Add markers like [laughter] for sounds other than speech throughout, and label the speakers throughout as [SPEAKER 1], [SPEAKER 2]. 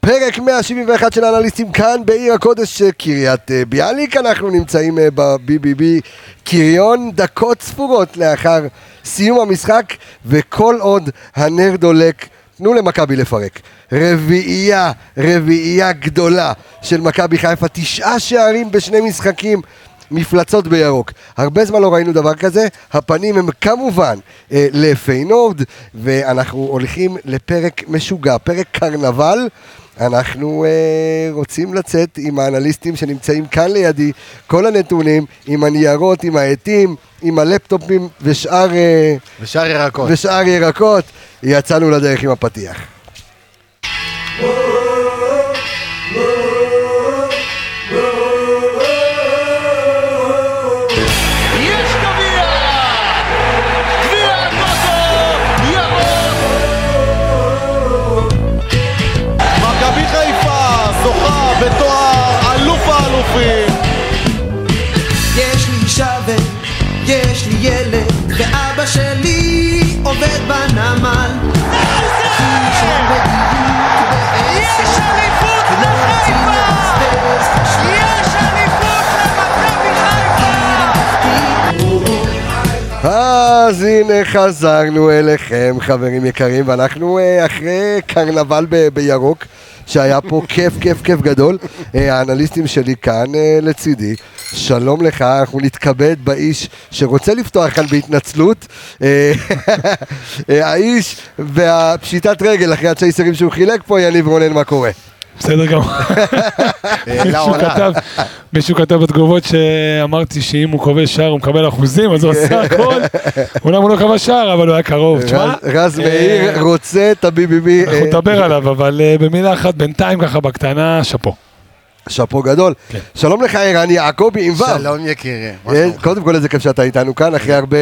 [SPEAKER 1] פרק 171 של אנליסטים כאן בעיר הקודש של קריית אה, ביאליק, אנחנו נמצאים אה, ב-BBB קריון דקות ספורות לאחר סיום המשחק, וכל עוד הנר דולק, תנו למכבי לפרק. רביעייה, רביעייה גדולה של מכבי חיפה, תשעה שערים בשני משחקים. מפלצות בירוק. הרבה זמן לא ראינו דבר כזה, הפנים הם כמובן אה, לפיינורד, ואנחנו הולכים לפרק משוגע, פרק קרנבל. אנחנו אה, רוצים לצאת עם האנליסטים שנמצאים כאן לידי, כל הנתונים, עם הניירות, עם העטים, עם הלפטופים ושאר, אה,
[SPEAKER 2] ושאר ירקות.
[SPEAKER 1] ושאר ירקות. יצאנו לדרך עם הפתיח.
[SPEAKER 3] יש גביע! גביע הטוטו ירוק!
[SPEAKER 2] מכבי חיפה זוכה בתואר אלוף האלופים.
[SPEAKER 4] יש לי שווה, יש לי ילד, ואבא שלי עובד בנמל.
[SPEAKER 3] יש אליפות לחיפה! יש אליפות למכבי חיפה!
[SPEAKER 1] אז הנה חזרנו אליכם, חברים יקרים, ואנחנו אה, אחרי קרנבל ב- בירוק, שהיה פה [laughs] כיף, כיף, כיף גדול. אה, האנליסטים שלי כאן אה, לצידי, שלום לך, אנחנו נתכבד באיש שרוצה לפתוח כאן בהתנצלות. אה, [laughs] אה, האיש והפשיטת רגל אחרי הצ'ייסרים שהוא חילק פה, יניב רונן, מה קורה?
[SPEAKER 5] בסדר גמור. מישהו כתב, מישהו כתב בתגובות שאמרתי שאם הוא כובש שער הוא מקבל אחוזים, אז הוא עשה הכל. אומנם הוא לא כבש שער, אבל הוא היה קרוב. תשמע,
[SPEAKER 1] רז- רז
[SPEAKER 5] אה,
[SPEAKER 1] מאיר רוצה את הביביבי.
[SPEAKER 5] אנחנו נדבר עליו, אבל אה, במילה אחת, בינתיים ככה בקטנה, שאפו.
[SPEAKER 1] שאפו גדול.
[SPEAKER 5] כן.
[SPEAKER 1] שלום לך, ערן יעקבי עם ו'.
[SPEAKER 2] שלום יקירי. מה
[SPEAKER 1] אה,
[SPEAKER 2] שלומך?
[SPEAKER 1] קודם כל איזה כיף שאתה איתנו כאן,
[SPEAKER 2] כן.
[SPEAKER 1] אחרי הרבה,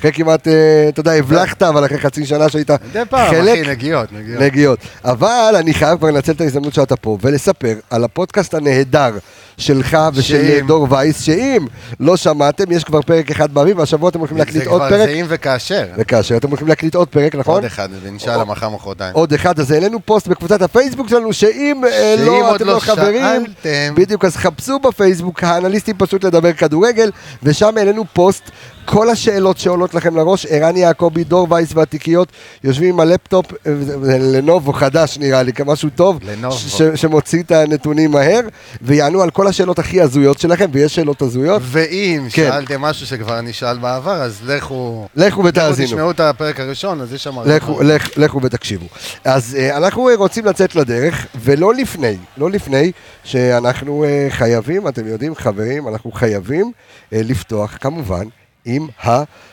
[SPEAKER 1] אחרי כמעט, אה, אתה יודע, הבלחת, אבל אחרי חצי שנה שהיית
[SPEAKER 2] מדי פעם, אחי,
[SPEAKER 1] חלק
[SPEAKER 2] נגיעות, נגיעות.
[SPEAKER 1] נגיעות. אבל אני חייב כבר לנצל את ההזדמנות שאתה פה ולספר על הפודקאסט הנהדר שלך ושל
[SPEAKER 2] שאם.
[SPEAKER 1] דור וייס, שאם לא שמעתם, יש כבר פרק אחד באביב, והשבוע אתם הולכים
[SPEAKER 2] זה
[SPEAKER 1] להקליט עוד
[SPEAKER 2] כבר זה
[SPEAKER 1] פרק, נכון.
[SPEAKER 2] אם וכאשר.
[SPEAKER 1] וכאשר אתם הולכים להקליט עוד פרק, נכון?
[SPEAKER 2] עוד אחד, ואינשאללה מחר מחרתיים.
[SPEAKER 1] עוד אחד, אז העלינו פוסט בקבוצת הפייסבוק שלנו, שאם אה,
[SPEAKER 2] שאם
[SPEAKER 1] לא,
[SPEAKER 2] עוד
[SPEAKER 1] אתם
[SPEAKER 2] לא
[SPEAKER 1] לא חברים,
[SPEAKER 2] שאלתם.
[SPEAKER 1] בדיוק, אז חפשו בפייסבוק, האנליסטים פשוט לדבר כדורגל, ושם העלינו פוסט, כל השאלות שעולות לכם לראש, ערן יעקבי, דור וייס והתיקיות, יושבים עם הלפטופ, אה, זה לנובו חדש נראה לי, כמשהו טוב,
[SPEAKER 2] לנובו.
[SPEAKER 1] ש- שמוציא את הנתונים מהר, ויענו על כל השאלות הכי הזויות שלכם, ויש שאלות הזויות,
[SPEAKER 2] ואם
[SPEAKER 1] כן.
[SPEAKER 2] שאלתם משהו שכבר נשאל בעבר, אז לכו...
[SPEAKER 1] לכו
[SPEAKER 2] לכו
[SPEAKER 1] ותאזינו.
[SPEAKER 2] תשמעו את הפרק הראשון, אז יש שם...
[SPEAKER 1] לכו, לכ, לכו ותקשיבו. אז אה, אנחנו אה, רוצים לצאת לדרך, ולא לפני, לא לפני שאנחנו אה, חייבים, אתם יודעים, חברים, אנחנו חייבים אה, לפתוח, כמובן, עם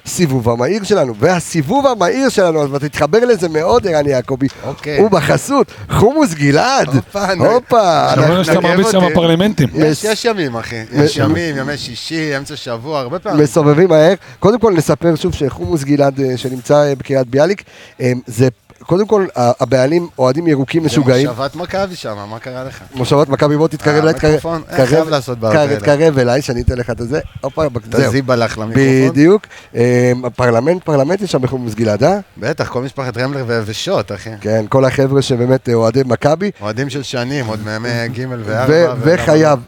[SPEAKER 1] הסיבוב המהיר שלנו. והסיבוב המהיר שלנו, אז אתה תתחבר לזה מאוד, ערן יעקבי,
[SPEAKER 2] אוקיי.
[SPEAKER 1] הוא בחסות, חומוס גלעד.
[SPEAKER 2] הופה, נ-
[SPEAKER 1] הופה.
[SPEAKER 2] אנחנו-
[SPEAKER 5] שמענו שאתה
[SPEAKER 2] נגב
[SPEAKER 5] מרביץ שם
[SPEAKER 2] אותי.
[SPEAKER 5] בפרלמנטים.
[SPEAKER 2] יש יש ימים, אחי. יש ימים, ימי שישי, אמצע שבוע, הרבה פעמים.
[SPEAKER 1] מסובבים מהר. קודם כל נספר שוב שחומוס גלעד אה, שנמצא אה, בקריית ביאליק, אה, זה קודם כל ה- הבעלים אוהדים ירוקים משוגעים.
[SPEAKER 2] זה מושבת מכבי שם, מה קרה לך?
[SPEAKER 1] מושבות מכבי, בוא תתקרב
[SPEAKER 2] אה,
[SPEAKER 1] אליי, תתקרב,
[SPEAKER 2] המיקרופון, אה, חייב לעשות בעיות
[SPEAKER 1] תתקרב-
[SPEAKER 2] האלה.
[SPEAKER 1] תתקרב אליי, שאני אתן לך את הזה, הופה, זהו,
[SPEAKER 2] תזיב הלך למיקרופון.
[SPEAKER 1] בדיוק, אמ, הפרלמנט, פרלמנט יש שם בחומוס גלעד, אה?
[SPEAKER 2] בטח, כל משפחת רמלר ו- ושוט, אחי.
[SPEAKER 1] כן, כל החבר'ה שבאמת אה, אוהדי מכבי,
[SPEAKER 2] אוהדים של שנים, עוד מימי ג'
[SPEAKER 1] ו-
[SPEAKER 2] וארבע.
[SPEAKER 1] וחייב,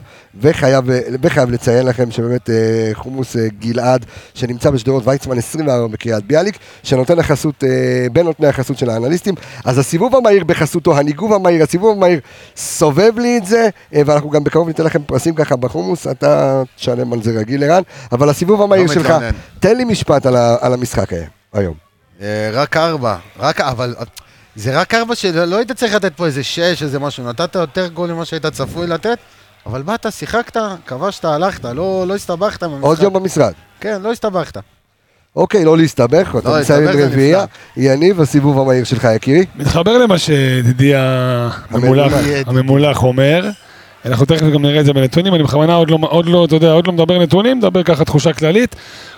[SPEAKER 1] וחייב, וחייב לציין לכם שבאמת אה, חומוס אה, גלעד, שנמצא בשדרות ויצמן 24 בקריית ביאליק, שנותן החסות, אה, בין נותני החסות של האנליסטים. אז הסיבוב המהיר בחסותו, הניגוב המהיר, הסיבוב המהיר, סובב לי את זה, אה, ואנחנו גם בקרוב ניתן לכם פרסים ככה בחומוס, אתה תשלם על זה רגיל ערן, אבל הסיבוב המהיר שלך,
[SPEAKER 2] לא מתלונן.
[SPEAKER 1] תן לי משפט על, ה- על המשחק היה- היום.
[SPEAKER 2] אה, רק ארבע. רק, אבל... אה, זה רק ארבע שלא לא היית צריך לתת פה איזה שש, איזה משהו. נתת יותר גול ממה שהיית צפוי לתת, אבל באת, שיחקת, כבשת, הלכת, לא לא הסתבכת במשחק.
[SPEAKER 1] עוד יום במשרד.
[SPEAKER 2] כן, לא הסתבכת.
[SPEAKER 1] אוקיי, לא להסתבך, אתה נמצא עם
[SPEAKER 2] להסתבך זה
[SPEAKER 1] רביעייה. יניב, הסיבוב המהיר שלך, יקירי.
[SPEAKER 5] מתחבר למה שידידי הממולח,
[SPEAKER 2] הממולח.
[SPEAKER 5] הממולח אומר. אנחנו תכף גם נראה את זה בנתונים, אני בכוונה עוד לא, עוד לא, אתה יודע, עוד לא מדבר נתונים, מדבר ככה תחושה כללית.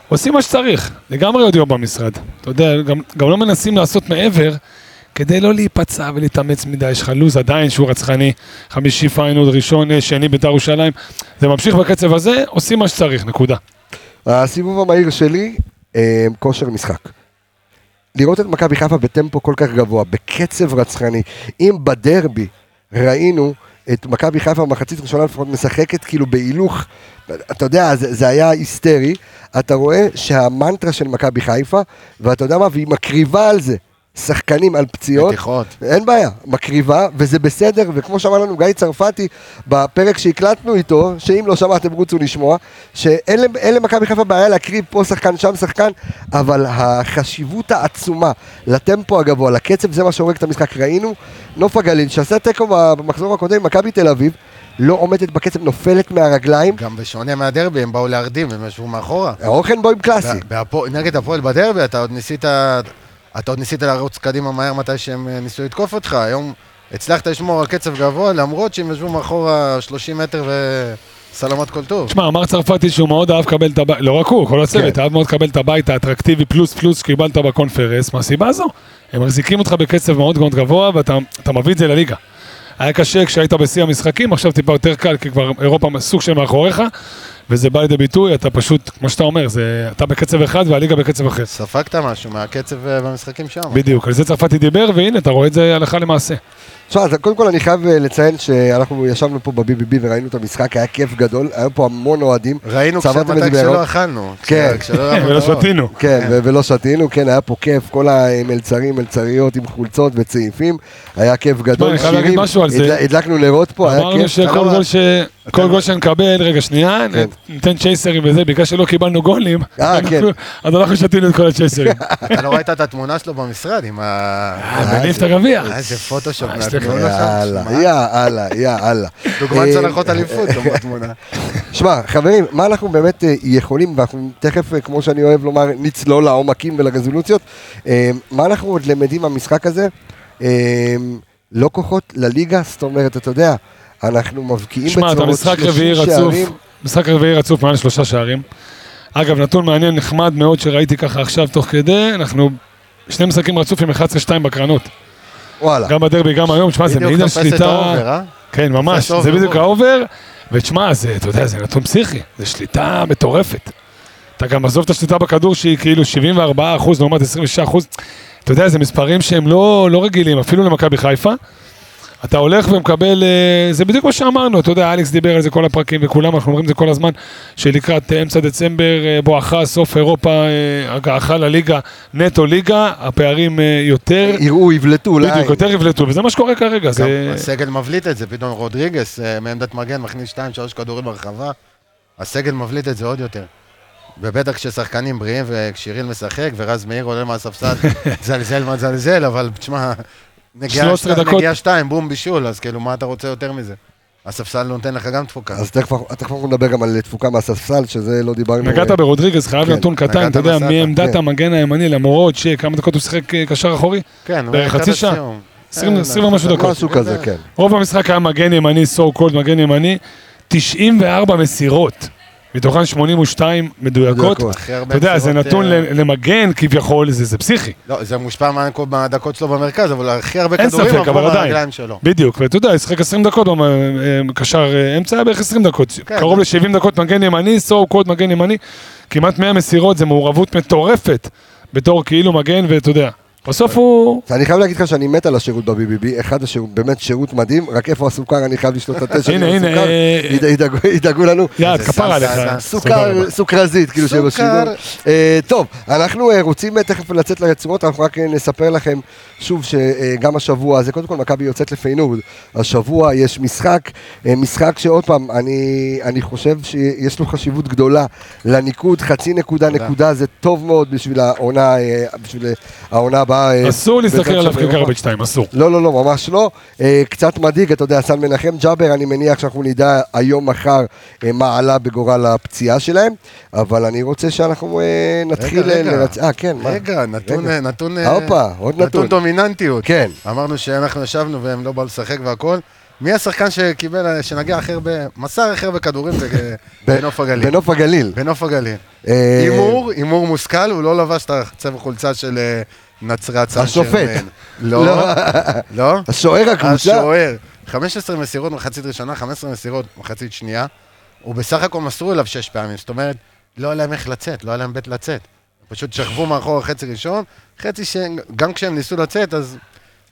[SPEAKER 5] עושים מה שצריך, לגמרי עוד יום במשרד. אתה יודע, גם, גם לא מנסים לעשות מעבר, כדי לא להיפצע ולהתאמץ מדי, יש לך לו"ז עדיין שהוא רצחני, חמישי פיינוד, ראשון, אה, שני בית"ר ירושלים. זה ממשיך בקצב הזה, עושים מה שצריך, נקודה.
[SPEAKER 1] הסיבוב המהיר שלי, אה, כושר משחק. לראות את מכבי חיפה בטמפו כל כך גבוה, בקצב רצחני, אם בדרבי ראינו את מכבי חיפה במחצית הראשונה לפחות משחקת כאילו בהילוך, אתה יודע, זה, זה היה היסטרי, אתה רואה שהמנטרה של מכבי חיפה, ואתה יודע מה, והיא מקריבה על זה. שחקנים על פציעות,
[SPEAKER 2] בטיחות.
[SPEAKER 1] אין בעיה, מקריבה, וזה בסדר, וכמו שאמר לנו גיא צרפתי בפרק שהקלטנו איתו, שאם לא שמעתם רוצו לשמוע, שאין למ- אין למכבי חיפה בעיה להקריב פה שחקן, שם שחקן, אבל החשיבות העצומה לטמפו הגבוה, לקצב, זה מה שהורג את המשחק. ראינו, נוף הגליל, שעשה תיקו במחזור הקודם, מכבי תל אביב, לא עומדת בקצב, נופלת מהרגליים,
[SPEAKER 2] גם בשונה מהדרבי, הם באו להרדים, הם ישבו מאחורה.
[SPEAKER 1] אורחנבוים קלאסי.
[SPEAKER 2] ב- בהפו- נגד הפועל בדרבי, אתה עוד ניסית... אתה עוד ניסית לרוץ קדימה מהר מתי שהם אה, ניסו לתקוף אותך, היום הצלחת לשמור על קצב גבוה למרות שהם ישבו מאחורה 30 מטר וסלמת כל טוב.
[SPEAKER 5] תשמע, אמר צרפתי שהוא מאוד אהב לקבל את הבית, לא רק הוא, כל הצוות, אהב מאוד לקבל את הבית האטרקטיבי פלוס פלוס שקיבלת בקונפרנס, מהסיבה הזו. הם מחזיקים אותך בקצב מאוד מאוד גבוה ואתה אתה מביא את זה לליגה. היה קשה כשהיית בשיא המשחקים, עכשיו טיפה יותר קל, כי כבר אירופה סוג של מאחוריך, וזה בא לידי ביטוי, אתה פשוט, כמו שאתה אומר, זה, אתה בקצב אחד והליגה בקצב אחר.
[SPEAKER 2] ספגת משהו מהקצב אה, במשחקים שם.
[SPEAKER 5] בדיוק, על זה צרפתי דיבר, והנה, אתה רואה את זה הלכה למעשה.
[SPEAKER 1] תשמע, אז קודם כל אני חייב אה, לציין שאנחנו ישבנו פה ב-BBB וראינו את המשחק, היה כיף גדול, היו פה המון אוהדים.
[SPEAKER 2] ראינו
[SPEAKER 1] צבעתם את
[SPEAKER 2] כשמתי
[SPEAKER 1] זה בירוק.
[SPEAKER 2] כשלא אכלנו. לא-
[SPEAKER 1] כן.
[SPEAKER 2] כש- כשלא
[SPEAKER 5] [laughs]
[SPEAKER 2] היה
[SPEAKER 5] ולא
[SPEAKER 2] מטרות.
[SPEAKER 5] שתינו.
[SPEAKER 1] כן, ו- ולא שתינו, כן, היה פה כיף, כל המלצרים, מלצריות עם חולצות וצעיפים, היה כיף גדול,
[SPEAKER 5] אני חייב להגיד משהו על זה.
[SPEAKER 1] הדל- הדלקנו נרות פה, היה
[SPEAKER 5] אמרנו
[SPEAKER 1] כיף.
[SPEAKER 5] שכל גול ש- כל גול שנקבל, רגע שנייה,
[SPEAKER 1] כן.
[SPEAKER 5] ניתן צ'ייסרים וזה, בגלל שלא קיבלנו גולים,
[SPEAKER 1] [laughs] אה,
[SPEAKER 5] אנחנו-
[SPEAKER 1] כן.
[SPEAKER 5] אז אנחנו שתינו את
[SPEAKER 1] [laughs]
[SPEAKER 5] כל הצ'ייסרים.
[SPEAKER 2] אתה לא ראית את התמונה שלו במשרד עם ה... אה,
[SPEAKER 5] מניף את הגביע.
[SPEAKER 2] איזה פוטושופ.
[SPEAKER 5] אה, סליחה.
[SPEAKER 2] נתנו לו שם,
[SPEAKER 1] יאללה,
[SPEAKER 2] לא שמע,
[SPEAKER 1] יאללה, יאללה.
[SPEAKER 2] דוגמת
[SPEAKER 1] אה,
[SPEAKER 2] צלחות אליפות גם בתמונה.
[SPEAKER 1] שמע, חברים, מה אנחנו באמת אה, יכולים, ואנחנו תכף, אה, כמו שאני אוהב לומר, נצלול לעומקים ולרזולוציות, אה, מה אנחנו עוד למדים מהמשחק הזה? אה, לא כוחות לליגה, זאת אומרת, אתה יודע, אנחנו מבקיעים
[SPEAKER 5] שמע, אתה משחק רביעי רצוף, משחק רביעי רצוף מעל שלושה שערים. אגב, נתון מעניין, נחמד מאוד, שראיתי ככה עכשיו תוך כדי, אנחנו שני משחקים רצוף עם 11-2 בקרנות.
[SPEAKER 1] אה. וואלה.
[SPEAKER 5] גם בדרבי, גם היום, שמע, זה
[SPEAKER 2] בדיוק,
[SPEAKER 5] מעיד על
[SPEAKER 2] תופס את
[SPEAKER 5] שליטה...
[SPEAKER 2] האובר, אה?
[SPEAKER 5] כן,
[SPEAKER 2] תופס
[SPEAKER 5] ממש, זה
[SPEAKER 2] אובר,
[SPEAKER 5] בדיוק
[SPEAKER 2] בול.
[SPEAKER 5] האובר, ותשמע, זה, אתה יודע, זה נתון פסיכי, זה שליטה מטורפת. אתה גם עזוב את השליטה בכדור שהיא כאילו 74 אחוז לעומת 26 אחוז, אתה יודע, זה מספרים שהם לא, לא רגילים, אפילו למכבי חיפה. אתה הולך ומקבל, אה, זה בדיוק מה שאמרנו, אתה יודע, אלכס דיבר על זה כל הפרקים וכולם, אנחנו אומרים את זה כל הזמן, שלקראת אה, אמצע דצמבר, אה, בואכה סוף אירופה, אה, הגעכה לליגה, נטו ליגה, הפערים אה, יותר,
[SPEAKER 1] יראו, יבלטו, אולי.
[SPEAKER 5] בדיוק, יותר יבלטו, וזה מה שקורה כרגע,
[SPEAKER 2] גם
[SPEAKER 5] זה...
[SPEAKER 2] הסגל מבליט את זה, פתאום רודריגס אה, מעמדת מגן מכניס 2-3 כדורים ברחבה, הסגל מבליט את זה עוד יותר. ובטח כששחקנים בריאים וכשירין משחק ורז מאיר עולה מהספסל, זלזל מה זלזל, אבל תשמע, נגיעה
[SPEAKER 5] 13
[SPEAKER 2] שתי-
[SPEAKER 5] דקות.
[SPEAKER 2] נגיעה 2, בום בישול, אז כאילו מה אתה רוצה יותר מזה? הספסל נותן לך גם תפוקה.
[SPEAKER 1] אז תכף אנחנו- תכף אנחנו נדבר גם על תפוקה מהספסל, שזה לא דיברנו.
[SPEAKER 5] נגעת
[SPEAKER 1] אה,
[SPEAKER 5] ברודריגז, חייב
[SPEAKER 1] כן,
[SPEAKER 5] נתון קטן,
[SPEAKER 2] נגעת
[SPEAKER 5] אתה יודע,
[SPEAKER 2] בסבא,
[SPEAKER 5] מעמדת
[SPEAKER 1] כן.
[SPEAKER 5] המגן הימני, למרות שכמה דקות הוא שיחק אה, קשר אחורי,
[SPEAKER 2] כן, הוא
[SPEAKER 5] בערך
[SPEAKER 2] היה
[SPEAKER 5] חצי
[SPEAKER 2] לקראת
[SPEAKER 5] שעה.
[SPEAKER 2] הסיום.
[SPEAKER 5] 20
[SPEAKER 2] אה,
[SPEAKER 5] 20 ומשהו דקות.
[SPEAKER 1] משהו כזה, כן.
[SPEAKER 5] רוב המשחק היה מגן ימני, so called מגן ימני, 94 מסירות, מתוכן 82 מדויקות.
[SPEAKER 1] מדויקות.
[SPEAKER 2] הכי הרבה
[SPEAKER 5] אתה יודע, זה
[SPEAKER 2] מסירות,
[SPEAKER 5] נתון
[SPEAKER 2] אה,
[SPEAKER 5] ל- למגן כביכול, זה זה פסיכי.
[SPEAKER 2] לא, זה מושפע מהדקות- מהדקות שלו במרכז, אבל הכי הרבה
[SPEAKER 5] אין
[SPEAKER 2] כדורים
[SPEAKER 5] ספק,
[SPEAKER 2] עברו
[SPEAKER 5] אבל עדיין.
[SPEAKER 2] מהרגליים שלו.
[SPEAKER 5] בדיוק, ואתה יודע, שיחק 20 דקות, במ- אה, קשר אה, אמצע היה בערך 20 דקות,
[SPEAKER 2] כן.
[SPEAKER 5] קרוב ל-70 דקות מגן ימני, so called מגן ימני, כמעט 100 מסירות, זה מעורבות מטורפת, בתור כאילו מגן, ואתה יודע, בסוף הוא...
[SPEAKER 1] אני חייב להגיד לך שאני מת על השירות ב-BBB, אחד השירות, באמת שירות מדהים, רק איפה הסוכר, אני חייב לשתות את התה שלי,
[SPEAKER 5] הנה,
[SPEAKER 1] עם
[SPEAKER 5] הנה,
[SPEAKER 1] הסוכר.
[SPEAKER 5] אה,
[SPEAKER 1] יד- ידאגו- ידאגו לנו.
[SPEAKER 5] יעד,
[SPEAKER 2] איזה
[SPEAKER 5] כפר
[SPEAKER 2] סם
[SPEAKER 5] עליך.
[SPEAKER 2] סעדה.
[SPEAKER 5] תודה רבה.
[SPEAKER 1] סוכר, סוכרזית, כאילו
[SPEAKER 2] סוכר.
[SPEAKER 1] שבשידור. אה, טוב, אנחנו אה, רוצים אה, תכף לצאת לרצועות, אנחנו רק אה, נספר לכם שוב שגם השבוע הזה, קודם כל מכבי יוצאת לפיינורד, השבוע יש משחק, אה, משחק שעוד פעם, אני, אני חושב שיש לו חשיבות גדולה לניקוד, חצי נקודה נקודה, זה טוב מאוד בשביל העונה, אה, בשביל אה, העונה הבאה. אה,
[SPEAKER 5] אסור להסתכל
[SPEAKER 1] בעזרת
[SPEAKER 5] עליו
[SPEAKER 1] שם באירופה.
[SPEAKER 5] כקרבג' 2, אסור.
[SPEAKER 1] לא, לא, לא, ממש לא. אה, קצת מדאיג, אתה יודע, סן מנחם ג'אבר, אני מניח שאנחנו נדע היום, מחר, אה, מה עלה בגורל הפציעה שלהם, אבל אני רוצה שאנחנו אה, נתחיל
[SPEAKER 2] רגע.
[SPEAKER 1] לרצ... אה, כן, מה?
[SPEAKER 2] רגע, נתון, אה,
[SPEAKER 1] רגע. אה,
[SPEAKER 2] נתון,
[SPEAKER 1] הופה, עוד נתון.
[SPEAKER 2] נתון דומיננטיות.
[SPEAKER 1] כן.
[SPEAKER 2] אמרנו שאנחנו ישבנו והם לא באו לשחק והכל. מי השחקן שקיבל, שנגע הכי הרבה, מסר הכי הרבה כדורים
[SPEAKER 1] [laughs]
[SPEAKER 2] בג- אה, בנוף הגליל?
[SPEAKER 1] בנוף הגליל.
[SPEAKER 2] בנוף הגליל.
[SPEAKER 1] אה,
[SPEAKER 2] הימור, הימור מושכל, הוא לא לבש את הצבע חולצה של אה, נצרת סן
[SPEAKER 1] השופט.
[SPEAKER 2] שרמן. לא,
[SPEAKER 1] לא. [laughs]
[SPEAKER 2] לא.
[SPEAKER 1] השוער הקבוצה,
[SPEAKER 2] השוער. 15 מסירות מחצית ראשונה, 15 מסירות מחצית שנייה. הוא בסך הכל מסרו אליו שש פעמים, זאת אומרת, לא היה להם איך לצאת, לא היה להם בית לצאת. פשוט שכבו מאחור חצי ראשון, חצי ש... גם כשהם ניסו לצאת, אז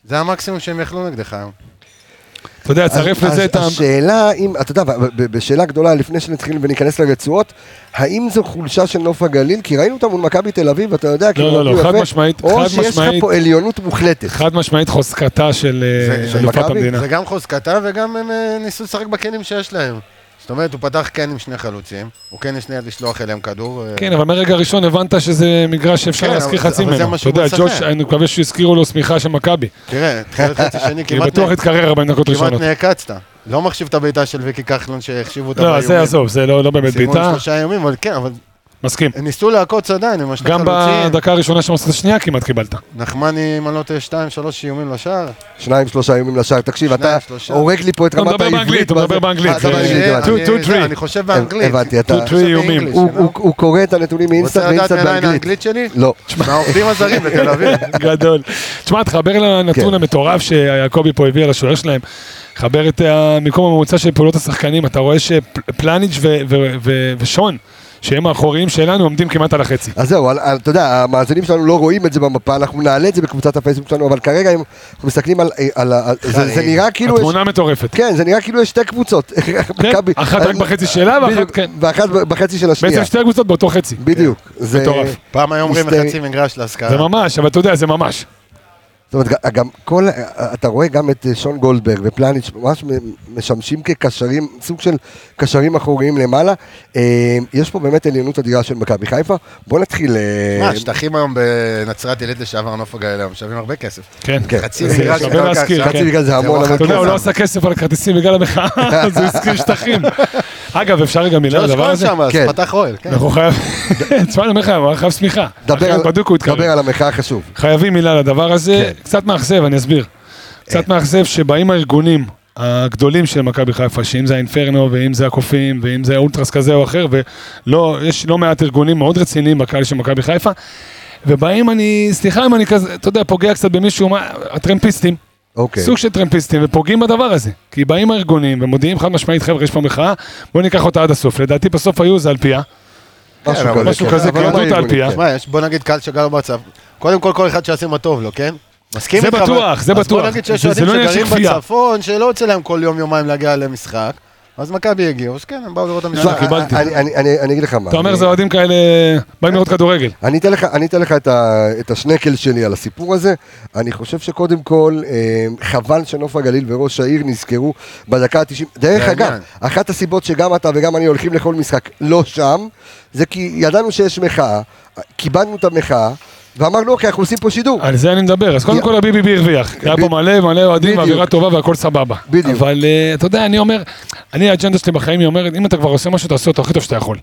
[SPEAKER 2] זה המקסימום שהם יכלו נגדך היום.
[SPEAKER 5] אתה יודע, צרף
[SPEAKER 1] אז-
[SPEAKER 5] לזה
[SPEAKER 1] אז
[SPEAKER 5] את ה...
[SPEAKER 1] השאלה אם, אתה יודע, ב- ב- בשאלה גדולה, לפני שנתחיל וניכנס לרצועות, האם זו חולשה של נוף הגליל? כי ראינו אותה מול מכבי תל אביב, אתה יודע, כאילו,
[SPEAKER 5] לא, לא,
[SPEAKER 1] נתנו
[SPEAKER 5] חד
[SPEAKER 1] יפה,
[SPEAKER 5] משמעית,
[SPEAKER 1] או
[SPEAKER 5] חד
[SPEAKER 1] שיש לך
[SPEAKER 5] משמעית.
[SPEAKER 1] פה עליונות מוחלטת.
[SPEAKER 5] חד משמעית חוזקתה של אה,
[SPEAKER 2] זה-
[SPEAKER 5] של
[SPEAKER 1] של
[SPEAKER 5] אלופת
[SPEAKER 1] מכבי?
[SPEAKER 5] המדינה.
[SPEAKER 2] זה גם חוזקתה וגם הם אה, ניסו לשחק בכלים שיש להם. זאת אומרת, הוא פתח כן עם שני חלוצים, הוא כן יש ליד לשלוח אליהם כדור. אה,
[SPEAKER 5] כן, אבל מהרגע הראשון הבנת שזה מגרש שאפשר
[SPEAKER 2] כן,
[SPEAKER 5] להזכיר
[SPEAKER 2] אבל-
[SPEAKER 5] חצי
[SPEAKER 2] אבל זה
[SPEAKER 5] ממנו.
[SPEAKER 2] מה
[SPEAKER 5] אתה
[SPEAKER 2] שהוא
[SPEAKER 5] יודע,
[SPEAKER 2] מצפה.
[SPEAKER 5] ג'וש, אני מקווה שהזכירו לו שמיכה של מכבי.
[SPEAKER 2] תראה, תחילת חצי
[SPEAKER 5] [laughs]
[SPEAKER 2] שני
[SPEAKER 5] כי
[SPEAKER 2] כמעט
[SPEAKER 5] בטוח
[SPEAKER 2] נ-
[SPEAKER 5] התקרר 40 דקות
[SPEAKER 2] כמעט
[SPEAKER 5] ראשונות.
[SPEAKER 2] נעקצת. לא מחשיב את הבעיטה של ויקי כחלון שהחשיבו אותה
[SPEAKER 5] לא, זה עזוב, זה לא לא באמת
[SPEAKER 2] סיימו
[SPEAKER 5] בעיטה.
[SPEAKER 2] עם שלושה ימים, אבל כן, אבל
[SPEAKER 5] מסכים.
[SPEAKER 2] הם ניסו לעקוץ עדיין עם השני
[SPEAKER 5] גם
[SPEAKER 2] חלוצים.
[SPEAKER 5] בדקה הראשונה של המסכת השנייה כמעט קיבלת.
[SPEAKER 2] נחמני, אם אני לא טועה, שתיים, שלוש איומים לשער.
[SPEAKER 5] אה,
[SPEAKER 1] שניים, שלושה איומים לשער. תקשיב,
[SPEAKER 2] שניים,
[SPEAKER 1] אתה
[SPEAKER 2] שלושה. כן,
[SPEAKER 1] הורג לי פה את
[SPEAKER 5] אתה
[SPEAKER 1] רמת
[SPEAKER 5] מדבר
[SPEAKER 1] העברית.
[SPEAKER 5] באנגלית, אתה
[SPEAKER 1] מה זה-
[SPEAKER 5] מדבר באנגלית.
[SPEAKER 1] אה, אתה
[SPEAKER 5] זה-
[SPEAKER 1] באנגלית,
[SPEAKER 5] two,
[SPEAKER 1] הבנתי.
[SPEAKER 5] two,
[SPEAKER 2] אני-
[SPEAKER 5] three.
[SPEAKER 2] זה, אני חושב באנגלית.
[SPEAKER 1] הבנתי, אתה...
[SPEAKER 5] Two, three איומים.
[SPEAKER 2] באנגליש,
[SPEAKER 1] הוא-
[SPEAKER 2] you know?
[SPEAKER 1] הוא- הוא קורא את הנתונים מאינסטנט
[SPEAKER 2] רוצה לדעת
[SPEAKER 1] ואינסטנט
[SPEAKER 2] מילה עם
[SPEAKER 1] באנגלית.
[SPEAKER 2] האנגלית שלי?
[SPEAKER 1] לא.
[SPEAKER 2] מהעובדים הזרים
[SPEAKER 1] [laughs]
[SPEAKER 2] בתל אביב.
[SPEAKER 5] גדול. תשמע, תחבר לנתון
[SPEAKER 1] כן.
[SPEAKER 5] המטורף שיעקבי פה הביא על השוער שלהם. חבר את המיקום הממוצע של פעולות השחקנים, אתה רואה שפלניג' ו- ו- ו- ושון, שהם האחוריים שלנו, עומדים כמעט על החצי.
[SPEAKER 1] אז זהו, על- על- אתה יודע, המאזינים שלנו לא רואים את זה במפה, אנחנו נעלה את זה בקבוצת הפייסבוק שלנו, אבל כרגע אם אנחנו מסתכלים על... על ה- זה- זה נראה כאילו... יש-
[SPEAKER 5] התמונה מטורפת.
[SPEAKER 1] כן, זה נראה כאילו יש שתי קבוצות. מכבי-
[SPEAKER 5] כן, אחת רק בחצי שלה ואחת
[SPEAKER 1] בדיוק,
[SPEAKER 5] כן.
[SPEAKER 1] ואחת ב- בחצי של השנייה.
[SPEAKER 5] בעצם שתי הקבוצות באותו חצי.
[SPEAKER 1] בדיוק. זה...
[SPEAKER 5] מטורף.
[SPEAKER 2] פעם היו אומרים
[SPEAKER 1] היסטרי.
[SPEAKER 2] חצי מגרש
[SPEAKER 5] זה
[SPEAKER 1] אה.
[SPEAKER 2] להשכרה.
[SPEAKER 5] ממש, אבל אתה יודע, זה ממש.
[SPEAKER 1] זאת אומרת, ג- גם כל... אתה רואה גם את אה, שון גולדברג ופלניץ' ממש מ- משמשים כקשרים, סוג של קשרים אחוריים למעלה. אה, יש פה באמת עליונות אדירה של מכבי חיפה. בוא נתחיל... אה,
[SPEAKER 2] מה, השטחים היום בנצרת עילית לשעבר, נוף הגליל היום, שווים הרבה כסף.
[SPEAKER 5] כן.
[SPEAKER 1] כן.
[SPEAKER 2] חצי
[SPEAKER 5] זה
[SPEAKER 2] מגרש,
[SPEAKER 5] שווה
[SPEAKER 2] קרקע,
[SPEAKER 5] להזכיר,
[SPEAKER 2] שעה.
[SPEAKER 5] כן.
[SPEAKER 1] חצי בגלל זה המון,
[SPEAKER 2] זה
[SPEAKER 1] אבל
[SPEAKER 5] אתה יודע, הוא לא
[SPEAKER 1] כן.
[SPEAKER 5] עשה כסף על כרטיסים בגלל המחאה, אז הוא הזכיר שטחים.
[SPEAKER 1] [laughs]
[SPEAKER 5] אגב, אפשר גם מילה על
[SPEAKER 2] שלוש
[SPEAKER 5] הדבר
[SPEAKER 2] גול
[SPEAKER 5] הזה?
[SPEAKER 2] לא
[SPEAKER 5] נכון.
[SPEAKER 2] שם, אז
[SPEAKER 1] כן.
[SPEAKER 2] פתח אוהל, כן.
[SPEAKER 5] אנחנו חייבים, [laughs] תשמע, אני אומר לך, הוא חייב שמיכה.
[SPEAKER 1] דבר
[SPEAKER 5] אחרת
[SPEAKER 1] על-
[SPEAKER 5] בדוק הוא
[SPEAKER 1] דבר
[SPEAKER 5] יתקרב.
[SPEAKER 1] על המחאה החשוב.
[SPEAKER 5] חייבים מילה על הדבר הזה, קצת מאכזב, אני אסביר. קצת מאכזב שבאים הארגונים הגדולים של מכבי חיפה, שאם זה האינפרנו, ואם זה הקופים, ואם זה אולטרס כזה או אחר, ולא, יש לא מעט ארגונים מאוד רציניים בקהל של מכבי חיפה, ובאים, אני, סליחה אם אני כזה, אתה יודע, פוגע קצת במישהו, מה, הטרמפיסטים.
[SPEAKER 1] אוקיי.
[SPEAKER 5] סוג של טרמפיסטים ופוגעים בדבר הזה. כי באים הארגונים ומודיעים חד משמעית, חבר'ה, יש פה מחאה, בואו ניקח אותה עד הסוף. לדעתי בסוף היו זה על פיה.
[SPEAKER 2] כן, אבל-
[SPEAKER 5] משהו כזה,
[SPEAKER 1] אבל לא
[SPEAKER 5] קלטו אותה על אה?
[SPEAKER 1] מהארגונים,
[SPEAKER 5] פיה.
[SPEAKER 1] כן.
[SPEAKER 2] תשמע, יש- בוא נגיד קהל שגר בצב. קודם כל, כל אחד שיעשה מה טוב לו, כן? מסכים
[SPEAKER 5] זה
[SPEAKER 2] איתך?
[SPEAKER 5] בטוח,
[SPEAKER 2] אבל-
[SPEAKER 5] זה
[SPEAKER 2] אז
[SPEAKER 5] בטוח.
[SPEAKER 2] בוא נגיד שיש
[SPEAKER 5] זה- זה
[SPEAKER 2] אוהדים
[SPEAKER 5] לא עניין של
[SPEAKER 2] שגרים
[SPEAKER 5] כפייה.
[SPEAKER 2] בצפון, שלא יוצא להם כל יום-יומיים להגיע למשחק, אז מכבי הגיעו, אז כן, הם באו לראות את
[SPEAKER 1] תשמע,
[SPEAKER 2] המשחק.
[SPEAKER 5] לא, קיבלתי.
[SPEAKER 1] אה, אני- אני- אני אני אגיד לך מה.
[SPEAKER 5] אתה אומר
[SPEAKER 1] אני-
[SPEAKER 5] זה אוהדים כאלה, באים לראות כדורגל.
[SPEAKER 1] אני אתן לך, אני אתן לך את, ה, את השנקל שלי על הסיפור הזה. אני חושב שקודם כל, אה, חבל שנוף הגליל וראש העיר נזכרו בדקה ה-90. דרך
[SPEAKER 2] זה
[SPEAKER 1] אגב,
[SPEAKER 2] העניין.
[SPEAKER 1] אחת הסיבות שגם אתה וגם אני הולכים לכל משחק לא שם, זה כי ידענו שיש מחאה, כיבדנו את המחאה, ואמרנו, אוקיי, אנחנו עושים פה שידור.
[SPEAKER 5] על זה אני מדבר. אז קודם
[SPEAKER 1] יא-
[SPEAKER 5] כל הביבי הרוויח. כי היה פה
[SPEAKER 1] בדיוק.
[SPEAKER 5] מלא מלא אוהדים
[SPEAKER 1] בדיוק.
[SPEAKER 5] ואווירה טובה והכל סבבה.
[SPEAKER 1] בדיוק.
[SPEAKER 5] אבל אה, אתה יודע, אני אומר, אני האג'נדה שלי בחיים היא אומרת, אם אתה כבר עושה משהו, תעשה אותו הכי טוב שאתה יכול.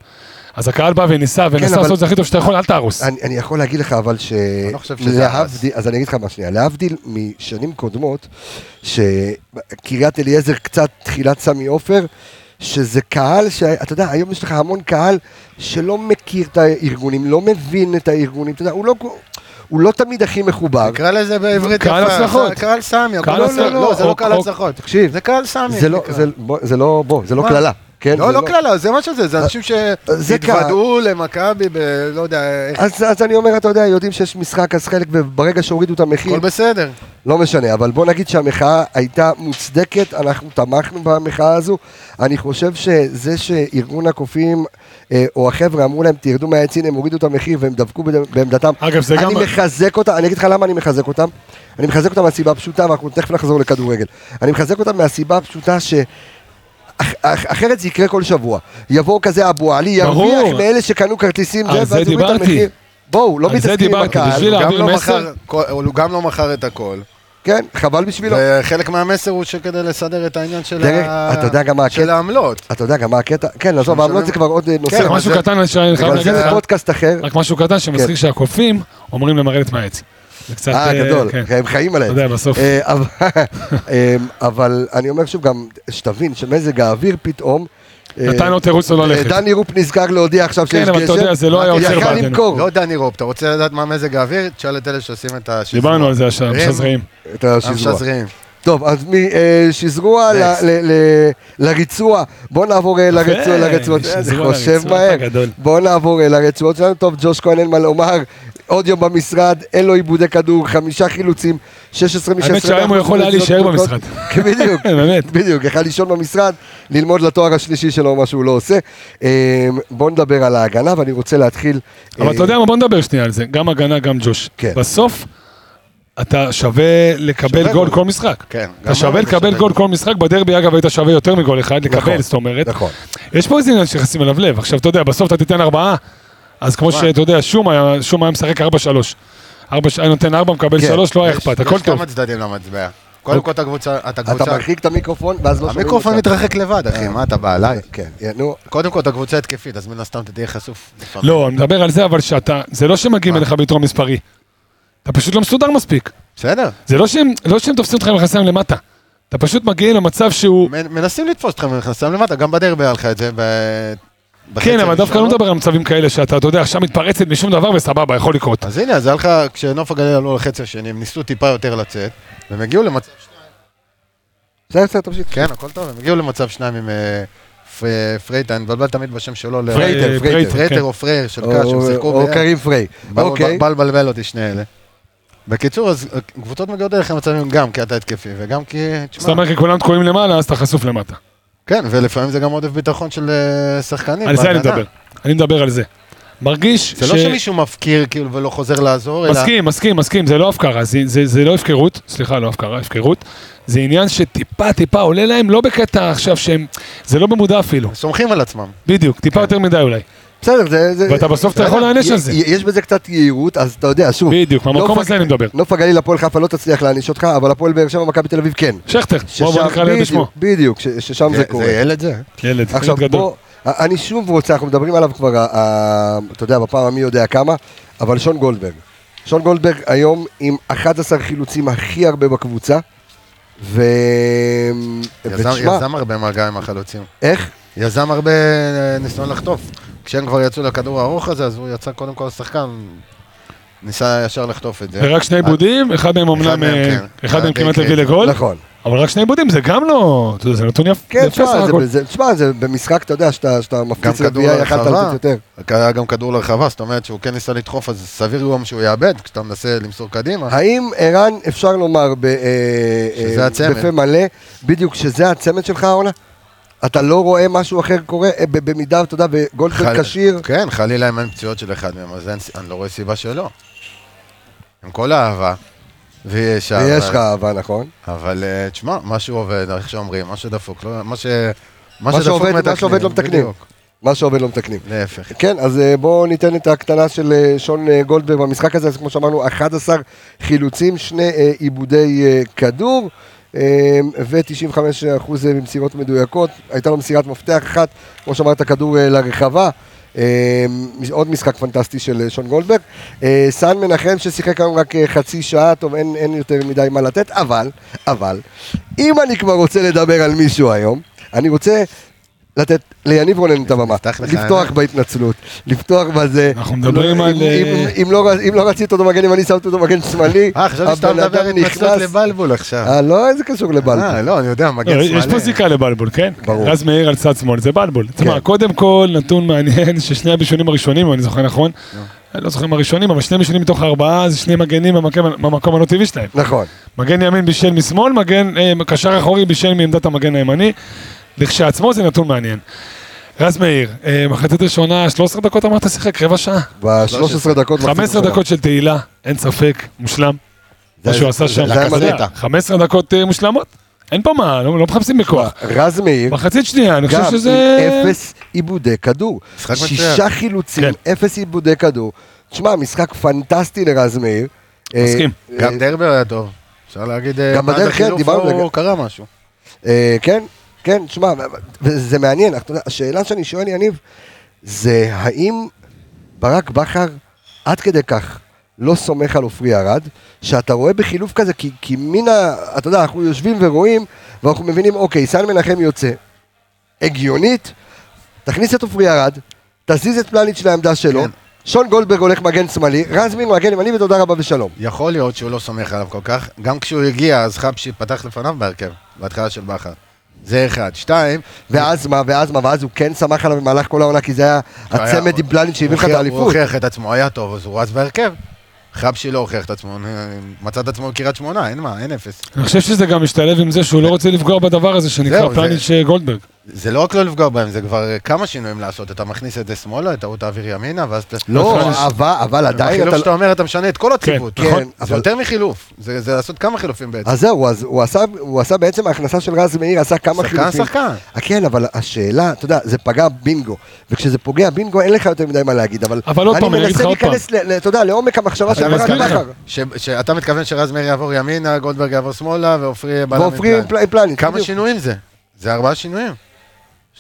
[SPEAKER 5] אז הקהל בא וניסה וניסה
[SPEAKER 1] כן, אבל-
[SPEAKER 5] לעשות את זה הכי טוב שאתה יכול, אל תהרוס.
[SPEAKER 1] אני, אני יכול להגיד לך אבל ש...
[SPEAKER 2] לא חושב שזה
[SPEAKER 1] להבדיל- אז אני אגיד לך מה שנייה, להבדיל משנים קודמות, שקריית אליעזר קצת תחילת סמי עופר, שזה קהל, ש- אתה יודע, היום יש לך המון קהל שלא מכיר את הארגונים, לא מבין את הארגונים, אתה יודע, הוא לא, הוא לא תמיד הכי מחובר.
[SPEAKER 2] תקרא אה, לזה בעברית
[SPEAKER 5] קהל
[SPEAKER 2] יפה,
[SPEAKER 5] הצלחות.
[SPEAKER 2] זה קהל סמי.
[SPEAKER 5] קהל
[SPEAKER 2] לא,
[SPEAKER 5] הצלחות. אוקיי,
[SPEAKER 2] לא, לא, זה
[SPEAKER 5] או-
[SPEAKER 2] לא קהל
[SPEAKER 5] או-
[SPEAKER 2] הצלחות.
[SPEAKER 1] תקשיב,
[SPEAKER 2] זה קהל סמי.
[SPEAKER 1] זה לא,
[SPEAKER 2] נקרא.
[SPEAKER 1] זה, בוא, זה לא, בוא, זה לא
[SPEAKER 2] מה?
[SPEAKER 1] קללה. כן?
[SPEAKER 2] לא,
[SPEAKER 1] זה
[SPEAKER 2] לא קללה, זה מה שזה, זה
[SPEAKER 5] אה,
[SPEAKER 2] אנשים
[SPEAKER 1] זה קהל.
[SPEAKER 2] שהתוודעו למכבי ב... לא יודע
[SPEAKER 5] אה,
[SPEAKER 2] איך.
[SPEAKER 1] אז, אז אני אומר, אתה יודע, יודעים שיש משחק, אז חלק, וברגע שהורידו את המחיר,
[SPEAKER 2] הכל
[SPEAKER 5] כן.
[SPEAKER 2] בסדר.
[SPEAKER 1] לא משנה, אבל בוא נגיד שהמחאה הייתה מוצדקת, אנחנו תמכנו במחאה הזו. אני חושב שזה שארגון הקופים אה, או החבר'ה אמרו להם, תרדו מהעצים, הם הורידו את המחיר והם דבקו בד- בעמדתם.
[SPEAKER 5] אגב, זה
[SPEAKER 1] אני
[SPEAKER 5] גם-
[SPEAKER 1] מחזק אותם, אני אגיד לך למה אני מחזק אותם. אני מחזק אותם מהסיבה הפשוטה, ואנחנו תכף נחזור לכדורגל. אני מחזק אותם מהסיבה הפשוטה ש... אח- אח- אחרת זה יקרה כל שבוע. יבוא כזה אבו עלי, ירוויח
[SPEAKER 5] ברור.
[SPEAKER 1] מאלה שקנו כרטיסים,
[SPEAKER 5] על
[SPEAKER 1] ואז
[SPEAKER 5] זה
[SPEAKER 1] יוריד את
[SPEAKER 5] דיברתי.
[SPEAKER 1] המחיר. בואו, לא
[SPEAKER 5] על זה
[SPEAKER 1] מתעסקים עם
[SPEAKER 5] דיברתי,
[SPEAKER 1] הקהל.
[SPEAKER 5] בשביל
[SPEAKER 2] הוא גם
[SPEAKER 5] להעביר
[SPEAKER 2] לא
[SPEAKER 5] מסר?
[SPEAKER 2] מכר- כל- הוא גם לא מכר את הכל.
[SPEAKER 1] כן, חבל
[SPEAKER 2] לא.
[SPEAKER 1] בשבילו.
[SPEAKER 2] וחלק מהמסר הוא שכדי לסדר את העניין של
[SPEAKER 1] דרך-
[SPEAKER 2] ה-
[SPEAKER 1] אתה יודע גם מה
[SPEAKER 2] של
[SPEAKER 1] הקטע?
[SPEAKER 2] העמלות.
[SPEAKER 1] אתה יודע גם מה הקטע? כן, עזוב, העמלות זה כבר עוד אה, נושא.
[SPEAKER 2] כן,
[SPEAKER 1] אבל
[SPEAKER 5] משהו
[SPEAKER 2] זה-
[SPEAKER 5] קטן שאני חייב
[SPEAKER 1] אבל
[SPEAKER 5] להגיד
[SPEAKER 1] זה
[SPEAKER 5] לך,
[SPEAKER 1] פודקאסט אחר.
[SPEAKER 5] רק משהו קטן שמצחיק שהקופים אומרים למרדת מהעץ. זה קצת...
[SPEAKER 1] אה,
[SPEAKER 5] אה,
[SPEAKER 1] גדול,
[SPEAKER 5] כן.
[SPEAKER 1] הם חיים עליהם.
[SPEAKER 5] אתה יודע, בסוף.
[SPEAKER 1] אה, אבל- [laughs] אה, אבל אני אומר שוב גם, שתבין שמזג האוויר פתאום... אה,
[SPEAKER 5] נתן לו תירוץ לא
[SPEAKER 1] אה,
[SPEAKER 5] ללכת.
[SPEAKER 1] דני רופ נזכר להודיע עכשיו שיש
[SPEAKER 5] כן,
[SPEAKER 1] גשם.
[SPEAKER 5] אבל אתה יודע, זה לא היה עוצר
[SPEAKER 1] יכל
[SPEAKER 5] בעדנו.
[SPEAKER 1] למכור.
[SPEAKER 2] לא דני רופ, אתה רוצה לדעת מה מזג האוויר? תשאל את אלה שעושים את השזרוע.
[SPEAKER 5] דיברנו על זה השם,
[SPEAKER 2] הם-
[SPEAKER 5] שזרעים.
[SPEAKER 1] את השזרוע.
[SPEAKER 2] המשזרים.
[SPEAKER 1] טוב, אז אה, משזרוע
[SPEAKER 2] Next.
[SPEAKER 1] לריצוע, בוא נעבור אה, לרצוע-
[SPEAKER 5] יפה,
[SPEAKER 1] לרצועות, אה, אני
[SPEAKER 5] שזרוע
[SPEAKER 1] חושב
[SPEAKER 5] לרצועות,
[SPEAKER 1] מהר,
[SPEAKER 5] אתה גדול.
[SPEAKER 1] בוא נעבור אה, לרצועות שלנו, טוב, ג'וש כהן אין מה לומר, עוד יום במשרד, אין לו עיבודי כדור, חמישה חילוצים, 16 מ-16.
[SPEAKER 5] האמת שהיום הוא יכול היה להישאר במשרד.
[SPEAKER 1] [laughs] בדיוק,
[SPEAKER 5] [laughs] באמת.
[SPEAKER 1] בדיוק, יכל לישון במשרד, ללמוד לתואר השלישי שלו, מה שהוא לא עושה. אה, בואו נדבר על ההגנה, ואני רוצה להתחיל...
[SPEAKER 5] אבל
[SPEAKER 1] אה,
[SPEAKER 5] אתה יודע מה, בוא נדבר שנייה על זה, גם הגנה, גם ג'וש.
[SPEAKER 1] כן.
[SPEAKER 5] בסוף, אתה שווה לקבל
[SPEAKER 2] שווה
[SPEAKER 5] גול
[SPEAKER 2] גול.
[SPEAKER 5] כל משחק.
[SPEAKER 2] כן, גם
[SPEAKER 5] אתה שווה
[SPEAKER 2] אני
[SPEAKER 5] לקבל
[SPEAKER 2] שווה
[SPEAKER 5] גול כל משחק, בדרבי אגב היית שווה יותר מגול אחד,
[SPEAKER 1] נכון,
[SPEAKER 5] לקבל, זאת אומרת.
[SPEAKER 1] נכון.
[SPEAKER 5] יש פה איזה עניין שנכנסים אליו לב. עכשיו, אתה יודע, בסוף אתה תיתן ארבעה, אז כמו שאתה יודע, שום היה שום היה משחק ארבע שלוש. ארבע, ש- היה נותן ארבע, מקבל
[SPEAKER 1] כן,
[SPEAKER 5] שלוש, לא היה
[SPEAKER 2] יש-
[SPEAKER 5] אכפת, הכל
[SPEAKER 2] יש
[SPEAKER 5] טוב.
[SPEAKER 2] כמה
[SPEAKER 5] אוקיי.
[SPEAKER 2] צדדים למטבע. קודם כל אתה קבוצה, אתה
[SPEAKER 1] אתה
[SPEAKER 2] קבוצה,
[SPEAKER 1] מרחיק את המיקרופון, ואז לא שומעים אותך.
[SPEAKER 2] המיקרופון מתרחק לבד, אחי, מה אתה בא עליי?
[SPEAKER 1] כן, נו,
[SPEAKER 2] קודם כל אתה קבוצה התקפית, אז מן הסתם אתה תהיה חשוף. לפעמים.
[SPEAKER 5] לא, אני מדבר על זה, אבל שאתה, זה לא שמגיעים אליך ביתרון מספרי. אתה פשוט לא מסודר מספיק.
[SPEAKER 2] בסדר,
[SPEAKER 5] זה לא שהם, לא שהם תופסים אותך עם מכנסיים למטה. אתה פשוט מגיע למצב שהוא...
[SPEAKER 2] מנ- מנסים לתפוס אותך ומכנסיים למטה, גם בדרבי היה לך את זה. ב- בחצי
[SPEAKER 5] כן, אבל דווקא
[SPEAKER 2] הראשון.
[SPEAKER 5] לא מדבר על מצבים כאלה שאתה, אתה יודע, עכשיו מתפרצת משום דבר וסבבה, יכול לקרות.
[SPEAKER 2] אז הנה, אז היה לך, כשנוף הגליל עלו לחצי השני, הם ניסו טיפה יותר לצאת, והם הגיעו למצב שניים.
[SPEAKER 1] בסדר, בסדר, תמשיך.
[SPEAKER 2] כן, הכל טוב, הם הגיעו למצב שניים עם אה, פר- פרייטה, אני מבלבל תמיד בשם שלו. ל-
[SPEAKER 5] פרייטר,
[SPEAKER 2] אה,
[SPEAKER 5] פרייטר, כן.
[SPEAKER 2] פרייטר או פרייר של
[SPEAKER 1] או-
[SPEAKER 2] קאש, הם שיחקו
[SPEAKER 1] או קרים פריי. אוקיי.
[SPEAKER 2] אוקיי. בא לבלבל אותי שני אלה. בקיצור, אז אה, קבוצות מגיעות אליך מצבים גם כי אתה התקפי, וגם כי...
[SPEAKER 5] זאת
[SPEAKER 2] תשמע,
[SPEAKER 5] אומרת, כי כולם תקועים למעלה, אז אתה חשוף למטה.
[SPEAKER 2] כן, ולפעמים זה גם עודף ביטחון של אה, שחקנים.
[SPEAKER 5] על זה אני
[SPEAKER 2] בהגנה.
[SPEAKER 5] מדבר. אני מדבר על זה. מרגיש
[SPEAKER 2] זה לא שמישהו מפקיר כאילו ולא חוזר לעזור, אלא...
[SPEAKER 5] מסכים, מסכים, מסכים, זה לא הפקרה, זה, זה, זה לא הפקרות, סליחה, לא הפקרה, הפקרות. זה עניין שטיפה טיפה עולה להם, לא בקטע עכשיו שהם, זה לא במודע אפילו,
[SPEAKER 2] סומכים על עצמם.
[SPEAKER 5] בדיוק,
[SPEAKER 2] כן.
[SPEAKER 5] טיפה יותר מדי אולי.
[SPEAKER 1] בסדר, זה... זה-
[SPEAKER 5] ואתה בסוף אתה
[SPEAKER 1] בסדר,
[SPEAKER 5] יכול להעניש
[SPEAKER 1] י-
[SPEAKER 5] על זה.
[SPEAKER 1] י- יש בזה קצת יהירות, אז אתה יודע, שוב.
[SPEAKER 5] בדיוק,
[SPEAKER 2] לא
[SPEAKER 5] מהמקום
[SPEAKER 1] נוף
[SPEAKER 5] הזה
[SPEAKER 1] הג-
[SPEAKER 5] אני מדבר.
[SPEAKER 1] נוף הגליל, הפועל חיפה לא תצליח להעניש אותך, אבל הפועל באר שבע, מכבי תל אביב כן.
[SPEAKER 5] שכטר, בוא בוא
[SPEAKER 1] ששם-
[SPEAKER 5] נקרא לילד בשמו.
[SPEAKER 1] בדיוק, בדיוק, ש- ששם זה קורה. אה,
[SPEAKER 2] ילד זה.
[SPEAKER 5] ילד,
[SPEAKER 1] עכשיו
[SPEAKER 5] ילד גדול.
[SPEAKER 1] בוא, אני שוב רוצה, אנחנו מדברים עליו כבר, ה- ה- אתה יודע, בפעם המי יודע כמה, אבל שון גולדברג. שון גולדברג היום עם 11 חילוצים הכי הרבה בקבוצה, ו...
[SPEAKER 2] יזם-
[SPEAKER 1] ותשמע,
[SPEAKER 2] יזם הרבה מגע עם החלוצים.
[SPEAKER 1] איך?
[SPEAKER 2] יזם הרבה אה, ניסיון לחטוף. כשהם כבר יצאו לכדור הארוך הזה, אז הוא יצא קודם כל לשחקן. ניסה ישר לחטוף את זה.
[SPEAKER 5] ורק שני עיבודים, אחד מהם אמנם,
[SPEAKER 2] אה, מהם,
[SPEAKER 5] אה,
[SPEAKER 2] כן.
[SPEAKER 5] אחד מהם
[SPEAKER 2] אה,
[SPEAKER 5] כמעט
[SPEAKER 2] כן,
[SPEAKER 5] הביא
[SPEAKER 2] כן.
[SPEAKER 5] לגול,
[SPEAKER 1] נכון.
[SPEAKER 5] אבל רק שני עיבודים, זה גם לא, אתה יודע, זה נתון יפ-
[SPEAKER 1] כן,
[SPEAKER 5] יפה סך
[SPEAKER 1] תשמע,
[SPEAKER 5] הכל.
[SPEAKER 1] זה- זה- תשמע, זה במשחק, אתה יודע, שאתה שאתה
[SPEAKER 2] גם
[SPEAKER 1] מפציץ
[SPEAKER 2] כדור
[SPEAKER 1] רביעייה, יכלת
[SPEAKER 2] לרחבה,
[SPEAKER 1] לתת יותר.
[SPEAKER 2] היה גם כדור לרחבה, זאת אומרת שהוא כן ניסה לדחוף, אז סביר גם שהוא יאבד, כשאתה מנסה למסור קדימה.
[SPEAKER 1] האם ערן, אפשר לומר ב, אה,
[SPEAKER 2] שזה
[SPEAKER 1] אה,
[SPEAKER 2] הצמד.
[SPEAKER 1] בפה מלא, בדיוק שזה הצמד שלך העונה? אתה לא רואה משהו אחר קורה? אה, ב- במידה, אתה יודע, בגולדפלד
[SPEAKER 2] חל-
[SPEAKER 1] כשיר?
[SPEAKER 2] כן, חלילה אם אין פציעות של אחד מהם, אז אין ס- אני לא רואה סיבה שלא. עם כל האהבה, ויש אהבה.
[SPEAKER 1] ויש לך אהבה, נכון?
[SPEAKER 2] אבל אה, תשמע, מה שהוא עובד, איך שאומרים, מה שדפוק, לא- מה ש... מה
[SPEAKER 1] שעובד- מה
[SPEAKER 2] מתקנים,
[SPEAKER 1] שעובד לא מתקנים.
[SPEAKER 2] בדיוק,
[SPEAKER 1] מה שעובד לא מתקנים.
[SPEAKER 2] להפך.
[SPEAKER 1] כן, אז אה, בואו ניתן את ההקטנה של אה, שון אה, גולדברג במשחק הזה, אז כמו שאמרנו, 11 חילוצים, שני אה, עיבודי אה, כדור. אה, ו-95% אה, ממסירות מדויקות, הייתה לו מסירת מפתח אחת, כמו שאמרת, כדור אה, לרחבה. אה, עוד משחק פנטסטי של אה, שון גולדברג. אה, סאן מנחם ששיחק היום רק אה, חצי שעה, טוב, אין, אין יותר מדי מה לתת, אבל, אבל, אם אני כבר רוצה לדבר על מישהו היום, אני רוצה לתת ליניב רונן את הבמה,
[SPEAKER 2] נפתח לך אה?
[SPEAKER 1] לפתוח
[SPEAKER 2] ענק.
[SPEAKER 1] בהתנצלות, לפתוח בזה.
[SPEAKER 5] אנחנו מדברים
[SPEAKER 1] לא-
[SPEAKER 5] על,
[SPEAKER 1] אם- אם-
[SPEAKER 5] אה,
[SPEAKER 1] אם לא ר- אם לא רצית אותו מגן ימני, שמת אותו מגן שמאלי,
[SPEAKER 2] אה, חשבתי שאתה
[SPEAKER 1] הבן אדם
[SPEAKER 2] מדבר
[SPEAKER 1] נכנס-
[SPEAKER 2] התנצלות לבלבול עכשיו.
[SPEAKER 1] אה, לא, איזה קשור
[SPEAKER 2] אה,
[SPEAKER 1] לבלבול.
[SPEAKER 2] לא, אני יודע, מגן
[SPEAKER 5] לא,
[SPEAKER 2] שמאלי.
[SPEAKER 5] יש פה זיקה לבלבול, כן?
[SPEAKER 1] ברור. כן.
[SPEAKER 5] רז מאיר על צד שמאל, זה בלבול. תשמע, קודם כל, נתון מעניין [laughs] ששני הבישונים הראשונים, אם אני זוכר נכון, אני לא זוכר אם הראשונים, אבל שני בישונים מתוך הארבעה, זה שני מגנים במקום- במקום הלא טבעי שלהם.
[SPEAKER 1] נכון.
[SPEAKER 5] מגן ימין בישל משמאל, מגן אה, קשר אחורי בישל מעמדת המגן הימני. לכשעצמו זה נתון מעניין. רז מאיר, אה, מחצית ראשונה, 13 דקות אמרת שיחק, רבע שעה.
[SPEAKER 1] ב-13 דקות. מחצית
[SPEAKER 5] 15
[SPEAKER 1] ראשונה.
[SPEAKER 5] דקות של תהילה, אין ספק, מושלם. מה
[SPEAKER 1] זה-
[SPEAKER 5] שהוא עשה
[SPEAKER 1] זה-
[SPEAKER 5] שם.
[SPEAKER 1] זה היה מדהים.
[SPEAKER 5] 15 דקות אה, מושלמות. אין פה מה, לא לא מחפשים בכוח.
[SPEAKER 1] רז מאיר,
[SPEAKER 5] מחצית שנייה, אני חושב
[SPEAKER 1] גם
[SPEAKER 5] שזה...
[SPEAKER 1] עם אפס עיבודי כדור.
[SPEAKER 2] משחק מצוין.
[SPEAKER 1] שישה חילוצים,
[SPEAKER 5] כן.
[SPEAKER 1] אפס עיבודי כדור. תשמע, משחק פנטסטי לרז מאיר. אה,
[SPEAKER 5] מסכים.
[SPEAKER 2] גם דרבר היה טוב. אפשר להגיד, אה,
[SPEAKER 1] גם
[SPEAKER 2] מאז
[SPEAKER 1] בדרך, כן,
[SPEAKER 2] החילוף
[SPEAKER 1] דיברנו
[SPEAKER 2] הוא-
[SPEAKER 1] רגע.
[SPEAKER 2] קרה משהו.
[SPEAKER 1] אה, כן, כן, תשמע, זה מעניין, אתה יודע, השאלה שאני שואל יניב, זה האם ברק בכר עד כדי כך לא סומך על עופרי ארד, שאתה רואה בחילוף כזה, כי, כי מן ה... אתה יודע, אנחנו יושבים ורואים, ואנחנו מבינים, אוקיי, סן מנחם יוצא, הגיונית, תכניס את עופרי ארד, תזיז את פלניץ' לעמדה שלו,
[SPEAKER 2] כן.
[SPEAKER 1] שון גולדברג הולך מגן שמאלי, רז מין מגן ימני ותודה רבה ושלום.
[SPEAKER 2] יכול להיות שהוא לא סומך עליו כל כך, גם כשהוא הגיע, אז חבשי פתח לפניו בהרכב, בהתחלה של בכר. זה אחד. שתיים,
[SPEAKER 1] ואז מה, ואז מה, ואז הוא כן סמך עליו במהלך כל העונה, כי זה היה
[SPEAKER 2] הוא היה-
[SPEAKER 1] הצמד עם פלניץ' שהביא לך את
[SPEAKER 2] הוא הוכיח-
[SPEAKER 1] האליפות.
[SPEAKER 2] הוא הוכיח את עצמו, היה טוב, אז הוא רץ בהרכב. חבשי לא הוכיח את עצמו, מצא את עצמו בקריית שמונה, אין מה, אין אפס.
[SPEAKER 5] אני חושב שזה גם משתלב עם זה שהוא לא רוצה לפגוע בדבר הזה
[SPEAKER 2] זהו,
[SPEAKER 5] שנקרא
[SPEAKER 2] זה-
[SPEAKER 5] פלניץ' אה, גולדברג.
[SPEAKER 2] זה לא רק לא לפגוע בהם, זה כבר אה, כמה שינויים לעשות. אתה מכניס את זה שמאלה, את ההוא תעביר ימינה, ואז...
[SPEAKER 1] לא,
[SPEAKER 5] נכון.
[SPEAKER 1] אבל, אבל עדיין
[SPEAKER 2] החילוף
[SPEAKER 1] אתה...
[SPEAKER 2] שאתה אומר, אתה משנה את כל הציבות.
[SPEAKER 5] כן,
[SPEAKER 1] נכון.
[SPEAKER 2] זה
[SPEAKER 1] אבל-
[SPEAKER 2] יותר מחילוף, זה זה לעשות כמה חילופים בעצם.
[SPEAKER 1] אז זהו, אז הוא עשה, הוא עשה בעצם ההכנסה של רז מאיר, עשה כמה
[SPEAKER 2] שחקן,
[SPEAKER 1] חילופים.
[SPEAKER 2] שחקן.
[SPEAKER 1] אה, כן, אבל השאלה, אתה יודע, זה פגע בינגו. וכשזה פוגע בינגו, אין לך יותר מדי מה להגיד, אבל...
[SPEAKER 5] אבל עוד פעם, אני
[SPEAKER 1] אני
[SPEAKER 5] אגיד לך
[SPEAKER 1] מנסה
[SPEAKER 5] עוד פעם.
[SPEAKER 1] להיכנס, ל- ל- אתה יודע, לעומק המחשבה של
[SPEAKER 5] אני
[SPEAKER 1] ברק
[SPEAKER 5] מסביר לך.
[SPEAKER 1] בכר.
[SPEAKER 2] ש- שאתה מתכוון שרז מאיר יעבור ימינה, גולדברג יעבור שמאלה, ועופרי יהיה בלם
[SPEAKER 1] ועופרי עם
[SPEAKER 2] עם פלאי.
[SPEAKER 1] פל- עם פלניץ'.
[SPEAKER 2] כמה
[SPEAKER 1] בדיוק.
[SPEAKER 2] שינויים זה? זה ארבעה שינויים.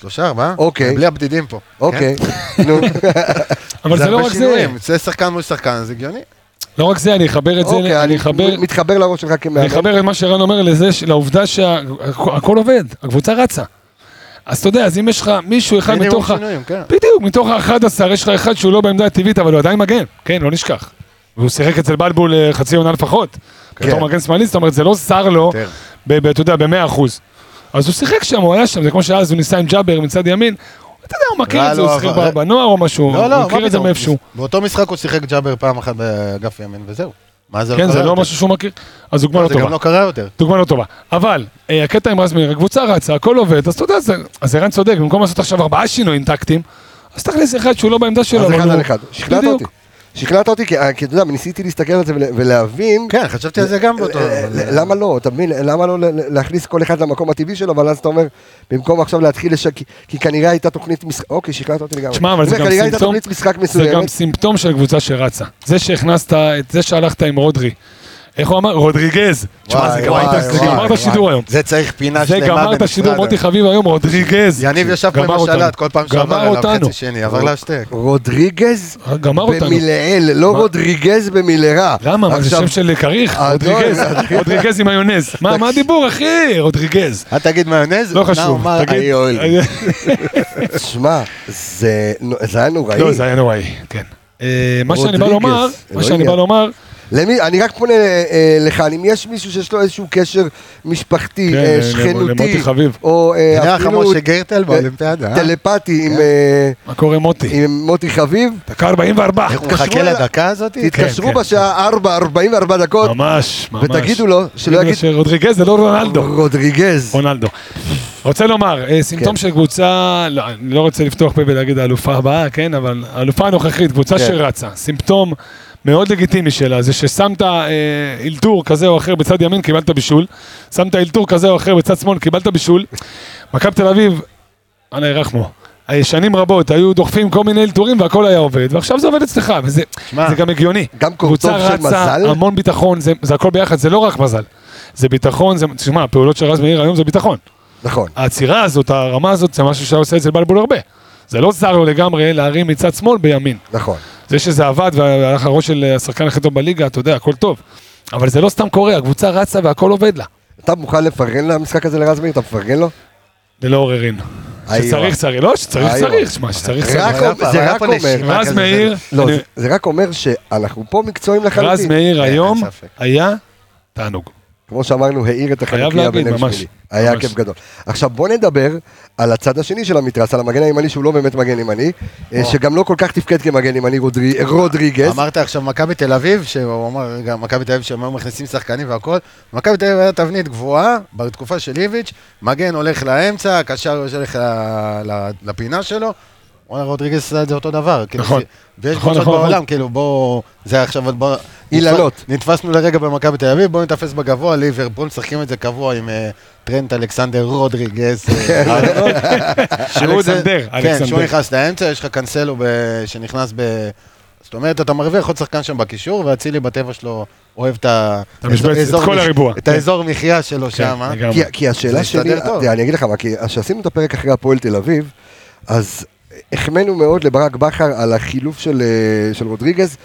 [SPEAKER 2] שלושה, ארבעה?
[SPEAKER 1] אוקיי.
[SPEAKER 2] בלי הבדידים פה.
[SPEAKER 1] אוקיי,
[SPEAKER 2] כן?
[SPEAKER 5] [laughs]
[SPEAKER 1] נו,
[SPEAKER 5] אבל זה לא רק זה,
[SPEAKER 2] שינויים. זה שחקן מול שחקן, זה הגיוני.
[SPEAKER 5] לא רק זה, אני אחבר את זה,
[SPEAKER 1] אוקיי,
[SPEAKER 5] אני
[SPEAKER 1] אני
[SPEAKER 5] אחבר...
[SPEAKER 1] מתחבר לראש שלך
[SPEAKER 5] אני
[SPEAKER 1] כמאמן.
[SPEAKER 5] אחבר את מה שרן אומר לזה, ש- לעובדה שהכל עובד, הקבוצה רצה. אז אתה יודע, אז אם יש לך מישהו אחד
[SPEAKER 2] מינימום
[SPEAKER 5] מתוך ה...
[SPEAKER 2] שינויים, כן.
[SPEAKER 5] בדיוק, מתוך ה-11 יש לך אחד שהוא לא בעמדה הטבעית, אבל הוא עדיין מגן, כן, לא נשכח. והוא שיחק אצל בלבול אה, חצי עונה לפחות. בתור מגן שמאלי, זאת אומרת, זה לא זר לו,
[SPEAKER 2] כן. יותר.
[SPEAKER 5] ב- ב- אתה יודע, במאה אחוז. אז הוא שיחק שם, הוא היה שם, זה כמו שאז הוא ניסה עם ג'אבר מצד ימין. אתה יודע, הוא מכיר
[SPEAKER 2] רע
[SPEAKER 5] את זה,
[SPEAKER 2] לו,
[SPEAKER 5] הוא שיחק
[SPEAKER 2] לא, אבל-
[SPEAKER 5] בנוער או משהו,
[SPEAKER 2] לא, לא,
[SPEAKER 5] הוא
[SPEAKER 2] מה
[SPEAKER 5] מכיר את זה
[SPEAKER 2] פתאום?
[SPEAKER 5] מאיפשהו.
[SPEAKER 2] באותו משחק הוא שיחק ג'אבר פעם אחת באגף ימין וזהו. מה זה
[SPEAKER 5] כן,
[SPEAKER 2] קרה
[SPEAKER 5] זה לא
[SPEAKER 2] יותר?
[SPEAKER 5] משהו שהוא מכיר. אז דוגמה לא
[SPEAKER 2] זה גם
[SPEAKER 5] טובה.
[SPEAKER 2] לא קרה יותר.
[SPEAKER 5] דוגמה לא טובה. אבל אה, הקטע עם רז מאיר, הקבוצה רצה, הכל עובד, אז אתה יודע, זה- אז ערן צודק, במקום לעשות עכשיו ארבעה שינויים טקטיים, אז תכניס אחד שהוא לא בעמדה שלו.
[SPEAKER 1] אז
[SPEAKER 5] אבל
[SPEAKER 1] אחד
[SPEAKER 5] הוא-
[SPEAKER 1] על אחד. שכנעת
[SPEAKER 5] בדיוק.
[SPEAKER 1] אותי. שכנעת אותי, כי אה, כי אתה יודע, ניסיתי להסתכל על זה ול- ולהבין.
[SPEAKER 2] כן, חשבתי על זה גם באותו...
[SPEAKER 1] אה,
[SPEAKER 2] אבל-
[SPEAKER 1] ל- למה לא, אתה מבין? למה לא ל- ל- להכניס כל אחד למקום הטבעי שלו, אבל אז אתה אומר, במקום עכשיו להתחיל לשק... כי- כי כנראה הייתה תוכנית משחק... אוקיי, שכנעת אותי לגמרי.
[SPEAKER 5] תשמע, אבל זה
[SPEAKER 1] אתה יודע,
[SPEAKER 5] גם
[SPEAKER 1] כנראה הייתה
[SPEAKER 5] סימפטום-
[SPEAKER 1] תוכנית משחק
[SPEAKER 5] זה גם
[SPEAKER 1] מסוימת.
[SPEAKER 5] סימפטום של קבוצה שרצה. זה שהכנסת, את זה שהלכת עם רודרי. איך הוא אמר? רודריגז. תשמע, זה
[SPEAKER 2] וואי,
[SPEAKER 5] גמר
[SPEAKER 2] וואי,
[SPEAKER 5] את- זה
[SPEAKER 2] וואי,
[SPEAKER 5] גמר את
[SPEAKER 2] וואי.
[SPEAKER 5] השידור היום.
[SPEAKER 2] זה צריך פינה
[SPEAKER 5] זה
[SPEAKER 2] שלמה
[SPEAKER 5] גמר את
[SPEAKER 2] בנפרד.
[SPEAKER 5] השידור, מוטי חביב היום, רודריגז.
[SPEAKER 2] יניב ישב פה
[SPEAKER 5] גמר
[SPEAKER 2] עם
[SPEAKER 5] אותנו.
[SPEAKER 2] השלט, כל פעם שעבר
[SPEAKER 5] גמר
[SPEAKER 2] אליו
[SPEAKER 5] אותנו. לא.
[SPEAKER 2] חצי שני, עבר להשתק.
[SPEAKER 1] רודריגז
[SPEAKER 5] גמר אותנו.
[SPEAKER 1] במילעיל, לא
[SPEAKER 5] מה?
[SPEAKER 1] רודריגז במילרה.
[SPEAKER 5] למה? מה זה
[SPEAKER 1] עכשיו-
[SPEAKER 5] שם של כריך?
[SPEAKER 1] אה,
[SPEAKER 5] רודריגז.
[SPEAKER 1] לא,
[SPEAKER 5] רודריגז עם מיונז. מה מה הדיבור, אחי? רודריגז.
[SPEAKER 2] אל תגיד מיונז,
[SPEAKER 5] לא
[SPEAKER 2] נא
[SPEAKER 5] חשוב.
[SPEAKER 2] אומר,
[SPEAKER 5] תגיד- אה, לא,
[SPEAKER 2] "היי, אוהל".
[SPEAKER 1] שמע, זה נו- זה היה נוראי.
[SPEAKER 5] לא, זה היה נוראי, כן. אה, מה שאני בא
[SPEAKER 1] רודריגז,
[SPEAKER 5] לומר, מה
[SPEAKER 1] אלוהים
[SPEAKER 5] שאני בא
[SPEAKER 1] יד.
[SPEAKER 5] לומר,
[SPEAKER 1] למי- אני רק פונה אה, לך, אם יש מישהו שיש לו איזשהו קשר משפחתי,
[SPEAKER 5] כן,
[SPEAKER 1] אה,
[SPEAKER 5] למ-
[SPEAKER 1] שכנותי,
[SPEAKER 5] למוטי חביב.
[SPEAKER 1] או אה,
[SPEAKER 2] נראה לך
[SPEAKER 1] אפילו
[SPEAKER 2] משה גרטל באולימפיאדה, אה?
[SPEAKER 1] טלפתי עם, אה,
[SPEAKER 5] מה קורה מוטי?
[SPEAKER 1] עם מוטי חביב,
[SPEAKER 5] דקה 44.
[SPEAKER 2] איך הוא
[SPEAKER 1] התקשרו
[SPEAKER 2] מחכה
[SPEAKER 1] אליי-
[SPEAKER 2] לדקה הזאת?
[SPEAKER 1] תתקשרו
[SPEAKER 5] כן.
[SPEAKER 1] בשעה 4, 44 דקות,
[SPEAKER 5] ממש, ממש.
[SPEAKER 1] ותגידו לו שלא
[SPEAKER 5] תגידו
[SPEAKER 1] יגיד
[SPEAKER 5] שרודריגז זה לא רונלדו.
[SPEAKER 1] רודריגז.
[SPEAKER 5] רונלדו. רוצה לומר, אה, סימפטום של קבוצה, לא, אני לא רוצה לפתוח פה ולהגיד האלופה הבאה, כן, אבל האלופה הנוכחית, קבוצה
[SPEAKER 1] כן.
[SPEAKER 5] שרצה, סימפטום מאוד לגיטימי שלה, זה ששמת אה, אלתור כזה או אחר בצד ימין, קיבלת בישול, שמת אלתור כזה או אחר בצד שמאל, קיבלת בישול. מכבי תל אביב, אללה ירחמו. אה, שנים רבות היו דוחפים כל מיני אלתורים והכל היה עובד, ועכשיו זה עובד אצלך, וזה
[SPEAKER 2] שמע,
[SPEAKER 5] זה גם הגיוני.
[SPEAKER 1] גם
[SPEAKER 5] קבוצה
[SPEAKER 1] קורטוב של
[SPEAKER 5] רצה,
[SPEAKER 1] מזל?
[SPEAKER 5] המון ביטחון, זה, זה הכל ביחד, זה לא רק מזל. זה ביטחון, זה, תשמע, הפעולות של רז מאיר היום זה ביטחון.
[SPEAKER 1] נכון.
[SPEAKER 5] העצירה הזאת, הרמה הזאת, זה משהו שהיה עושה אצל בלבול הרבה. זה לא זר לו לגמרי להרים מצד שמאל בימין.
[SPEAKER 1] נכון.
[SPEAKER 5] זה שזה עבד והלך הראש של אה, השחקן הכי טוב בליגה, אתה יודע, הכל טוב. אבל זה לא סתם קורה, הקבוצה רצה והכל עובד לה.
[SPEAKER 1] אתה מוכן לפרגן למשחק הזה לרז מאיר? אתה מפרגן לו?
[SPEAKER 5] ללא עוררין.
[SPEAKER 1] איוה.
[SPEAKER 5] שצריך צריך, לא, שצריך
[SPEAKER 1] איוה.
[SPEAKER 5] צריך, שמע, שצריך
[SPEAKER 1] רק
[SPEAKER 2] אבל
[SPEAKER 5] צריך.
[SPEAKER 2] היה
[SPEAKER 1] אומר-
[SPEAKER 2] פה-
[SPEAKER 1] זה
[SPEAKER 2] אבל היה
[SPEAKER 1] רק
[SPEAKER 2] פה
[SPEAKER 1] אומר.
[SPEAKER 2] נשימה
[SPEAKER 5] רז
[SPEAKER 2] כזה
[SPEAKER 5] מאיר,
[SPEAKER 1] לא,
[SPEAKER 5] אני-
[SPEAKER 1] זה- זה רק אומר שאנחנו פה מקצועיים
[SPEAKER 5] רז
[SPEAKER 1] לחלוטין.
[SPEAKER 5] מאיר
[SPEAKER 2] כן, אין
[SPEAKER 5] היום
[SPEAKER 2] ספק.
[SPEAKER 5] היה תענוג.
[SPEAKER 1] כמו שאמרנו, האיר את
[SPEAKER 5] חייב
[SPEAKER 1] החלקיה
[SPEAKER 5] להגיד,
[SPEAKER 1] ביניהם
[SPEAKER 5] ממש,
[SPEAKER 1] שמילי. היה
[SPEAKER 5] ממש.
[SPEAKER 1] כיף גדול. עכשיו בוא נדבר על הצד השני של המתרס, על המגן הימני שהוא לא באמת מגן ימני, אה, שגם לא כל כך תפקד כמגן ימני, רודרי-
[SPEAKER 5] אה,
[SPEAKER 1] רודריגז.
[SPEAKER 2] אמרת עכשיו מכבי תל אביב, שהוא אמר גם מכבי תל אביב שהם היו מכניסים שחקנים והכל, מכבי תל אביב היה תבנית גבוהה בתקופה של איביץ', מגן הולך לאמצע, הקשר הולך ל- ל- לפינה שלו, וואלה רודריגז עשה את זה אותו דבר. כאילו,
[SPEAKER 5] נכון.
[SPEAKER 2] זה- ויש
[SPEAKER 5] נכון,
[SPEAKER 2] קבוצות
[SPEAKER 5] נכון,
[SPEAKER 2] בעולם, כאילו בואו, זה עכשיו, אבל בואו...
[SPEAKER 1] אילנות.
[SPEAKER 2] נתפס- נתפסנו לרגע במכבי תל אביב, בואו נתפס בגבוה, ליברפול משחקים את זה קבוע עם אה, טרנט אלכסנדר רודריגז. אה,
[SPEAKER 5] [laughs]
[SPEAKER 2] ארנולד.
[SPEAKER 5] שהוא
[SPEAKER 2] אלכסנ-
[SPEAKER 5] אלכסנדר,
[SPEAKER 2] אה, כן, שהוא
[SPEAKER 5] אלכסנדר.
[SPEAKER 2] נכנס לאמצע, יש לך קנסלו ב- שנכנס ב... זאת אומרת, אתה מרוויח עוד שחקן שם בקישור, ואצילי בטבע שלו אוהב את ה-
[SPEAKER 5] המשבצת, את
[SPEAKER 2] אזור
[SPEAKER 5] כל
[SPEAKER 2] מח-
[SPEAKER 5] הריבוע.
[SPEAKER 2] את האזור מחיה שלו
[SPEAKER 5] כן,
[SPEAKER 2] שם. אה?
[SPEAKER 5] לגמרי.
[SPEAKER 1] כי, כי השאלה
[SPEAKER 2] זה
[SPEAKER 1] שלי, אה,
[SPEAKER 2] הסתדר טוב.
[SPEAKER 1] אני אגיד לך מה, כי כשעשינו את הפרק אחרי הפועל תל אביב, אז החמאנו מאוד לברק בכר על החילוף של, אה, של רודריגז.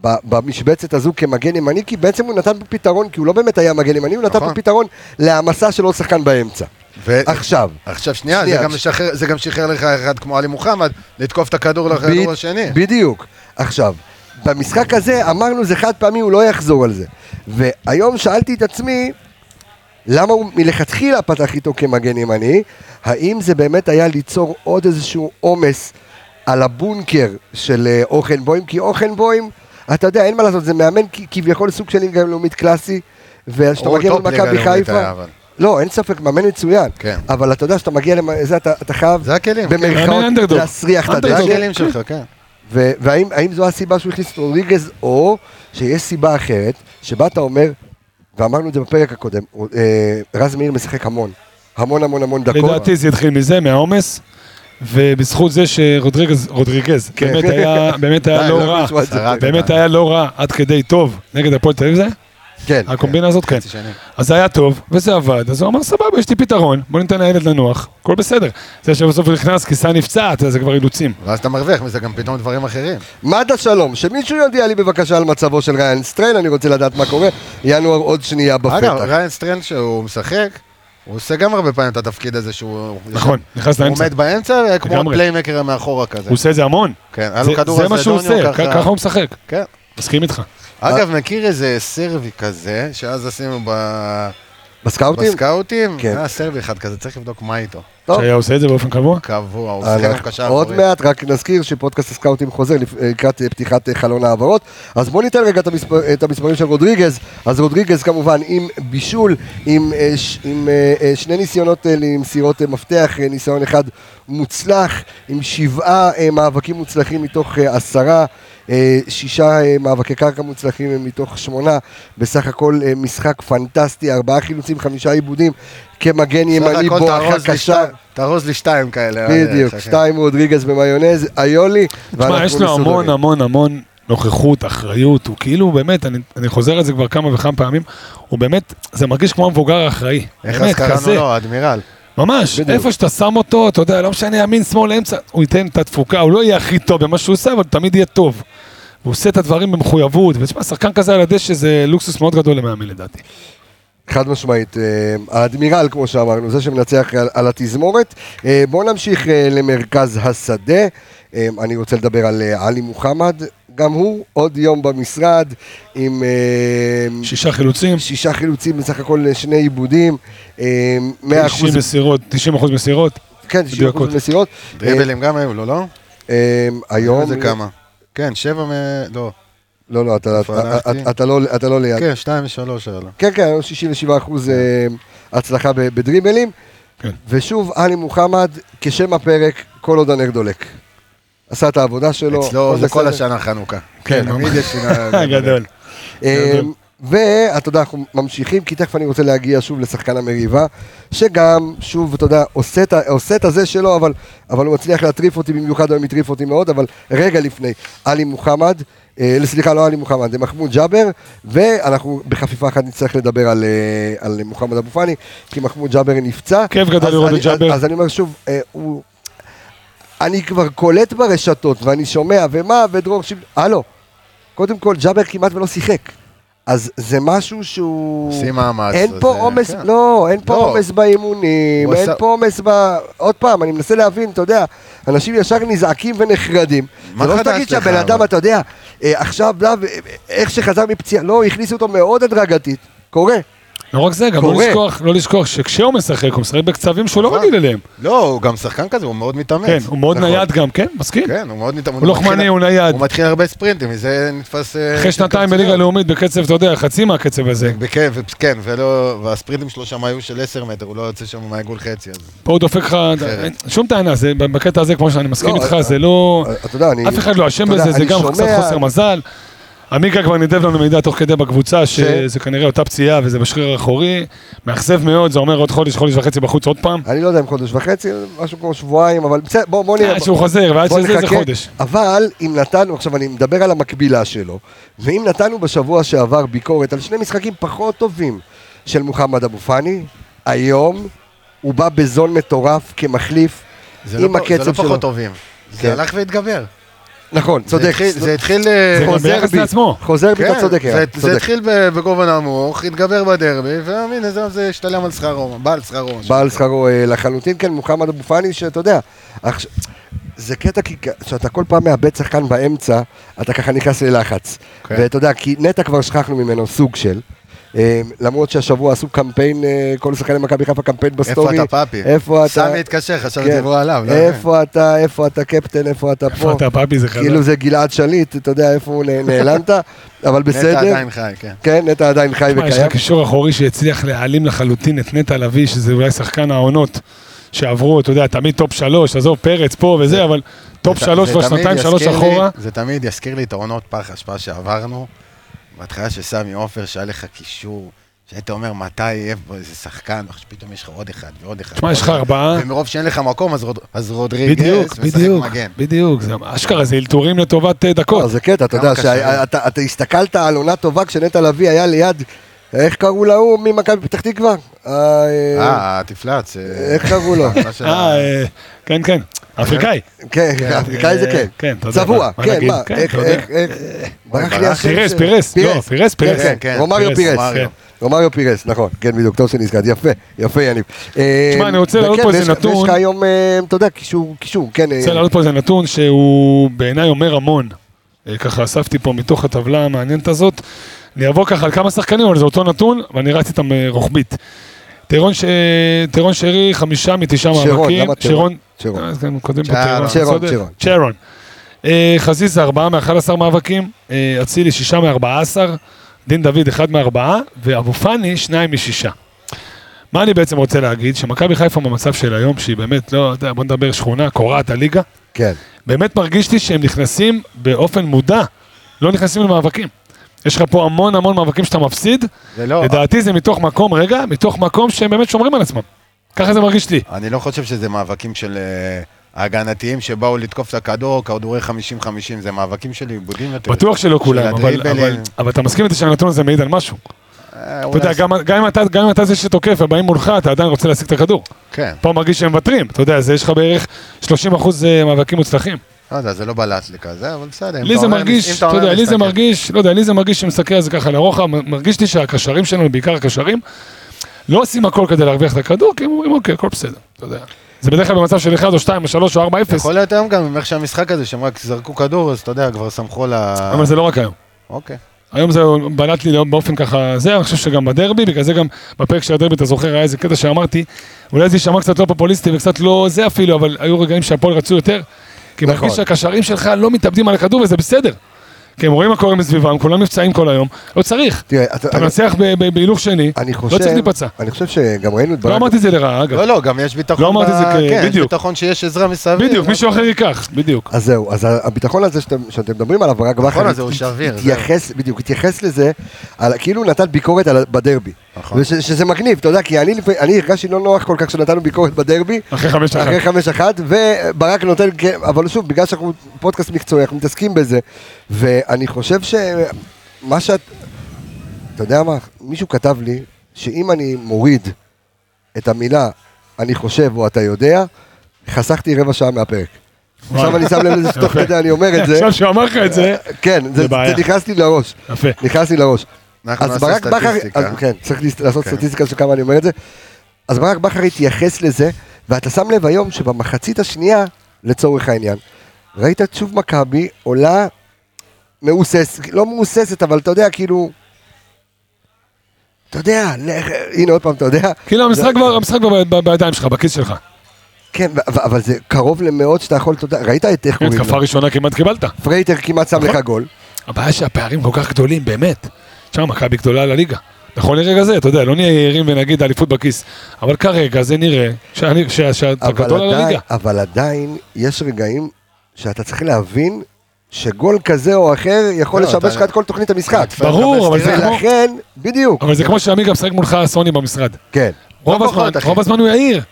[SPEAKER 1] ב- במשבצת הזו כמגן ימני, כי בעצם הוא נתן פה פתרון, כי הוא לא באמת היה מגן ימני, הוא נתן
[SPEAKER 2] נכון.
[SPEAKER 1] פה פתרון להעמסה של עוד שחקן באמצע.
[SPEAKER 5] אה,
[SPEAKER 2] ו-
[SPEAKER 1] עכשיו,
[SPEAKER 2] עכשיו שנייה,
[SPEAKER 1] שנייה,
[SPEAKER 2] זה גם
[SPEAKER 1] ש-
[SPEAKER 2] משחרר- זה גם שחרר לך אחד כמו עלי מוחמד, לתקוף את הכדור
[SPEAKER 1] בד-
[SPEAKER 2] לכדור השני.
[SPEAKER 1] בדיוק. עכשיו, במשחק הזה אמרנו זה חד פעמי, הוא לא יחזור על זה. והיום שאלתי את עצמי, למה הוא מלכתחילה פתח איתו כמגן ימני? האם זה באמת היה ליצור עוד איזשהו עומס על הבונקר של אה, אוכנבוים? כי אוכנבוים, אתה יודע, אין מה לעשות, זה מאמן כ- כביכול סוג של ליגה לאומית קלאסי, וכשאתה
[SPEAKER 2] הוא
[SPEAKER 1] מגיע
[SPEAKER 2] טופ ליגה
[SPEAKER 1] למכבי
[SPEAKER 2] לאומית היה,
[SPEAKER 1] חיפה...
[SPEAKER 2] אבל.
[SPEAKER 1] לא, אין ספק, מאמן מצוין.
[SPEAKER 2] כן.
[SPEAKER 1] אבל אתה יודע, שאתה מגיע לזה, אתה אתה חייב...
[SPEAKER 2] זה הכלים. כן.
[SPEAKER 1] במרכאות,
[SPEAKER 5] מאמן אנדרדוג.
[SPEAKER 1] להסריח את
[SPEAKER 2] זה
[SPEAKER 5] אנדרדוג.
[SPEAKER 1] הדשא.
[SPEAKER 2] הכלים שלך, כן.
[SPEAKER 1] ו- והאם האם זו הסיבה שהוא הכניס את רודריגז, או שיש סיבה אחרת, שבה אתה אומר, ואמרנו את זה בפרק הקודם, הוא- אה, רז מאיר משחק המון. המון המון המון דקות.
[SPEAKER 5] לדעתי זה התחיל מזה, מהעומס, ובזכות זה שרודריגז, רודריגז,
[SPEAKER 1] כן.
[SPEAKER 5] באמת היה,
[SPEAKER 2] [laughs]
[SPEAKER 5] באמת היה
[SPEAKER 2] די,
[SPEAKER 5] לא
[SPEAKER 2] לא
[SPEAKER 5] רע,
[SPEAKER 1] ביצוע את זה.
[SPEAKER 5] באמת היה לא רע עד כדי טוב נגד הפועל תל אביב זה?
[SPEAKER 1] כן.
[SPEAKER 5] הקומבינה הזאת כן.
[SPEAKER 2] חצי שנים.
[SPEAKER 5] אז זה היה טוב, וזה עבד, אז הוא אמר סבבה, יש לי פתרון, בוא ניתן לילד לנוח, הכל בסדר. זה שבסוף הוא נכנס, כיסה נפצע, אתה יודע, זה כבר אילוצים.
[SPEAKER 2] ואז אתה מרוויח מזה גם פתאום דברים אחרים.
[SPEAKER 1] מד"א שלום, שמישהו יודיע לי בבקשה על מצבו של ריין סטריין, אני רוצה לדעת מה קורה. ינואר עוד שנייה בפתח.
[SPEAKER 2] אגב, ריין סטרן שהוא משחק, הוא עושה גם הרבה פעמים את התפקיד הזה שהוא...
[SPEAKER 5] נכון, נכנס
[SPEAKER 2] הוא
[SPEAKER 5] לאמצע.
[SPEAKER 2] עומד באמצע, אה, כמו
[SPEAKER 5] לגמרי.
[SPEAKER 2] פליימקר מאחורה כזה.
[SPEAKER 5] הוא עושה את זה המון.
[SPEAKER 2] כן, היה
[SPEAKER 5] זה-
[SPEAKER 2] לו כדור
[SPEAKER 5] זה מה שהוא
[SPEAKER 2] הזדוני,
[SPEAKER 5] עושה,
[SPEAKER 2] הוא
[SPEAKER 5] כ- ככה הוא משחק.
[SPEAKER 2] כן.
[SPEAKER 5] מסכים איתך.
[SPEAKER 2] אגב, מכיר איזה סרבי כזה, שאז עשינו ב-
[SPEAKER 1] בסקאוטים?
[SPEAKER 2] בסקאוטים?
[SPEAKER 1] כן.
[SPEAKER 2] היה סרבי אחד כזה, צריך לבדוק מה איתו.
[SPEAKER 1] טוב.
[SPEAKER 5] שהיה עושה את זה באופן קבוע?
[SPEAKER 2] קבוע, הוא
[SPEAKER 1] אנחנו-
[SPEAKER 2] שיחק בקשר
[SPEAKER 1] עוד מעט, רק נזכיר שפודקאסט הסקאוטים חוזר לפ- לקראת אה, פתיחת אה, חלון ההעברות. אז בואו ניתן רגע את המספר- את המספרים של רודריגז. אז רודריגז כמובן עם בישול, עם אה, ש- עם, אה, אה, שני ניסיונות אה, למסירות אה, מפתח, אה, ניסיון אחד מוצלח, עם שבעה אה, מאבקים מוצלחים מתוך אה, עשרה. אה, שישה אה, מאבקי קרקע מוצלחים אה, מתוך שמונה, בסך הכל אה, משחק פנטסטי, ארבעה חילוצים, חמישה עיבודים, כמגן ימני בואכה קשר.
[SPEAKER 2] תארוז לי שתיים כאלה.
[SPEAKER 1] בדיוק,
[SPEAKER 2] אה,
[SPEAKER 1] שתיים רודריגז במיונז, איולי,
[SPEAKER 5] תשמע, יש לו המון המון המון נוכחות, אחריות, הוא כאילו באמת, אני, אני חוזר על זה כבר כמה וכמה פעמים, הוא באמת, זה מרגיש כמו המבוגר האחראי.
[SPEAKER 2] איך אז
[SPEAKER 5] באמת,
[SPEAKER 2] קראנו
[SPEAKER 5] כזה,
[SPEAKER 2] לו, אדמירל.
[SPEAKER 5] ממש,
[SPEAKER 1] בדיוק.
[SPEAKER 5] איפה שאתה שם אותו, אתה יודע, לא משנה ימין, שמאל, אמצע, הוא ייתן את התפוקה, הוא לא יהיה הכי טוב במה שהוא עושה, אבל הוא תמיד יהיה טוב. הוא עושה את הדברים במחויבות, ותשמע, שחקן כזה על הדשא זה לוקסוס מאוד גדול למאמן לדעתי.
[SPEAKER 1] חד משמעית, אה, האדמירל, כמו שאמרנו, זה שמנצח על- על התזמורת. אה, בואו נמשיך אה, למרכז השדה. אה, אני רוצה לדבר על אה, עלי מוחמד, גם הוא עוד יום במשרד, עם אה,
[SPEAKER 5] שישה חילוצים,
[SPEAKER 1] שישה חילוצים, בסך הכל אה, שני עיבודים, אה,
[SPEAKER 5] 90
[SPEAKER 1] 100%
[SPEAKER 5] מסירות, 90 אחוז מסירות,
[SPEAKER 1] כן, 90%
[SPEAKER 5] מדויקות.
[SPEAKER 1] מסירות.
[SPEAKER 2] דריבלים גם היו לו, לא?
[SPEAKER 1] אה, היום...
[SPEAKER 2] איזה כמה? כן, שבע מ... לא.
[SPEAKER 1] לא, לא, אתה-
[SPEAKER 2] איפה
[SPEAKER 1] אתה-
[SPEAKER 2] הלכתי?
[SPEAKER 1] אתה- אתה לא- אתה לא ליד.
[SPEAKER 2] כן, שתיים ושלוש היה לו.
[SPEAKER 1] כן, כן, היום 67 אחוז אה, הצלחה ב- בדריבלים.
[SPEAKER 5] כן.
[SPEAKER 1] ושוב, עלי מוחמד, כשם הפרק, כל עוד הנר דולק. עשה את העבודה שלו.
[SPEAKER 2] אצלו
[SPEAKER 1] הכל
[SPEAKER 2] זה כל
[SPEAKER 1] בסדר.
[SPEAKER 2] השנה אוקיי. חנוכה.
[SPEAKER 5] כן,
[SPEAKER 2] תמיד
[SPEAKER 5] ממש.
[SPEAKER 2] יש שנה... [laughs]
[SPEAKER 5] גדול.
[SPEAKER 1] אה, ואתה יודע, אנחנו ממשיכים, כי תכף אני רוצה להגיע שוב לשחקן המריבה, שגם, שוב, אתה יודע, עושה את ה- עושה את הזה שלו, אבל, אבל הוא מצליח להטריף אותי, במיוחד היום הטריף אותי מאוד, אבל רגע לפני, עלי מוחמד, אה, סליחה, לא עלי מוחמד, זה מחמוד ג'אבר, ואנחנו בחפיפה אחת נצטרך לדבר על, אה, על מוחמד אבו פאני, כי מחמוד ג'אבר נפצע.
[SPEAKER 5] כיף גדול
[SPEAKER 1] אז
[SPEAKER 5] לראות
[SPEAKER 1] אני-
[SPEAKER 5] את ג'אבר.
[SPEAKER 1] אז- אז אני אומר שוב, אה, הוא... אני כבר קולט ברשתות, ואני שומע, ומה, ודרור שיב... הלו, קודם כל, ג'אבר כמעט ולא שיחק. אז זה משהו שהוא...
[SPEAKER 2] עושים מאמץ.
[SPEAKER 1] אין
[SPEAKER 2] אז
[SPEAKER 1] פה
[SPEAKER 2] זה-
[SPEAKER 1] עומס,
[SPEAKER 2] כן.
[SPEAKER 1] לא, אין פה
[SPEAKER 2] לא.
[SPEAKER 1] עומס באימונים,
[SPEAKER 2] הוא
[SPEAKER 1] אין
[SPEAKER 2] עשה-
[SPEAKER 1] פה עומס ב... עוד פעם, אני מנסה להבין, אתה יודע, אנשים ישר נזעקים ונחרדים.
[SPEAKER 2] מה
[SPEAKER 1] זה לא
[SPEAKER 2] חדש
[SPEAKER 1] שתגיד
[SPEAKER 2] לך,
[SPEAKER 1] שהבן אדם,
[SPEAKER 2] אבל?
[SPEAKER 1] אתה יודע, אה, עכשיו, לא, אה, איך שחזר מפציעה, לא, הכניסו אותו מאוד הדרגתית. קורה.
[SPEAKER 5] לא רק זה, גם לא
[SPEAKER 1] קורה.
[SPEAKER 5] לשכוח, לא לשכוח שכשהוא משחק, הוא משחק בקצבים שהוא לא
[SPEAKER 2] נכון.
[SPEAKER 5] רגיל אליהם.
[SPEAKER 2] לא, הוא גם שחקן כזה, הוא מאוד מתאמץ.
[SPEAKER 5] כן, הוא מאוד
[SPEAKER 2] נכון.
[SPEAKER 5] נייד גם, כן, מסכים.
[SPEAKER 2] כן, הוא מאוד מתאמץ.
[SPEAKER 5] הוא לוחמני,
[SPEAKER 2] מתחיל-
[SPEAKER 5] הוא נייד.
[SPEAKER 2] הוא מתחיל הרבה ספרינטים, מזה נתפס... אה,
[SPEAKER 5] אחרי שנתיים בליגה הלאומית בקצב, אתה יודע, חצי מהקצב הזה.
[SPEAKER 2] כן, ו- כן, ולא- והספרינטים שלו שם היו של 10 מטר, הוא לא יוצא שם מהעיגול חצי. אז-
[SPEAKER 5] פה הוא דופק לך,
[SPEAKER 2] אחרת.
[SPEAKER 5] שום טענה, זה- בקטע הזה, כמו שאני מסכים
[SPEAKER 1] לא,
[SPEAKER 5] איתך,
[SPEAKER 1] אתה-
[SPEAKER 5] זה לא...
[SPEAKER 1] אתה יודע, אני...
[SPEAKER 5] אף אחד לא אשם
[SPEAKER 1] אתה יודע,
[SPEAKER 5] בזה, זה
[SPEAKER 1] אני
[SPEAKER 5] גם
[SPEAKER 1] שומע-
[SPEAKER 5] קצת חוסר מזל. עמיקה כבר נידב לנו מידע תוך כדי בקבוצה, שזה כנראה אותה פציעה וזה בשריר האחורי. מאכזב מאוד, זה אומר עוד חודש, חודש וחצי בחוץ עוד פעם.
[SPEAKER 1] אני לא יודע אם חודש וחצי, משהו כמו שבועיים, אבל בסדר, בוא, בוא נראה.
[SPEAKER 5] עד כן, שהוא חוזר, ועד
[SPEAKER 1] בוא
[SPEAKER 5] שזה, זה
[SPEAKER 1] נחכה.
[SPEAKER 5] חודש.
[SPEAKER 1] אבל אם נתנו, עכשיו אני מדבר על המקבילה שלו, ואם נתנו בשבוע שעבר ביקורת על שני משחקים פחות טובים של מוחמד אבו פאני, היום הוא בא בזון מטורף כמחליף
[SPEAKER 2] זה
[SPEAKER 1] עם
[SPEAKER 2] לא פ-
[SPEAKER 1] הקצב שלו.
[SPEAKER 2] זה לא פחות טובים.
[SPEAKER 1] כן.
[SPEAKER 2] זה הלך והתגבר.
[SPEAKER 1] נכון,
[SPEAKER 2] זה
[SPEAKER 1] צודק.
[SPEAKER 2] התחיל- זה התחיל... אה,
[SPEAKER 5] זה גם
[SPEAKER 1] חוזר
[SPEAKER 5] ביחס
[SPEAKER 1] בי.
[SPEAKER 5] לעצמו.
[SPEAKER 1] חוזר בי, אתה
[SPEAKER 2] כן,
[SPEAKER 1] צודק,
[SPEAKER 2] זה-
[SPEAKER 1] יאללה,
[SPEAKER 2] זה
[SPEAKER 1] צודק.
[SPEAKER 2] התחיל ב- בגובה נמוך, התגבר בדרבי, והנה זה- זה השתלם על שכרו, בא על שכרו.
[SPEAKER 1] בעל שכרו אה, לחלוטין, כן, מוחמד אבו פאני, שאתה יודע, עכשיו, זה קטע כי כ- שאתה כל פעם מאבד שחקן באמצע, אתה ככה נכנס ללחץ.
[SPEAKER 2] כן.
[SPEAKER 1] ואתה יודע, כי נטע כבר שכחנו ממנו סוג של, אה, למרות שהשבוע עשו קמפיין, אה, כל שחקני מכבי חיפה קמפיין
[SPEAKER 2] איפה
[SPEAKER 1] בסטורי.
[SPEAKER 2] אתה פאפי?
[SPEAKER 1] איפה אתה?
[SPEAKER 2] סמי התקשר, חשבתי
[SPEAKER 1] כן.
[SPEAKER 2] דיברו עליו. לא?
[SPEAKER 1] איפה אתה, איפה אתה קפטן, איפה אתה פה?
[SPEAKER 5] איפה אתה פאפי זה חזק.
[SPEAKER 1] כאילו זה גלעד שליט, אתה יודע איפה הוא
[SPEAKER 2] [laughs]
[SPEAKER 1] נ- נעלמת, אבל
[SPEAKER 2] נטע
[SPEAKER 1] בסדר.
[SPEAKER 2] עדיין חי, כן.
[SPEAKER 1] כן, נטע עדיין חי
[SPEAKER 5] תשמע, יש
[SPEAKER 1] וקיים.
[SPEAKER 5] לך קישור אחורי שהצליח להעלים לחלוטין את נטע לביא, שזה אולי שחקן העונות שעברו, אתה יודע, תמיד טופ שלוש, עזוב, פרץ פה וזה, אבל טופ
[SPEAKER 2] זה-
[SPEAKER 5] שלוש
[SPEAKER 2] זה
[SPEAKER 5] כבר
[SPEAKER 2] תמיד
[SPEAKER 5] שנתיים,
[SPEAKER 2] יזכיר
[SPEAKER 5] שלוש
[SPEAKER 2] לי-
[SPEAKER 5] אחורה.
[SPEAKER 2] זה תמיד יזכיר לי את עונות פח אשפה שעברנו. בהתחלה של סמי עופר, שהיה לך קישור, שהיית אומר מתי יהיה פה איזה שחקן, ועכשיו פתאום יש לך עוד אחד ועוד אחד.
[SPEAKER 5] תשמע, יש לך
[SPEAKER 2] ועוד אחד.
[SPEAKER 5] ארבעה.
[SPEAKER 2] ומרוב שאין לך מקום, אז רוד- אז רודריגז
[SPEAKER 5] בדיוק, בדיוק,
[SPEAKER 2] מגן.
[SPEAKER 5] בדיוק, זה- אשכרה זה אלתורים לטובת אה,
[SPEAKER 1] לא,
[SPEAKER 5] דקות.
[SPEAKER 1] זה קטע, אתה
[SPEAKER 2] כמה
[SPEAKER 1] יודע,
[SPEAKER 2] קשה
[SPEAKER 1] שאתה
[SPEAKER 2] לו.
[SPEAKER 1] אתה- אתה הסתכלת על עונה טובה כשנטע לביא היה ליד, איך קראו להוא ממכבי פתח תקווה? אה, אה,
[SPEAKER 2] אה, תפלץ.
[SPEAKER 1] איך קראו
[SPEAKER 2] [laughs]
[SPEAKER 1] לו?
[SPEAKER 5] אה, אה, כן, כן, אפריקאי.
[SPEAKER 1] כן, האפריקאי זה
[SPEAKER 5] אה,
[SPEAKER 1] כן.
[SPEAKER 5] כן, אתה יודע,
[SPEAKER 1] צבוע,
[SPEAKER 5] מה- מה
[SPEAKER 1] כן,
[SPEAKER 5] נגיד?
[SPEAKER 1] מה,
[SPEAKER 5] כן,
[SPEAKER 1] איך,
[SPEAKER 5] אתה יודע.
[SPEAKER 1] איך, איך, ברח לי
[SPEAKER 2] ברח.
[SPEAKER 1] השם
[SPEAKER 5] פירס,
[SPEAKER 1] שלו.
[SPEAKER 5] פירס, לא, פירס, פירס.
[SPEAKER 1] כן, כן,
[SPEAKER 2] כן,
[SPEAKER 1] רומאריו
[SPEAKER 5] פירס,
[SPEAKER 1] פירס,
[SPEAKER 5] רומאריו.
[SPEAKER 1] כן. רומאריו פירס, נכון, כן, בדיוק, טוב שנזכרת, יפה, יפה, יניב. אה,
[SPEAKER 5] תשמע, אני רוצה להעלות פה איזה
[SPEAKER 1] ויש
[SPEAKER 5] נתון.
[SPEAKER 1] לך היום, אה, אתה יודע, קישור, קישור, כן. אה,
[SPEAKER 5] רוצה להעלות פה איזה נתון שהוא בעיניי אומר המון. אה, ככה אספתי פה מתוך הטבלה המעניינת הזאת. אני אעבור ככה על כמה שחקנים, אבל זה אותו נתון, ואני רץ איתם אה, רוחבית. טירון ש- טירון שרי, חמישה מתשעה מאבקים.
[SPEAKER 1] שרון, למה טירון? שרון.
[SPEAKER 5] אה, אז גם קודם פה
[SPEAKER 2] צ'רון,
[SPEAKER 5] טירון,
[SPEAKER 1] צ'רון,
[SPEAKER 5] בסדר?
[SPEAKER 1] צ'רון.
[SPEAKER 5] צ'רון. אה, חזיזה, ארבעה מ-11 מאבקים. אה, אצילי, שישה מ-14. דין דוד, אחד מארבעה. ואבו פאני, שניים משישה. מה אני בעצם רוצה להגיד? שמכבי חיפה במצב של היום, שהיא באמת, לא, אתה יודע, בוא נדבר שכונה, קורעת הליגה.
[SPEAKER 1] כן,
[SPEAKER 5] באמת מרגיש לי שהם נכנסים באופן מודע, לא נכנסים למאבקים. יש לך פה המון המון מאבקים שאתה מפסיד,
[SPEAKER 2] זה לא,
[SPEAKER 5] לדעתי זה מתוך מקום, רגע, מתוך מקום שהם באמת שומרים על עצמם. ככה זה מרגיש לי.
[SPEAKER 2] אני לא חושב שזה מאבקים של אה, הגנתיים שבאו לתקוף את הכדור, כדורי 50-50, זה מאבקים של עיבודים יותר.
[SPEAKER 5] כן. בטוח שלא כולם, אבל,
[SPEAKER 2] הדריבלים.
[SPEAKER 5] אבל, אבל אתה מסכים איתי שהנתון הזה מעיד על משהו.
[SPEAKER 2] אה,
[SPEAKER 5] אתה
[SPEAKER 2] אולי-
[SPEAKER 5] יודע, גם, גם, אם אתה, גם אם אתה זה שתוקף ובאים מולך, אתה עדיין רוצה להשיג את הכדור.
[SPEAKER 2] כן,
[SPEAKER 5] פה מרגיש שהם מוותרים, אתה יודע, זה יש לך בערך 30% מאבקים מוצלחים.
[SPEAKER 2] לא יודע, זה לא בלט לי כזה, אבל בסדר. אם
[SPEAKER 5] לי
[SPEAKER 2] אתה
[SPEAKER 5] זה
[SPEAKER 2] אומר-
[SPEAKER 5] מרגיש,
[SPEAKER 2] אם
[SPEAKER 5] אתה
[SPEAKER 2] אומר כן.
[SPEAKER 5] יודע, לי זה
[SPEAKER 2] להסתכל.
[SPEAKER 5] מרגיש, לא יודע, לי זה מרגיש שמסתכל על זה ככה לרוחב, מ- מרגיש לי שהקשרים שלנו, בעיקר הקשרים, לא עושים הכל כדי להרוויח את הכדור, כי הם אומרים, אוקיי, הכל בסדר, אתה יודע. זה בדרך כלל במצב של 1 או 2 או 3 או 4 0,
[SPEAKER 2] יכול להיות היום גם עם איך שהמשחק הזה, שהם רק זרקו כדור, אז אתה יודע, כבר סמכו על ה...
[SPEAKER 5] אבל זה לא רק היום.
[SPEAKER 2] אוקיי.
[SPEAKER 5] היום זה בלט לי לא- באופן ככה זה, אני חושב שגם בדרבי, בגלל זה גם בפרק של הדרבי, אתה זוכר, היה איזה קטע שאמרתי, אולי זה יישמע קצת לא פופוליסטי וקצת לא זה אפילו, אבל היו רגעים שהפועל רצו יותר, כי
[SPEAKER 1] נכון.
[SPEAKER 5] מרגיש שהקשרים שלך לא מתאבדים על הכדור וזה בסדר. כי הם רואים מה קורה מסביבם, כולם נפצעים כל היום, לא צריך.
[SPEAKER 1] תראה,
[SPEAKER 5] אתה מנצח ב- ב- בהילוך שני,
[SPEAKER 1] אני
[SPEAKER 5] לא
[SPEAKER 1] חושב,
[SPEAKER 5] צריך להיפצע.
[SPEAKER 1] אני חושב שגם ראינו את ברק,
[SPEAKER 5] לא אמרתי את זה לרעה, אגב.
[SPEAKER 2] לא, לא, גם יש ביטחון...
[SPEAKER 5] לא אמרתי
[SPEAKER 2] ב-
[SPEAKER 5] זה כ-
[SPEAKER 2] כן, יש
[SPEAKER 5] בדיוק.
[SPEAKER 2] ביטחון שיש עזרה
[SPEAKER 1] לא,
[SPEAKER 2] מסביב.
[SPEAKER 5] בדיוק, מישהו אחר ייקח, בדיוק.
[SPEAKER 1] אז זהו, אז הביטחון הזה שאתם, שאתם מדברים עליו, ברק בכר,
[SPEAKER 2] הזה הוא שביר, זהו.
[SPEAKER 1] התייחס, בדיוק, התייחס לזה, על, כאילו הוא נתן ביקורת על, בדרבי,
[SPEAKER 2] נכון.
[SPEAKER 1] וש, שזה מגניב, אתה יודע, כי אני, לפעמים- אני הרגשתי לא נוח כל כך שנתנו ביקורת בדרבי,
[SPEAKER 5] אחרי חמש אחת.
[SPEAKER 1] אחרי חמש אחת, וברק נותן, כן, אבל שוב, בגלל שאנחנו פודקאסט מקצועי, אנחנו מתעסקים בזה, ואני חושב שמה שאת, אתה יודע מה, מישהו כתב לי, שאם אני מוריד את המילה אני חושב או אתה יודע, חסכתי רבע שעה מהפרק.
[SPEAKER 5] וואי.
[SPEAKER 1] עכשיו אני שם לב לזה שתוך
[SPEAKER 5] [laughs] יפה.
[SPEAKER 1] כדי אני אומר את זה.
[SPEAKER 5] עכשיו שהוא אמר לך את זה,
[SPEAKER 1] כן, זה- זה
[SPEAKER 5] בעיה.
[SPEAKER 1] נכנס לי לראש.
[SPEAKER 5] יפה.
[SPEAKER 1] נכנס לי לראש.
[SPEAKER 2] אנחנו
[SPEAKER 1] אז
[SPEAKER 2] נעשה
[SPEAKER 1] ברק בכר,
[SPEAKER 2] סטטיסטיקה.
[SPEAKER 1] אז כן, צריך להס- לעשות
[SPEAKER 2] כן.
[SPEAKER 1] סטטיסטיקה של כמה אני אומר את זה. אז ברק בכר התייחס לזה, ואתה שם לב היום שבמחצית השנייה, לצורך העניין, ראית את שוב מכבי עולה מהוסס, לא מהוססת, אבל אתה יודע, כאילו... אתה יודע, לך- הנה עוד פעם, אתה יודע,
[SPEAKER 5] כאילו המשחק כבר- המשחק כבר ב- ב- בידיים שלך, בכיס שלך.
[SPEAKER 1] כן, ו- ו- אבל זה קרוב למאות שאתה יכול, אתה יודע, ראית את איך
[SPEAKER 5] כן,
[SPEAKER 1] קוראים
[SPEAKER 5] התקפה
[SPEAKER 1] לו?
[SPEAKER 5] ראשונה כמעט קיבלת.
[SPEAKER 1] פרייטר כמעט שם לך גול.
[SPEAKER 5] הבעיה שהפערים כל כך גדולים, באמת. תשמע, מכבי גדולה על הליגה. נכון לרגע זה, אתה יודע, לא נהיה יעירים ונגיד האליפות בכיס. אבל כרגע זה נראה שאני- ש- שאתה
[SPEAKER 1] אבל
[SPEAKER 5] גדול על
[SPEAKER 1] עדיין,
[SPEAKER 5] הליגה.
[SPEAKER 1] אבל עדיין יש רגעים שאתה צריך להבין שגול כזה או אחר יכול
[SPEAKER 2] לא,
[SPEAKER 1] לשבש
[SPEAKER 2] אתה-
[SPEAKER 1] לך את כל תוכנית המשחק.
[SPEAKER 5] ברור, אבל זה
[SPEAKER 2] סטירה.
[SPEAKER 5] כמו-
[SPEAKER 1] ולכן, בדיוק,
[SPEAKER 5] אבל זה כמו שעמיגה משחק מולך סוני במשרד.
[SPEAKER 1] כן.
[SPEAKER 5] רוב
[SPEAKER 2] כוחות,
[SPEAKER 5] הזמן,
[SPEAKER 2] אחי.
[SPEAKER 5] רוב הזמן הוא יעיר.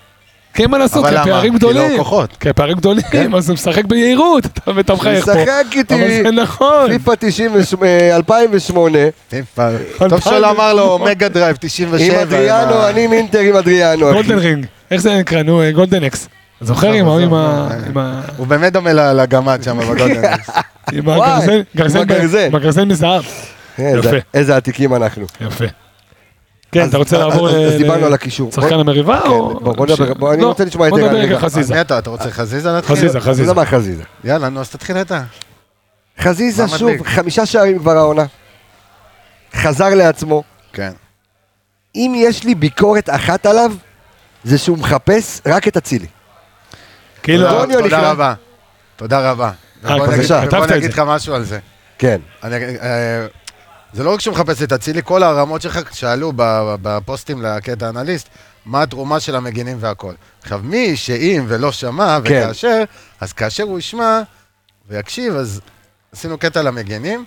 [SPEAKER 5] כי אין מה לעשות,
[SPEAKER 2] אבל
[SPEAKER 5] כי
[SPEAKER 2] למה?
[SPEAKER 5] הפערים
[SPEAKER 2] כי לא
[SPEAKER 5] גדולים.
[SPEAKER 2] כוחות.
[SPEAKER 5] כי הפערים גדולים, אז הוא משחק ביהירות, אתה- ואתה מחייך פה.
[SPEAKER 1] כן. משחק איתי.
[SPEAKER 5] אבל זה נכון.
[SPEAKER 1] פיפ"א 98, אה, 2008,
[SPEAKER 2] טיפה. טוב שלא אמר לו מגה דרייב 97.
[SPEAKER 1] עם
[SPEAKER 2] עם
[SPEAKER 1] אדריאנו,
[SPEAKER 2] ה-
[SPEAKER 1] אני עם אינטר עם אדריאנו, אחי. לא,
[SPEAKER 5] גולדן רינג. איך זה נקרא? נו, אה, גולדן אקס. זוכר עם ה- עם ה- עם ה...
[SPEAKER 2] הוא באמת דומה ל- לגמד שם בגודל.
[SPEAKER 5] עם
[SPEAKER 1] וואי,
[SPEAKER 5] הגרזן-
[SPEAKER 1] עם
[SPEAKER 5] גרזן ב-
[SPEAKER 1] הגרזן.
[SPEAKER 5] עם הגרזן מזהב.
[SPEAKER 1] איזה-
[SPEAKER 5] יפה.
[SPEAKER 1] איזה עתיקים אנחנו.
[SPEAKER 5] יפה. כן,
[SPEAKER 1] אז-
[SPEAKER 5] אתה רוצה
[SPEAKER 1] אז-
[SPEAKER 5] לעבור
[SPEAKER 1] אז-
[SPEAKER 5] ל...
[SPEAKER 1] אז דיברנו
[SPEAKER 5] ל-
[SPEAKER 1] על הקישור.
[SPEAKER 5] שחקן
[SPEAKER 1] בוא-
[SPEAKER 5] המריבה
[SPEAKER 1] כן,
[SPEAKER 5] או...
[SPEAKER 1] בוא- בוא נדבר- בוא, אני
[SPEAKER 5] לא,
[SPEAKER 1] רוצה לשמוע את
[SPEAKER 5] בוא
[SPEAKER 1] ערן
[SPEAKER 5] נדבר
[SPEAKER 1] רגע.
[SPEAKER 5] רגע [laughs] חזיזה.
[SPEAKER 2] מי אתה? אתה רוצה חזיזה להתחיל?
[SPEAKER 5] חזיזה,
[SPEAKER 1] אתה
[SPEAKER 5] חזיזה.
[SPEAKER 1] יודע מה חזיזה?
[SPEAKER 2] יאללה, נו, אז תתחיל אתה.
[SPEAKER 1] חזיזה
[SPEAKER 2] מה
[SPEAKER 1] שוב,
[SPEAKER 2] מדליק?
[SPEAKER 1] חמישה שערים כבר העונה. חזר לעצמו.
[SPEAKER 2] כן.
[SPEAKER 1] אם יש לי ביקורת אחת עליו, זה שהוא מחפש רק את אצילי.
[SPEAKER 5] כאילו,
[SPEAKER 1] לא, דוניו נכנע.
[SPEAKER 2] תודה רבה. תודה רבה.
[SPEAKER 5] אה,
[SPEAKER 2] ובוא
[SPEAKER 1] בבקשה.
[SPEAKER 2] נגיד- ובוא
[SPEAKER 5] כתבת את
[SPEAKER 2] נגיד
[SPEAKER 5] זה.
[SPEAKER 2] לך משהו על זה.
[SPEAKER 1] כן.
[SPEAKER 2] אני, אה, זה לא רק שהוא מחפש את אצילי, כל הרמות שלך שאלו ב- בפוסטים לקטע אנליסט, מה התרומה של המגינים והכל. עכשיו, מי שאם ולא שמע
[SPEAKER 1] כן.
[SPEAKER 2] וכאשר, אז כאשר הוא ישמע ויקשיב, אז עשינו קטע למגינים.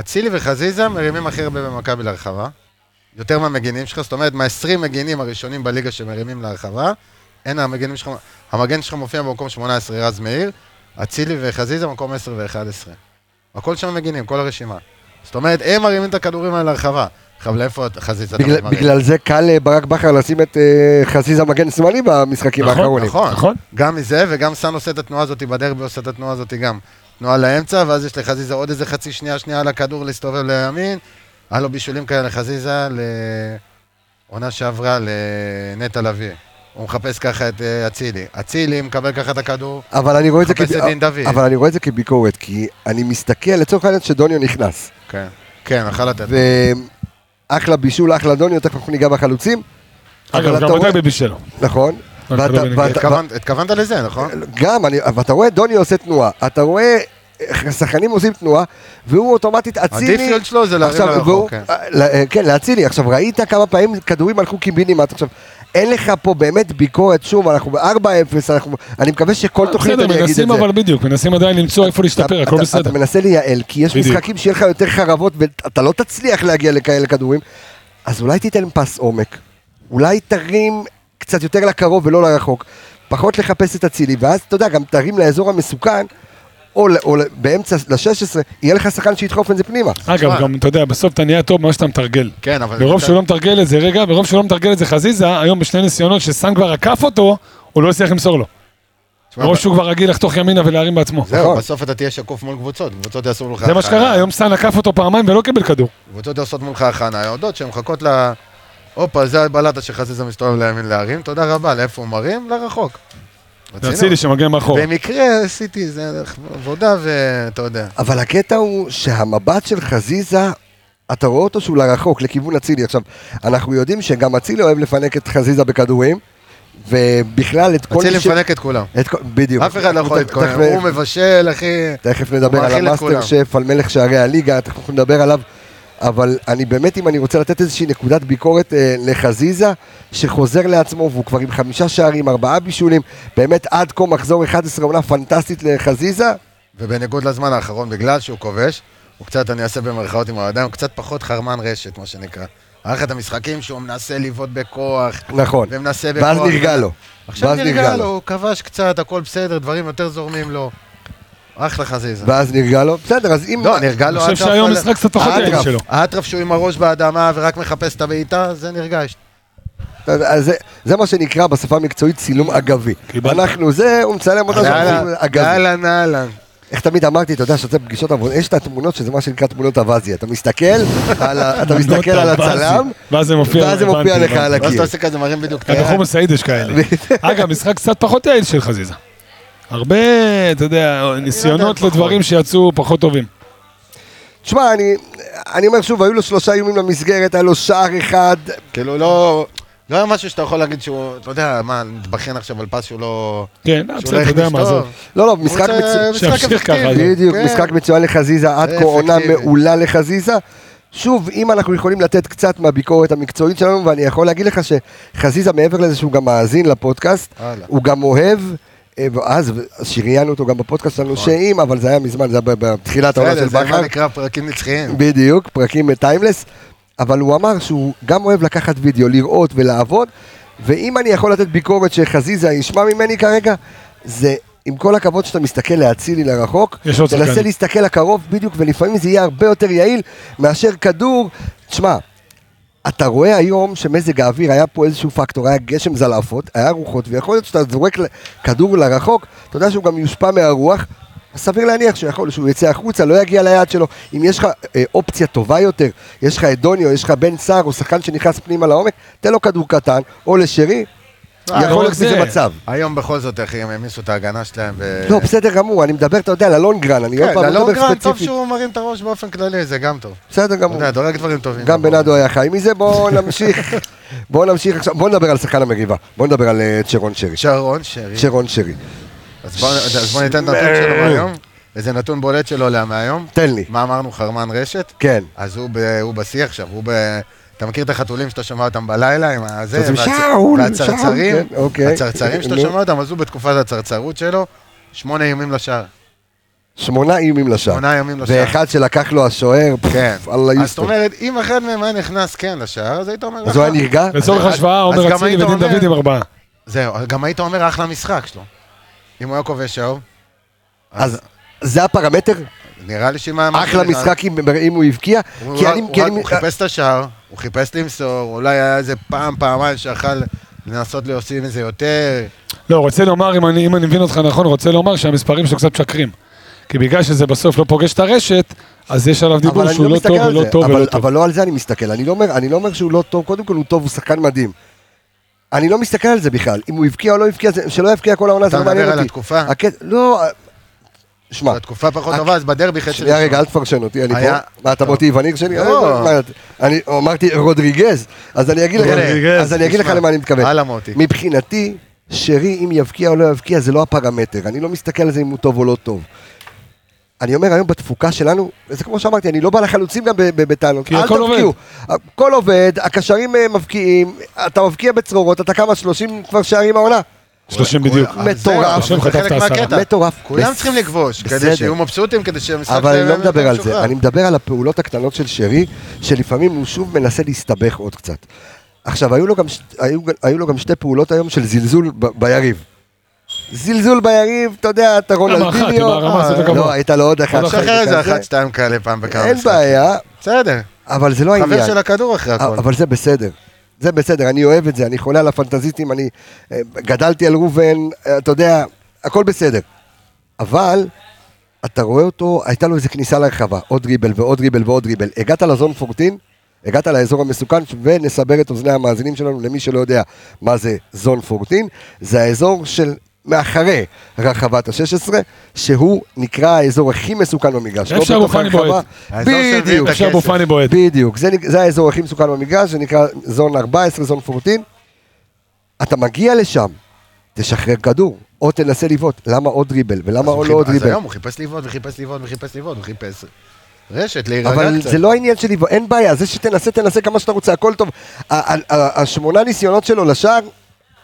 [SPEAKER 2] אצילי וחזיזה מרימים הכי הרבה במכבי להרחבה. יותר מהמגינים שלך, זאת אומרת, מה-20 מגינים הראשונים בליגה שמרימים להרחבה, אין המגינים שלך, המגן שלך מופיע במקום 18, רז מאיר, אצילי וחזיזה במקום 10 ו-11. הכל שם מגינים, כל הרשימה. זאת אומרת, הם מרימים את הכדורים האלה להרחבה. עכשיו, לאיפה את- חזיזה אתה
[SPEAKER 1] בגלל-
[SPEAKER 2] מרים?
[SPEAKER 1] בגלל זה קל אה, ברק בכר לשים את אה, חזיזה מגן שמאלי במשחקים
[SPEAKER 5] נכון,
[SPEAKER 1] האחרונים.
[SPEAKER 2] נכון,
[SPEAKER 5] נכון.
[SPEAKER 2] גם מזה, וגם סאן עושה את התנועה הזאת בדרבי, עושה את התנועה הזאת גם. תנועה לאמצע, ואז יש לחזיזה עוד איזה חצי שנייה, שנייה על הכדור להסתובב לימין. היה לו בישולים כאלה לחזיזה, לעונה שעברה לנטע לביא. הוא מחפש ככה את אה, אצילי. אצילי מקבל ככה את הכדור.
[SPEAKER 1] אבל אני רואה את זה
[SPEAKER 2] מחפש
[SPEAKER 1] כב-
[SPEAKER 2] את דין דוד.
[SPEAKER 1] אבל אני רואה את זה כביקורת, כי אני מסתכל, לצורך העניין שדוניו נכנס.
[SPEAKER 2] כן. כן, יכול לתת.
[SPEAKER 1] ואחלה בישול, אחלה דוניו, תכף אנחנו ניגע בחלוצים, אבל
[SPEAKER 5] אגב,
[SPEAKER 1] אתה
[SPEAKER 5] גם
[SPEAKER 1] רואה-
[SPEAKER 5] בדרבי בישל.
[SPEAKER 1] נכון?
[SPEAKER 5] לא,
[SPEAKER 1] ואתה-
[SPEAKER 5] אתה לא
[SPEAKER 1] ואתה-
[SPEAKER 2] התכוונת- התכוונת לזה, נכון?
[SPEAKER 1] גם, אני- ואתה רואה דוניו עושה תנועה, אתה רואה איך השחקנים עושים תנועה, והוא אוטומטית אצילי...
[SPEAKER 2] הדיפיולט שלו זה להרים
[SPEAKER 1] עכשיו,
[SPEAKER 2] לרחוק,
[SPEAKER 1] והוא-
[SPEAKER 2] כן.
[SPEAKER 1] אה, לא, אה, כן, להצילי. עכשיו, ראית כמה פעמים כדורים הלכו קיבינימט. עכשיו, אין לך פה באמת ביקורת, שוב, אנחנו ב-4-0, אנחנו- אני מקווה שכל תוכנית
[SPEAKER 5] אה, בסדר,
[SPEAKER 1] אני אגיד את זה.
[SPEAKER 5] מנסים אבל בדיוק, מנסים עדיין למצוא איפה להשתפר,
[SPEAKER 1] אתה-
[SPEAKER 5] הכל
[SPEAKER 1] אתה-
[SPEAKER 5] בסדר.
[SPEAKER 1] אתה מנסה לייעל, כי יש
[SPEAKER 5] בדיוק.
[SPEAKER 1] משחקים שיהיה לך יותר חרבות ואתה לא תצליח להגיע לכאלה כדורים, אז אולי תיתן פס עומק, אולי תרים קצת יותר לקרוב ולא לרחוק, פחות לחפש את אצילי, ואז אתה יודע, גם תרים לאזור המסוכן, או, ל- או ל- באמצע, ל-16, יהיה לך שחקן שידחוף את זה פנימה.
[SPEAKER 5] אגב,
[SPEAKER 2] תשמע.
[SPEAKER 5] גם, אתה יודע, בסוף אתה נהיה טוב ממה שאתה מתרגל.
[SPEAKER 2] כן, אבל...
[SPEAKER 5] ברוב שהוא לא מתרגל את זה, רגע, ברוב שהוא לא מתרגל את זה חזיזה, היום בשני ניסיונות שסאן כבר עקף אותו, הוא לא הצליח למסור לו.
[SPEAKER 2] תשמע,
[SPEAKER 5] ברוב שהוא כבר רגיל לחתוך ימינה ולהרים בעצמו.
[SPEAKER 2] זהו,
[SPEAKER 1] נכון.
[SPEAKER 2] בסוף אתה תהיה שקוף מול קבוצות, קבוצות יעשו לך...
[SPEAKER 5] זה מה שקרה, היום סאן עקף אותו פעמיים ולא קיבל כדור.
[SPEAKER 2] קבוצות עושות מולך הכנה, יודעות שהן מחכות ל... הופה, זה הבלטה שחזיזה מסתובב לימין להרים, תודה רבה, לאיפה הוא מרים? לרחוק.
[SPEAKER 5] ואצילי שמגן מאחור.
[SPEAKER 2] במקרה עשיתי איזה עבודה ואתה יודע.
[SPEAKER 1] אבל הקטע הוא שהמבט של חזיזה, אתה רואה אותו שהוא לרחוק, לכיוון אצילי. עכשיו, אנחנו יודעים שגם אצילי אוהב לפנק את חזיזה בכדורים, ובכלל את כל
[SPEAKER 2] אצילי מפנק את כולם.
[SPEAKER 1] את כל- בדיוק.
[SPEAKER 2] אף אחד לא יכול
[SPEAKER 1] תכף-
[SPEAKER 2] להתכונן,
[SPEAKER 1] תכף-
[SPEAKER 2] הוא מבשל, אחי.
[SPEAKER 1] תכף נדבר
[SPEAKER 2] הוא
[SPEAKER 1] על
[SPEAKER 2] מאכיל את
[SPEAKER 1] המאסטר
[SPEAKER 2] כולם.
[SPEAKER 1] שף, על מלך שערי הליגה, תכף אנחנו נדבר עליו. אבל אני באמת, אם אני רוצה לתת איזושהי נקודת ביקורת אה, לחזיזה, שחוזר לעצמו, והוא כבר עם חמישה שערים, ארבעה בישולים, באמת עד כה מחזור 11 עונה פנטסטית לחזיזה,
[SPEAKER 2] ובניגוד לזמן האחרון, בגלל שהוא כובש, הוא קצת, אני אעשה במרכאות עם הידיים, הוא קצת פחות חרמן רשת, מה שנקרא. היה לך את המשחקים שהוא מנסה לבעוט בכוח,
[SPEAKER 1] נכון.
[SPEAKER 2] ומנסה בכוח.
[SPEAKER 1] ואז נרגע לו.
[SPEAKER 2] עכשיו
[SPEAKER 1] ואז
[SPEAKER 2] נרגע לו, הוא כבש קצת, הכל בסדר, דברים יותר זורמים לו. אחלה חזיזה.
[SPEAKER 1] ואז נרגע לו, בסדר, אז אם...
[SPEAKER 2] לא, נרגע
[SPEAKER 5] אני
[SPEAKER 2] לו
[SPEAKER 5] חושב
[SPEAKER 2] האטרף
[SPEAKER 5] שהיום
[SPEAKER 2] על-
[SPEAKER 5] משחק קצת פחות
[SPEAKER 1] האטרף.
[SPEAKER 5] יעיל שלו.
[SPEAKER 2] האטרף שהוא עם הראש באדמה ורק מחפש את הבעיטה, זה נרגש.
[SPEAKER 1] אז זה- זה מה שנקרא בשפה המקצועית צילום אגבי.
[SPEAKER 5] קיבלת.
[SPEAKER 1] אנחנו זה, הוא מצלם אותנו, אנחנו אגבי.
[SPEAKER 2] אהלן, אהלן.
[SPEAKER 1] איך תמיד אמרתי, אתה יודע, שאתה בפגישות עבודה, יש את התמונות שזה מה שנקרא תמונות הוואזי. אתה מסתכל על ה- אתה מסתכל על
[SPEAKER 5] ואז-
[SPEAKER 1] הצלם,
[SPEAKER 5] ואז זה מופיע
[SPEAKER 1] ואז זה
[SPEAKER 5] הבנתי,
[SPEAKER 1] מופיע לך
[SPEAKER 5] הבנתי.
[SPEAKER 1] על הקיר.
[SPEAKER 2] ואז אתה עושה כזה, מרים בדיוק את היד.
[SPEAKER 5] אנחנו מסיידש כאלה.
[SPEAKER 1] [laughs]
[SPEAKER 5] אגב, משחק קצת פחות יעיל של חזיזה. הרבה, אתה יודע,
[SPEAKER 1] לא
[SPEAKER 5] ניסיונות
[SPEAKER 2] פחות.
[SPEAKER 5] לדברים שיצאו פחות טובים.
[SPEAKER 1] תשמע, אני- אני אומר שוב, היו לו שלושה איומים למסגרת, היה לו שער אחד.
[SPEAKER 2] כאילו, לא... לא היה משהו שאתה יכול להגיד שהוא, אתה יודע, מה, נתבכיין עכשיו על פס שהוא לא...
[SPEAKER 5] כן,
[SPEAKER 2] שהוא
[SPEAKER 5] בסדר,
[SPEAKER 2] לא
[SPEAKER 5] אתה יודע
[SPEAKER 2] הכניס
[SPEAKER 5] מה,
[SPEAKER 2] טוב.
[SPEAKER 5] עזוב.
[SPEAKER 1] לא, לא,
[SPEAKER 2] הוא
[SPEAKER 1] משחק
[SPEAKER 2] רוצה
[SPEAKER 1] מצוין.
[SPEAKER 2] משחק
[SPEAKER 5] שימשיך ככה,
[SPEAKER 2] אפקטיבי.
[SPEAKER 5] זה-
[SPEAKER 1] בדיוק,
[SPEAKER 2] כן.
[SPEAKER 1] משחק מצוין לחזיזה, עד
[SPEAKER 2] זה
[SPEAKER 1] כה עונה
[SPEAKER 2] אפקטיבי.
[SPEAKER 1] מעולה לחזיזה. שוב, אם אנחנו יכולים לתת קצת מהביקורת המקצועית שלנו, ואני יכול להגיד לך שחזיזה, מעבר לזה שהוא גם מאזין לפודקאסט,
[SPEAKER 2] וואלה.
[SPEAKER 1] הוא גם אוהב, אה, ואז שריינו אותו גם בפודקאסט שלנו, שאם, אבל זה היה מזמן, זה היה ב- בתחילת העונה של
[SPEAKER 2] נכון. בסדר, זה
[SPEAKER 1] בכר.
[SPEAKER 2] מה נקרא פרקים
[SPEAKER 5] כן.
[SPEAKER 2] נצחיים.
[SPEAKER 1] בדיוק, פרקים טיימלס, אבל הוא אמר שהוא גם אוהב לקחת וידאו, לראות ולעבוד, ואם אני יכול לתת ביקורת שחזיזה ישמע ממני כרגע, זה... עם כל הכבוד שאתה מסתכל להצילי לרחוק,
[SPEAKER 5] יש עוד
[SPEAKER 1] תנסה
[SPEAKER 5] שחקנים.
[SPEAKER 1] להסתכל לקרוב בדיוק, ולפעמים זה יהיה הרבה יותר יעיל מאשר כדור. תשמע, אתה רואה היום שמזג האוויר היה פה איזשהו פקטור, היה גשם זלעפות, היה רוחות, ויכול להיות שאתה זורק ל- כדור לרחוק, אתה יודע שהוא גם יושפע מהרוח, סביר להניח שהוא יכול, שהוא יצא החוצה, לא יגיע ליעד שלו. אם יש לך אה, אופציה טובה יותר, יש לך את דוניו, יש לך בן סער או שחקן שנכנס פנימה לעומק, תן לו כדור קטן, או לשרי,
[SPEAKER 2] אה, לא
[SPEAKER 1] יכול להיות
[SPEAKER 5] זה.
[SPEAKER 1] מזה מצב.
[SPEAKER 2] היום בכל זאת, איך הם העמיסו את ההגנה שלהם. ו-
[SPEAKER 1] לא, בסדר גמור, אני מדבר, אתה יודע, ללונגרן, אני עוד
[SPEAKER 2] כן,
[SPEAKER 1] פעם לא מדבר
[SPEAKER 2] ללונגרן טוב
[SPEAKER 1] ספציפית.
[SPEAKER 2] שהוא מרים את הראש באופן כללי, זה גם טוב.
[SPEAKER 1] בסדר
[SPEAKER 2] אתה
[SPEAKER 1] גמור.
[SPEAKER 2] יודע, אתה רואה רק דברים טובים.
[SPEAKER 1] גם בנאדו היה חי מזה, בואו נמשיך. בואו נמשיך עכשיו, בואו נדבר על שחקן המריבה. בואו נדבר על אה, צ'רון שרי.
[SPEAKER 2] שרון שרי.
[SPEAKER 1] צ'רון שרי.
[SPEAKER 2] אז בוא- אז בוא ניתן נתון שלו מהיום. איזה נתון בולט שלו עלה מהיום.
[SPEAKER 1] תן לי.
[SPEAKER 2] מה אמרנו, חרמן רשת?
[SPEAKER 1] כן.
[SPEAKER 2] אז הוא ב- הוא בשיא עכשיו, הוא ב... אתה מכיר את החתולים שאתה שומע אותם בלילה עם הזה?
[SPEAKER 1] אז הם
[SPEAKER 2] והצ-
[SPEAKER 1] שאול,
[SPEAKER 2] והצרצרים?
[SPEAKER 1] שאול, כן, אוקיי.
[SPEAKER 2] הצרצרים שאתה
[SPEAKER 1] נו.
[SPEAKER 2] שומע אותם, אז הוא בתקופת הצרצרות שלו, שמונה איומים לשער.
[SPEAKER 1] שמונה איומים לשער.
[SPEAKER 2] שמונה איומים לשער.
[SPEAKER 1] ואחד שלקח לו השוער,
[SPEAKER 2] כן.
[SPEAKER 1] פפפ, אללה
[SPEAKER 2] אז זאת
[SPEAKER 1] יוסטון.
[SPEAKER 2] אומרת, אם אחד מהם היה נכנס כן לשער, אז היית אומר...
[SPEAKER 1] אז הוא היה
[SPEAKER 2] אחלה.
[SPEAKER 1] נרגע?
[SPEAKER 5] לצורך
[SPEAKER 2] אז-
[SPEAKER 5] השוואה,
[SPEAKER 2] אז גם
[SPEAKER 5] עומר אצילי
[SPEAKER 2] היית
[SPEAKER 5] ודין
[SPEAKER 2] אומר-
[SPEAKER 5] דוד עם ארבעה.
[SPEAKER 2] זהו, גם היית אומר אחלה משחק שלו. אם הוא היה כובש שער,
[SPEAKER 1] אז זה הפרמטר?
[SPEAKER 2] נראה לי שאם היה...
[SPEAKER 1] אחלה
[SPEAKER 2] מתחיל-
[SPEAKER 1] משחק אם אם הוא הבקיע?
[SPEAKER 2] הוא
[SPEAKER 1] כי
[SPEAKER 2] רק-
[SPEAKER 1] אני...
[SPEAKER 2] הוא
[SPEAKER 1] כי
[SPEAKER 2] רק-
[SPEAKER 1] אני-
[SPEAKER 2] הוא חיפש את השער, הוא חיפש למסור, אולי היה איזה פעם, פעמיים שיכל לנסות להוסיף מזה יותר.
[SPEAKER 5] לא, רוצה לומר, אם אני, אם אני מבין אותך נכון, רוצה לומר שהמספרים שלו קצת משקרים. כי בגלל שזה בסוף לא פוגש את הרשת, אז יש עליו
[SPEAKER 1] אבל
[SPEAKER 5] דיבור
[SPEAKER 1] אני
[SPEAKER 5] שהוא לא
[SPEAKER 1] מסתכל
[SPEAKER 5] טוב
[SPEAKER 1] על
[SPEAKER 5] ולא
[SPEAKER 1] זה.
[SPEAKER 5] טוב
[SPEAKER 1] אבל-
[SPEAKER 5] ולא טוב.
[SPEAKER 1] אבל לא על זה אני מסתכל. אני לא אומר- אני לא אומר שהוא לא טוב, קודם כל הוא טוב, הוא שחקן מדהים. אני לא מסתכל על זה בכלל. אם הוא הבקיע או לא הבקיע, זה- שלא יבקיע כל העונה,
[SPEAKER 2] אתה
[SPEAKER 1] זה לא מעניין אותי.
[SPEAKER 2] מדבר על התקופה?
[SPEAKER 1] הקט- לא... אה, שמע,
[SPEAKER 2] בתקופה פחות
[SPEAKER 1] הק-
[SPEAKER 2] טובה, אז בדרבי חצי
[SPEAKER 1] אה, שנייה רגע, אל תפרשן אותי, אני פה.
[SPEAKER 2] היה-
[SPEAKER 1] מה, אתה
[SPEAKER 2] טוב.
[SPEAKER 1] מוטי וניר שלי?
[SPEAKER 2] לא.
[SPEAKER 1] אה, מה, את- אני אמרתי רודריגז, אז אני אגיד לך-
[SPEAKER 2] רודריגז,
[SPEAKER 1] אז אני אגיד לך
[SPEAKER 2] תשמע.
[SPEAKER 1] למה אני מתכוון.
[SPEAKER 2] הלאה, מוטי.
[SPEAKER 1] מבחינתי, שרי, אם יבקיע או לא יבקיע, זה לא הפרמטר. אני לא מסתכל על זה אם הוא טוב או לא טוב. אני אומר היום בתפוקה שלנו, זה כמו שאמרתי, אני לא בא לחלוצים גם ב- ב- בטענות,
[SPEAKER 5] כי
[SPEAKER 1] אל
[SPEAKER 5] הכל
[SPEAKER 1] תבקיעו. הכל עובד, הקשרים אה, מבקיעים, אתה מבקיע בצרורות, אתה כמה 30 כבר שערים העונה.
[SPEAKER 5] 30 בדיוק.
[SPEAKER 1] כולם- מטורף.
[SPEAKER 5] השם חטף את העשרה.
[SPEAKER 2] העשרה.
[SPEAKER 1] מטורף.
[SPEAKER 2] כולם
[SPEAKER 1] בס-
[SPEAKER 2] צריכים לכבוש,
[SPEAKER 1] בסדר.
[SPEAKER 2] כדי שיהיו מבסוטים, כדי שהמשחק...
[SPEAKER 1] אבל
[SPEAKER 2] יהיה
[SPEAKER 1] אני לא
[SPEAKER 2] באמת
[SPEAKER 1] מדבר על
[SPEAKER 2] משוחרר.
[SPEAKER 1] זה, אני מדבר על הפעולות הקטנות של שרי, שלפעמים הוא שוב מנסה להסתבך עוד קצת. עכשיו, היו לו גם, ש- היו, היו לו גם שתי פעולות היום של זלזול ב, ביריב. זלזול ביריב, אתה יודע, אתה
[SPEAKER 5] אחת, עם
[SPEAKER 1] רונלדיניו.
[SPEAKER 5] הרמה הזאת
[SPEAKER 1] אה,
[SPEAKER 5] הגבוה.
[SPEAKER 1] לא, הייתה לו עוד אחת.
[SPEAKER 5] עוד אחת.
[SPEAKER 2] שחרר איזה
[SPEAKER 1] כזה.
[SPEAKER 2] אחת, שתיים כאלה פעם בכמה
[SPEAKER 1] אין
[SPEAKER 2] משחקים.
[SPEAKER 1] בעיה,
[SPEAKER 2] בסדר,
[SPEAKER 1] אבל זה לא העניין. אה,
[SPEAKER 2] חבר של הכדור אחרי הכל.
[SPEAKER 1] אבל זה בסדר. זה בסדר, אני אוהב את זה, אני חולה על הפנטזיסטים, אני אה, גדלתי על ראובן, אה, אתה יודע, הכל בסדר. אבל אתה רואה אותו, הייתה לו איזה כניסה לרחבה, עוד דריבל ועוד דריבל ועוד דריבל. הגעת לזון 14, הגעת לאזור המסוכן, ונסבר את אוזני המאזינים שלנו, למי שלא יודע מה זה זון 14, זה האזור של מאחרי רחבת ה-16, שהוא נקרא האזור הכי מסוכן במגרש. לא
[SPEAKER 5] איפה שאבו פאני
[SPEAKER 1] הרחבה.
[SPEAKER 5] בועט.
[SPEAKER 2] האזור שהביא את
[SPEAKER 1] בדיוק.
[SPEAKER 5] עכשיו
[SPEAKER 2] הכסף.
[SPEAKER 5] אבו פאני בועט.
[SPEAKER 1] בדיוק, זה, נק- זה האזור הכי מסוכן במגרש, זה נקרא זון 14, זון 14. אתה מגיע לשם, תשחרר כדור, או תנסה לבעוט, למה עוד דריבל, ולמה
[SPEAKER 2] אז הוא
[SPEAKER 1] עוד לא
[SPEAKER 2] חיפ-
[SPEAKER 1] עוד
[SPEAKER 2] אז
[SPEAKER 1] דריבל.
[SPEAKER 2] היום הוא חיפש לבעוט וחיפש לבעוט וחיפש לבעוט וחיפש רשת, להירגע
[SPEAKER 1] אבל
[SPEAKER 2] קצת.
[SPEAKER 1] זה לא העניין שלי, אין בעיה, זה שתנסה, תנסה כמה שאתה רוצה, הכל טוב. ה- ה- ה- השמונה ניסיונות שלו לשער,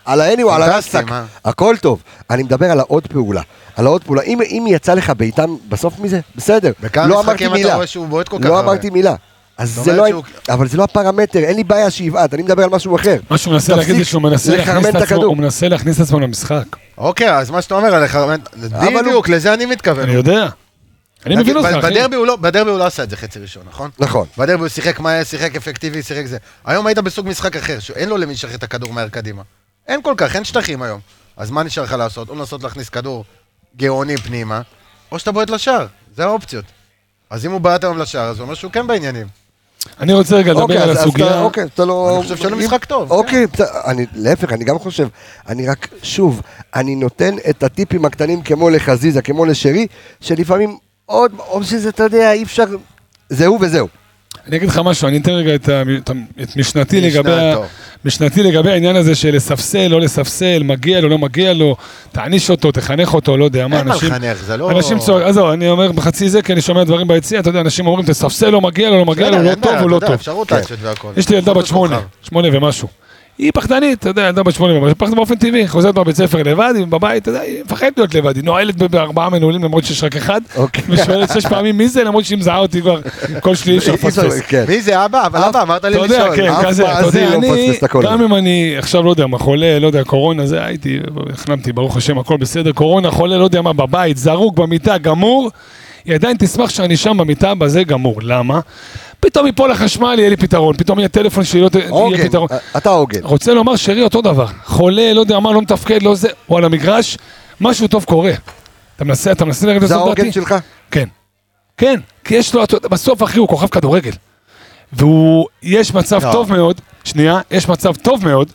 [SPEAKER 1] על העני או על
[SPEAKER 2] פנטסטי,
[SPEAKER 1] הרסק,
[SPEAKER 2] מה?
[SPEAKER 1] הכל טוב. אני מדבר על העוד פעולה. על העוד פעולה, אם, אם יצא לך בעיטה בסוף מזה, בסדר.
[SPEAKER 2] בכמה
[SPEAKER 1] לא אמרתי
[SPEAKER 2] משחקים אתה
[SPEAKER 1] מילה.
[SPEAKER 2] רואה שהוא בועט כל כך
[SPEAKER 1] לא
[SPEAKER 2] הרבה?
[SPEAKER 1] אמרתי מילה. אז
[SPEAKER 2] זאת
[SPEAKER 1] זה לא,
[SPEAKER 2] אומרת
[SPEAKER 1] שהוא... אבל זה לא הפרמטר, אין לי בעיה שיבעט, אני מדבר על משהו אחר.
[SPEAKER 5] מה שהוא מנסה להגיד זה
[SPEAKER 1] תפסיק
[SPEAKER 5] שהוא מנסה להכניס
[SPEAKER 1] לחרמן
[SPEAKER 5] את
[SPEAKER 1] את
[SPEAKER 5] עצמו,
[SPEAKER 1] הכדור.
[SPEAKER 5] הוא מנסה להכניס את עצמו למשחק.
[SPEAKER 2] אוקיי, אז מה שאתה אומר עליך,
[SPEAKER 1] הוא-
[SPEAKER 2] בדיוק, לזה אני מתכוון.
[SPEAKER 5] אני יודע. אני מבין אותך, אחי.
[SPEAKER 2] בדרבי הוא לא- בדרבי הוא לא עשה את זה חצי ראשון, נכון?
[SPEAKER 1] נכון.
[SPEAKER 2] בדרבי הוא שיחק מהר, שיחק אפקטיבי, שיחק זה. היום היית בסוג משחק אחר, שאין לו למי לשחרר את הכדור מהר קדימה. אין כל כך, אין שטחים היום. אז מה נשאר לך לעשות? או לנסות להכניס כדור גאוני פנימה, או שאתה בועט לשער, זה האופציות. אז אם הוא בעט היום לשער, אז הוא אומר שהוא כן בעניינים.
[SPEAKER 5] אני רוצה רגע לדבר
[SPEAKER 1] אוקיי,
[SPEAKER 5] על
[SPEAKER 1] אז- אז אתה-
[SPEAKER 5] הסוגיה.
[SPEAKER 1] אוקיי, אתה לא...
[SPEAKER 2] אני חושב שלא משחק טוב, כן.
[SPEAKER 1] אוקיי, בסדר, אני- להפך, אני גם חושב. אני רק, שוב, אני נותן את הטיפים הקטנים כמו לחזיזה, כמו לשרי, שלפעמים עוד, או שזה, אתה יודע, אי אפשר... זה הוא וזהו.
[SPEAKER 5] אני אגיד לך משהו, אני אתן רגע את, ה- את, ה- את משנתי
[SPEAKER 2] משנה,
[SPEAKER 5] לגבי, ה-
[SPEAKER 2] טוב.
[SPEAKER 5] משנתי לגבי העניין הזה של לספסל, לא לספסל, מגיע לו, לא מגיע לו, תעניש אותו, תחנך אותו, לא יודע מה,
[SPEAKER 2] אין מה
[SPEAKER 5] אנשים...
[SPEAKER 2] לחנך, זה לא...
[SPEAKER 5] אנשים צועק, עזוב, אני אומר בחצי זה, כי אני שומע דברים ביציע, אתה יודע, אנשים אומרים, תספסל, לא מגיע לו, לא מגיע לו,
[SPEAKER 2] בסדר,
[SPEAKER 5] הוא לא
[SPEAKER 2] אין
[SPEAKER 5] טוב,
[SPEAKER 2] בעיה,
[SPEAKER 5] הוא לא
[SPEAKER 2] אתה יודע,
[SPEAKER 5] טוב.
[SPEAKER 2] אפשרות
[SPEAKER 1] כן.
[SPEAKER 2] לעשות והכל.
[SPEAKER 5] יש לי ילדה בת
[SPEAKER 2] אפשרות
[SPEAKER 5] שמונה,
[SPEAKER 2] כוכב.
[SPEAKER 5] שמונה ומשהו. היא פחדנית, אתה יודע, ילדה בת שמונה ומשהו, פחדת באופן טבעי, חוזרת מהבית ספר לבד, היא בבית, אתה יודע, היא מפחדת להיות לבד, היא נועלת ב- בארבעה מנעולים למרות שיש רק אחד,
[SPEAKER 1] אוקיי.
[SPEAKER 5] ושואלת שש פעמים מי זה, למרות שהיא מזהה אותי כבר, כל שלי אי אפשר לפספס.
[SPEAKER 1] כן.
[SPEAKER 2] מי זה אבא? אבל
[SPEAKER 1] אף-
[SPEAKER 2] אבא, אמרת לי
[SPEAKER 5] אתה יודע,
[SPEAKER 2] לשאול.
[SPEAKER 5] כן,
[SPEAKER 1] אף
[SPEAKER 5] כזה, אתה
[SPEAKER 1] מאזין
[SPEAKER 5] יודע,
[SPEAKER 1] לא
[SPEAKER 5] אני,
[SPEAKER 1] מפספס את הכל.
[SPEAKER 5] גם אם אני עכשיו, לא יודע, מה, חולה, לא יודע, קורונה, זה, הייתי, החלמתי, ברוך השם, הכל בסדר, קורונה, חולה, לא יודע מה, בבית, זרוק, במיטה, גמור, היא עדיין תשמח שאני שם במיטה, בזה גמור, למה? פתאום ייפול החשמל, יהיה לי פתרון, פתאום יהיה טלפון שלי, לא ת- יהיה
[SPEAKER 1] עוגן,
[SPEAKER 5] פתרון.
[SPEAKER 1] אתה עוגן.
[SPEAKER 5] רוצה לומר, שרי אותו דבר, חולה, לא יודע מה, לא מתפקד, לא זה, הוא על המגרש, משהו טוב קורה. אתה מנסה, אתה מנסה לרדת
[SPEAKER 1] זה
[SPEAKER 5] לסוף
[SPEAKER 1] העוגן
[SPEAKER 5] דעתי?
[SPEAKER 1] שלך?
[SPEAKER 5] כן. כן, כי יש לו, אתה יודע, בסוף אחי הוא כוכב כדורגל. והוא, יש מצב
[SPEAKER 2] לא.
[SPEAKER 5] טוב מאוד, שנייה, יש מצב טוב מאוד,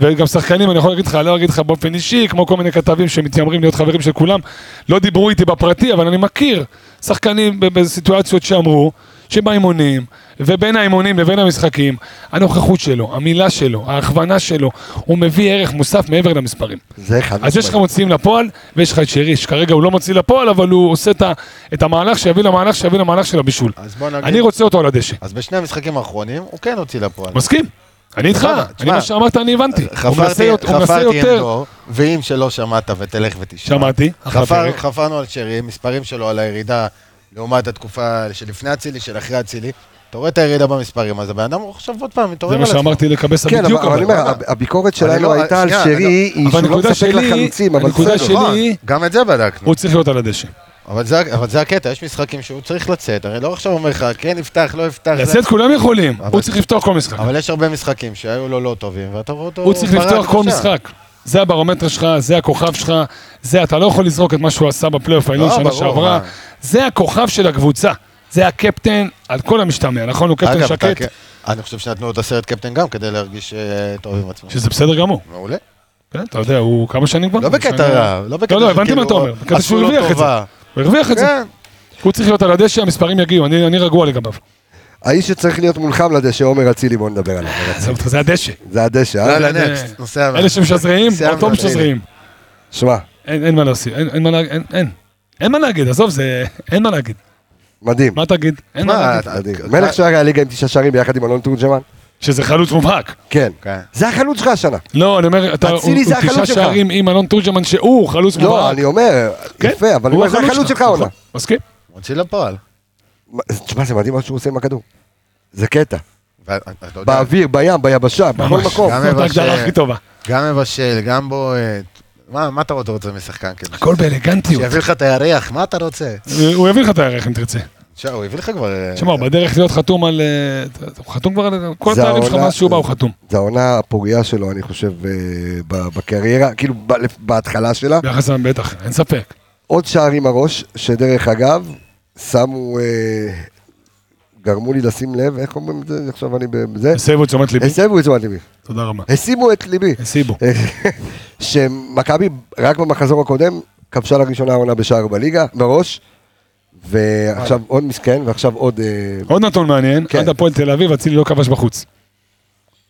[SPEAKER 5] וגם שחקנים, אני יכול להגיד לך, לא אגיד לך באופן אישי, כמו כל מיני כתבים שמתיימרים להיות חברים של כולם, לא דיברו איתי בפרטי, אבל אני מכיר שחקנים ב- בסיטואציות שאמרו, שבאימונים, ובין האימונים לבין המשחקים, הנוכחות שלו, המילה שלו, ההכוונה שלו, הוא מביא ערך מוסף מעבר למספרים.
[SPEAKER 1] זה חד
[SPEAKER 5] אז יש לך מוציאים לפועל, ויש לך את שרי, שכרגע הוא לא מוציא לפועל, אבל הוא עושה את, ה, את המהלך שיביא למהלך שיביא למהלך של הבישול.
[SPEAKER 2] אז בוא נגיד-
[SPEAKER 5] אני רוצה אותו על הדשא.
[SPEAKER 2] אז בשני המשחקים האחרונים, הוא כן הוציא לפועל.
[SPEAKER 5] מסכים? אני איתך,
[SPEAKER 2] סבבה,
[SPEAKER 5] אני
[SPEAKER 2] תשמע.
[SPEAKER 5] מה שאמרת אני הבנתי. הוא מנסה
[SPEAKER 2] חפרתי
[SPEAKER 5] יות- הוא מנסה
[SPEAKER 2] חפרתי עם
[SPEAKER 5] יותר.
[SPEAKER 2] דור, ואם שלא שמעת ותלך ותשמע.
[SPEAKER 5] שמעתי, אחרי
[SPEAKER 2] חפר-
[SPEAKER 5] הפרק.
[SPEAKER 2] חפרנו על שרי, מספרים שלו על הירידה לעומת התקופה שלפני אצילי, של אחרי אצילי. אתה רואה את הירידה במספרים, אז הבן אדם הוא עכשיו עוד פעם, מתעורר
[SPEAKER 5] זה
[SPEAKER 2] על
[SPEAKER 5] מה
[SPEAKER 2] עצמו.
[SPEAKER 5] שאמרתי לקבסה
[SPEAKER 1] כן,
[SPEAKER 5] בדיוק.
[SPEAKER 1] אבל אני
[SPEAKER 5] אבל.
[SPEAKER 1] אומר, הב- הביקורת שלנו
[SPEAKER 2] לא-
[SPEAKER 1] הייתה על
[SPEAKER 2] שנייה, אני
[SPEAKER 1] שרי,
[SPEAKER 2] לא-
[SPEAKER 1] היא
[SPEAKER 5] אבל
[SPEAKER 1] שהוא לא
[SPEAKER 5] הנקודה
[SPEAKER 1] מספק
[SPEAKER 5] שלי-
[SPEAKER 1] לחלוצים, אבל
[SPEAKER 5] הנקודה
[SPEAKER 1] בסדר.
[SPEAKER 5] שלי-
[SPEAKER 2] נכון,
[SPEAKER 5] שלי-
[SPEAKER 2] גם את זה בדקנו.
[SPEAKER 5] הוא צריך להיות על הדשא.
[SPEAKER 2] אבל זה- אבל זה הקטע, יש משחקים שהוא צריך לצאת, הרי לא עכשיו אומר לך, כן יפתח, לא יפתח. זה-
[SPEAKER 5] לצאת כולם יכולים,
[SPEAKER 2] אבל-
[SPEAKER 5] הוא צריך לפתוח כל משחק.
[SPEAKER 2] אבל יש הרבה משחקים שהיו לו לא טובים, ואתה רואה אותו...
[SPEAKER 5] הוא צריך
[SPEAKER 2] ברק
[SPEAKER 5] לפתוח כל
[SPEAKER 2] עכשיו.
[SPEAKER 5] משחק. זה הברומטר שלך, זה הכוכב שלך, זה, אתה לא יכול לזרוק את מה שהוא עשה בפלייאוף העליון
[SPEAKER 2] לא,
[SPEAKER 5] שנה
[SPEAKER 2] ברור,
[SPEAKER 5] שעברה.
[SPEAKER 2] מה.
[SPEAKER 5] זה הכוכב של הקבוצה. זה הקפטן על כל המשתמע, נכון? הוא קפטן
[SPEAKER 2] אגב, אתה
[SPEAKER 5] שקט,
[SPEAKER 2] כ- אני חושב שנתנו לו את הסרט קפטן גם כדי להרגיש אה, טוב עם עצמו.
[SPEAKER 5] שזה בסדר גמור.
[SPEAKER 2] מעולה.
[SPEAKER 5] כן, אתה יודע, הוא כמה שנים כבר?
[SPEAKER 2] לא בקטע רע, לא בקטע
[SPEAKER 5] לא, לא,
[SPEAKER 2] שכאילו
[SPEAKER 5] הבנתי מה אתה אומר. בקטע
[SPEAKER 2] עשו
[SPEAKER 5] שהוא
[SPEAKER 2] לו
[SPEAKER 5] הרוויח את זה.
[SPEAKER 2] טובה.
[SPEAKER 5] הוא הרוויח את זה.
[SPEAKER 2] כן,
[SPEAKER 5] הוא צריך להיות על הדשא, המספרים יגיעו, אני אני רגוע לגביו.
[SPEAKER 1] האיש שצריך להיות מולך על הדשא, עומר אצילי, בוא נדבר עליו.
[SPEAKER 5] עזוב אותך, זה הדשא.
[SPEAKER 1] זה הדשא, אה?
[SPEAKER 2] יאללה,
[SPEAKER 5] אה,
[SPEAKER 2] נקסט, נושא הבא.
[SPEAKER 5] אלה שמשזרעים,
[SPEAKER 2] סיימנו,
[SPEAKER 5] אותו משזרעים.
[SPEAKER 1] שמע,
[SPEAKER 5] אין אין מה להוסיף, אין- אין מה להגיד, אין, אין. אין מה להגיד, עזוב, זה... אין מה להגיד.
[SPEAKER 1] מדהים.
[SPEAKER 5] מה תגיד? אין מה
[SPEAKER 2] מה,
[SPEAKER 5] להגיד.
[SPEAKER 2] אתה-
[SPEAKER 1] מדהים.
[SPEAKER 2] אתה-
[SPEAKER 1] מלך שערי הליגה עם תשעה שערים ביחד עם אלון תורג'מן?
[SPEAKER 5] שזה חלוץ מובהק.
[SPEAKER 1] כן.
[SPEAKER 2] כן.
[SPEAKER 1] זה החלוץ שלך השנה.
[SPEAKER 5] לא, אני אומר, אתה, הוא,
[SPEAKER 1] אצילי
[SPEAKER 5] הוא
[SPEAKER 1] זה החלוץ
[SPEAKER 5] תשעה
[SPEAKER 1] שלך.
[SPEAKER 5] שערים עם אלון תורג'מן שהוא חלוץ מובהק.
[SPEAKER 1] לא, אני אומר,
[SPEAKER 5] כן,
[SPEAKER 1] יפה, אבל אני
[SPEAKER 5] הוא
[SPEAKER 1] אומר, זה החלוץ שלך העונה.
[SPEAKER 5] נכון, מסכים?
[SPEAKER 2] מוציא לפועל.
[SPEAKER 1] מה- תשמע, זה מדהים מה שהוא עושה עם הכדור. זה קטע.
[SPEAKER 2] ואתה- אתה יודע,
[SPEAKER 1] באוויר, בים, ביבשה, בכל
[SPEAKER 5] ממש.
[SPEAKER 1] מקום.
[SPEAKER 2] גם
[SPEAKER 5] זאת
[SPEAKER 2] מבשל.
[SPEAKER 5] ההגדרה הכי טובה.
[SPEAKER 2] גם מבשל, גם בועט. מה מה אתה עוד רוצה משחקן כזה?
[SPEAKER 5] הכל באלגנטיות.
[SPEAKER 2] שיביא לך את הירח, מה אתה רוצה?
[SPEAKER 5] הוא יביא לך את הערך אם תרצה.
[SPEAKER 2] תשמע, הוא הביא לך כבר... אה,
[SPEAKER 5] תשמע, הוא בדרך להיות חתום על... אה, אתה- הוא חתום כבר על... כל
[SPEAKER 1] זה
[SPEAKER 5] התארים שלך
[SPEAKER 1] העונה-
[SPEAKER 5] מאז שהוא בא הוא חתום.
[SPEAKER 1] זה העונה הפורייה שלו, אני חושב, אה, ב- בקריירה, כאילו ב- בהתחלה שלה.
[SPEAKER 5] ביחס אליו בטח, אין ספק.
[SPEAKER 1] אה, עוד שער עם הראש, שדרך אגב, שמו, אה, גרמו לי לשים לב, איך אומרים את זה? עכשיו אני בזה.
[SPEAKER 5] הסבו את תשומת ליבי.
[SPEAKER 1] הסבו את תשומת ליבי.
[SPEAKER 5] תודה רבה.
[SPEAKER 1] השימו את ליבי.
[SPEAKER 5] הסיבו.
[SPEAKER 1] אה, [laughs] שמכבי רק במחזור הקודם כבשה לראשונה העונה בשער בליגה, בראש, ועכשיו עוד מסכן, ועכשיו עוד... אה,
[SPEAKER 5] עוד נתון מעניין,
[SPEAKER 1] כן.
[SPEAKER 5] עד הפועל תל אביב אצילי לא כבש בחוץ.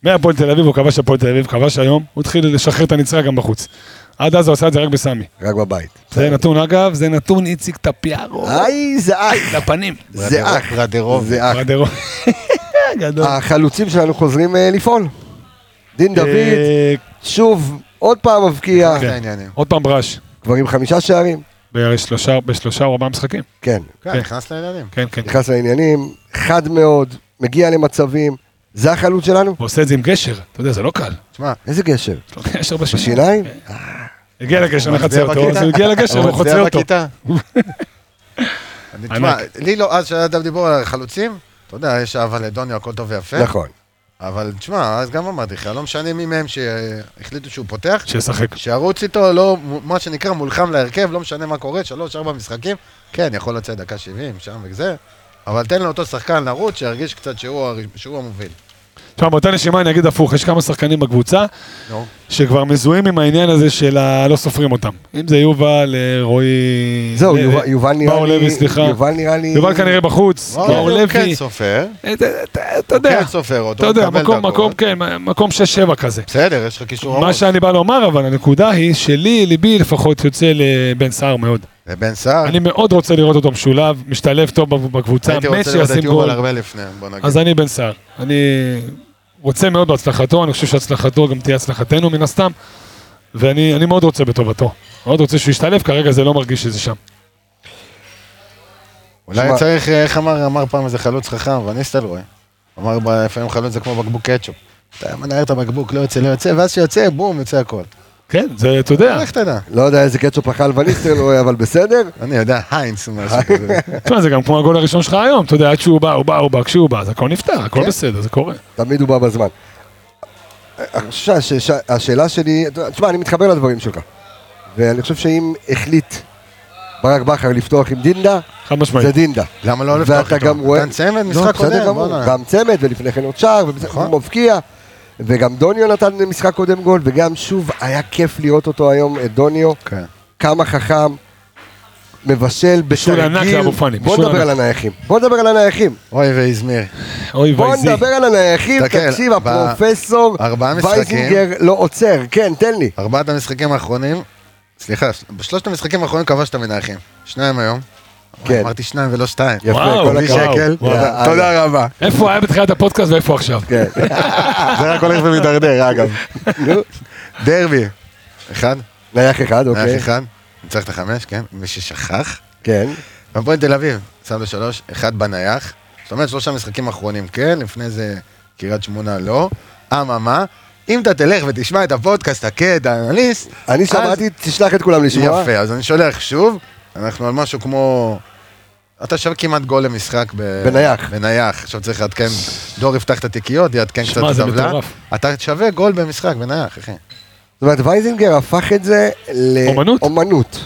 [SPEAKER 5] מהפועל תל אביב הוא כבש הפועל תל אביב, כבש היום, הוא התחיל לשחרר את הנצרה גם בחוץ. עד אז הוא עשה את זה רק בסמי.
[SPEAKER 1] רק בבית.
[SPEAKER 5] זה נתון, אגב, זה נתון איציק טפיארו.
[SPEAKER 1] איי, זה אח,
[SPEAKER 5] לפנים.
[SPEAKER 1] זה אח,
[SPEAKER 2] ברדרוב.
[SPEAKER 1] זה אח.
[SPEAKER 5] ברדרו. גדול.
[SPEAKER 1] החלוצים שלנו חוזרים אה, לפעול. דין אה, דוד, אה,
[SPEAKER 5] אה,
[SPEAKER 1] שוב, עוד פעם מבקיע,
[SPEAKER 2] זה
[SPEAKER 5] כן.
[SPEAKER 2] העניינים.
[SPEAKER 5] עוד פעם ברש,
[SPEAKER 1] כבר עם חמישה שערים.
[SPEAKER 5] בשלושה- בשלושה או ארבעה משחקים.
[SPEAKER 1] כן,
[SPEAKER 2] כן, נכנס לעניינים.
[SPEAKER 5] כן, כן.
[SPEAKER 1] נכנס לעניינים, חד מאוד, מגיע למצבים, זה החלוץ שלנו?
[SPEAKER 5] הוא עושה את זה עם גשר, אתה יודע, זה לא קל.
[SPEAKER 2] תשמע,
[SPEAKER 1] איזה גשר?
[SPEAKER 5] יש לו גשר
[SPEAKER 1] בשיניים?
[SPEAKER 5] בשיניים. הגיע לגשר, מחצה
[SPEAKER 2] מצביע
[SPEAKER 5] אותו, אז
[SPEAKER 2] בכיתה.
[SPEAKER 5] הוא הגיע לגשר
[SPEAKER 2] הוא
[SPEAKER 5] והוא
[SPEAKER 2] מצביע
[SPEAKER 5] חוצה אותו. [laughs]
[SPEAKER 2] בכיתה. אני- תשמע,
[SPEAKER 5] ענק.
[SPEAKER 2] לי לא, אז שהיה דיבור על החלוצים, אתה יודע, יש אהבה לדוניו, הכל טוב ויפה.
[SPEAKER 1] נכון.
[SPEAKER 2] אבל תשמע, אז גם אמרתי לך, לא משנה מי מהם שהחליטו שהוא פותח,
[SPEAKER 5] שישחק.
[SPEAKER 2] שירוץ איתו, לא, מה שנקרא, מולחם להרכב, לא משנה מה קורה, שלוש, ארבע משחקים, כן, יכול לצאת דקה שבעים, שם וזה, אבל תן לאותו שחקן לרוץ, שירגיש קצת שהוא הר- שהוא המוביל.
[SPEAKER 5] כן, תשמע, באותה נשימה אני אגיד הפוך, יש כמה שחקנים בקבוצה
[SPEAKER 2] נו.
[SPEAKER 5] שכבר מזוהים עם העניין הזה של ה- לא סופרים אותם. אם זה יובל, אה, רועי...
[SPEAKER 1] זהו,
[SPEAKER 5] אה,
[SPEAKER 1] יובל-
[SPEAKER 5] אה,
[SPEAKER 1] יובל נראה
[SPEAKER 5] מאור
[SPEAKER 1] לי...
[SPEAKER 5] לוי, סליחה.
[SPEAKER 1] יובל נראה לי...
[SPEAKER 5] יובל כנראה בחוץ, מאור
[SPEAKER 2] הוא כן
[SPEAKER 5] לוי.
[SPEAKER 2] סופר,
[SPEAKER 5] אה, אתה- אתה-
[SPEAKER 2] הוא
[SPEAKER 5] אתה יודע,
[SPEAKER 2] כן סופר אותו,
[SPEAKER 5] אתה יודע,
[SPEAKER 2] מקבל אוקיי.
[SPEAKER 5] מקום,
[SPEAKER 2] דקות.
[SPEAKER 5] מקום, כן, מקום 6-7 כזה.
[SPEAKER 2] בסדר, יש לך קישור
[SPEAKER 5] מה
[SPEAKER 2] ארוך.
[SPEAKER 5] שאני בא לומר, אבל הנקודה היא שלי, ליבי לפחות יוצא לבן סער מאוד.
[SPEAKER 2] ובן סער,
[SPEAKER 5] אני מאוד רוצה לראות אותו משולב, משתלב טוב בב- בקבוצה,
[SPEAKER 2] אה. הייתי
[SPEAKER 5] מת
[SPEAKER 2] רוצה לראות את
[SPEAKER 5] שישים גול.
[SPEAKER 2] יובל הרבה כן. לפני, בוא נגיד.
[SPEAKER 5] אז אני בן סער. אני רוצה מאוד בהצלחתו, אני חושב שהצלחתו גם תהיה הצלחתנו מן הסתם, ואני אני מאוד רוצה בטובתו. מאוד רוצה שהוא ישתלב, כרגע זה לא מרגיש שזה שם.
[SPEAKER 2] אולי
[SPEAKER 1] שמע-
[SPEAKER 2] צריך, אה, איך אמר, אמר פעם איזה חלוץ חכם, וניסטלרוי. אמר, "ב- לפעמים חלוץ זה כמו בקבוק קטשופ. אתה מנער את הבקבוק, לא יוצא, לא יוצא, ואז שיוצא, בום, יוצא הכל.
[SPEAKER 5] כן, זה, אתה יודע,
[SPEAKER 2] איך תדע?
[SPEAKER 1] לא יודע איזה קטשופ אכל וניסטרלוי, אבל בסדר.
[SPEAKER 2] אני יודע, היינס, משהו כזה.
[SPEAKER 5] תשמע, זה גם כמו הגול הראשון שלך היום, אתה יודע, עד שהוא בא, הוא בא, הוא בא, כשהוא בא, אז הכל נפתר, הכל
[SPEAKER 1] כן.
[SPEAKER 5] בסדר, זה קורה.
[SPEAKER 1] תמיד הוא בא בזמן. אני חושב שהש- השאלה שלי, תשמע, אני מתחבר לדברים שלך. ואני חושב שאם החליט ברק בכר לפתוח עם דינדה,
[SPEAKER 5] חד משמעית.
[SPEAKER 1] זה דינדה.
[SPEAKER 2] למה לא לפתוח
[SPEAKER 1] ואתה
[SPEAKER 2] איתו?
[SPEAKER 1] גם רואה...
[SPEAKER 2] נתן צמד,
[SPEAKER 1] לא, בסדר
[SPEAKER 2] משחק קודם,
[SPEAKER 1] גמור.
[SPEAKER 2] בואנה. נכון.
[SPEAKER 1] גם צמד, ולפני כן עוד שער, ובסדר, הוא מבקיע. וגם דוניו נתן משחק קודם גול, וגם שוב, היה כיף לראות אותו היום, את דוניו.
[SPEAKER 2] כן.
[SPEAKER 1] כמה חכם, מבשל
[SPEAKER 5] בישול ענק
[SPEAKER 1] בתרגיל.
[SPEAKER 5] לאבו פאני,
[SPEAKER 1] בוא
[SPEAKER 5] בישול
[SPEAKER 1] נדבר
[SPEAKER 5] ענק.
[SPEAKER 1] על הנייחים. בוא נדבר על הנייחים.
[SPEAKER 2] אוי ואיזמיר.
[SPEAKER 5] אוי
[SPEAKER 1] בוא
[SPEAKER 5] וייזי.
[SPEAKER 1] נדבר על הנייחים.
[SPEAKER 2] תסתכל,
[SPEAKER 1] תקשיב,
[SPEAKER 2] ב-
[SPEAKER 1] הפרופסור
[SPEAKER 2] ארבעה משחקים.
[SPEAKER 1] וייזינגר לא עוצר. כן, תן לי.
[SPEAKER 2] ארבעת המשחקים האחרונים, סליחה, בשלושת המשחקים האחרונים כבשת מנחים. שניים היום.
[SPEAKER 1] כן.
[SPEAKER 2] אמרתי שניים ולא שתיים.
[SPEAKER 1] יפה,
[SPEAKER 5] וואו,
[SPEAKER 1] כל
[SPEAKER 2] בלי
[SPEAKER 5] וואו,
[SPEAKER 1] הכבוד.
[SPEAKER 2] שקל.
[SPEAKER 5] וואו.
[SPEAKER 2] תודה- תודה רבה.
[SPEAKER 5] איפה היה בתחילת הפודקאסט ואיפה עכשיו?
[SPEAKER 1] כן.
[SPEAKER 2] [laughs] זה רק הולך ומידרדר, אגב. דרבי. אחד,
[SPEAKER 1] נייח אחד,
[SPEAKER 2] נח
[SPEAKER 1] אוקיי.
[SPEAKER 2] אחד. ניצח את החמש, כן? מי ששכח.
[SPEAKER 1] כן.
[SPEAKER 2] הפועל תל אביב, שם לו שלוש, אחד בנייח. זאת אומרת, שלושה משחקים אחרונים כן, לפני זה קריית שמונה לא. אממה, אם אתה תלך ותשמע את הפודקאסט, הקד, האנליסט...
[SPEAKER 1] אני
[SPEAKER 2] אז-
[SPEAKER 1] שמעתי, תשלח את כולם לשמוע.
[SPEAKER 2] יפה, אז אני שולח שוב, אנחנו על משהו כמו... אתה שווה כמעט גול למשחק ב...
[SPEAKER 1] בנייח.
[SPEAKER 2] בנייח, עכשיו צריך לעדכן, דור יפתח את התיקיות, יעדכן קצת
[SPEAKER 5] שמע,
[SPEAKER 2] את
[SPEAKER 5] זה
[SPEAKER 2] הטבלה.
[SPEAKER 5] מטורף.
[SPEAKER 2] אתה שווה גול במשחק בנייח, אחי.
[SPEAKER 1] זאת אומרת, וייזינגר הפך את זה
[SPEAKER 5] אומנות?
[SPEAKER 1] לאומנות.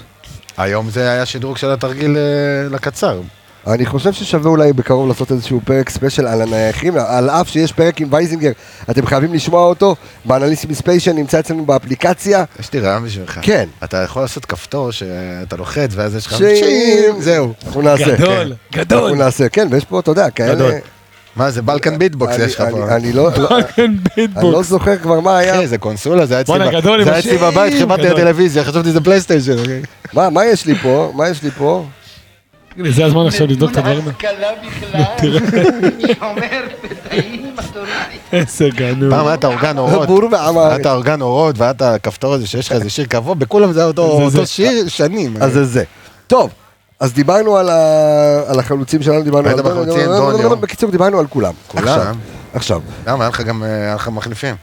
[SPEAKER 2] היום זה היה שדרוג של התרגיל אה, לקצר.
[SPEAKER 1] אני חושב ששווה אולי בקרוב לעשות איזשהו פרק ספיישל על הנייחים, על אף שיש פרק עם וייזינגר, אתם חייבים לשמוע אותו, באנליסטים ספיישל נמצא אצלנו באפליקציה.
[SPEAKER 2] יש לי רעיון בשבילך.
[SPEAKER 1] כן.
[SPEAKER 2] אתה יכול לעשות כפתור שאתה לוחץ ואז יש לך...
[SPEAKER 1] שים,
[SPEAKER 2] זהו.
[SPEAKER 1] אנחנו נעשה.
[SPEAKER 5] גדול,
[SPEAKER 1] כן.
[SPEAKER 5] גדול.
[SPEAKER 1] אנחנו נעשה, כן, ויש פה, אתה יודע, כאלה...
[SPEAKER 5] גדול.
[SPEAKER 2] מה זה בלקן ביטבוקס
[SPEAKER 1] אני-
[SPEAKER 2] יש לך
[SPEAKER 1] אני-
[SPEAKER 2] פה.
[SPEAKER 1] אני לא- לא-
[SPEAKER 5] פאקינג
[SPEAKER 1] אני לא
[SPEAKER 5] ביטבוקס.
[SPEAKER 1] זוכר כבר מה היה.
[SPEAKER 2] אחי, זה קונסולה, זה היה אצלי
[SPEAKER 5] בואנה,
[SPEAKER 2] ב-
[SPEAKER 5] גדול,
[SPEAKER 2] זה היה
[SPEAKER 5] עם
[SPEAKER 2] אצלי בבית,
[SPEAKER 5] השיר.
[SPEAKER 2] חיברתי
[SPEAKER 5] גדול.
[SPEAKER 2] לטלוויזיה, חשבתי זה פלייסטיישן. אחי.
[SPEAKER 1] מה, מה יש לי פה? מה יש לי פה?
[SPEAKER 5] זה הזמן עכשיו לבדוק את הדברים.
[SPEAKER 6] השכלה בכלל, [laughs] היא אומרת, טעים, מטורף.
[SPEAKER 5] איזה גנוב.
[SPEAKER 2] פעם היה את האורגן אורות.
[SPEAKER 1] בור ועמר.
[SPEAKER 2] היה את האורגן אורות והיה את הכפתור הזה שיש לך איזה שיר קבוע, בכולם זה היה אותו
[SPEAKER 5] זה,
[SPEAKER 2] אותו
[SPEAKER 5] זה.
[SPEAKER 2] שיר שנים.
[SPEAKER 1] אז זה זה. טוב, אז דיברנו על ה- על החלוצים שלנו, דיברנו
[SPEAKER 2] ראית
[SPEAKER 1] על... לא,
[SPEAKER 2] בחלוצים, דוניו.
[SPEAKER 1] בקיצור, דיברנו על כולם.
[SPEAKER 2] כולם?
[SPEAKER 1] עכשיו, עכשיו.
[SPEAKER 2] למה, היה לך גם אה, היה לך מחליפים.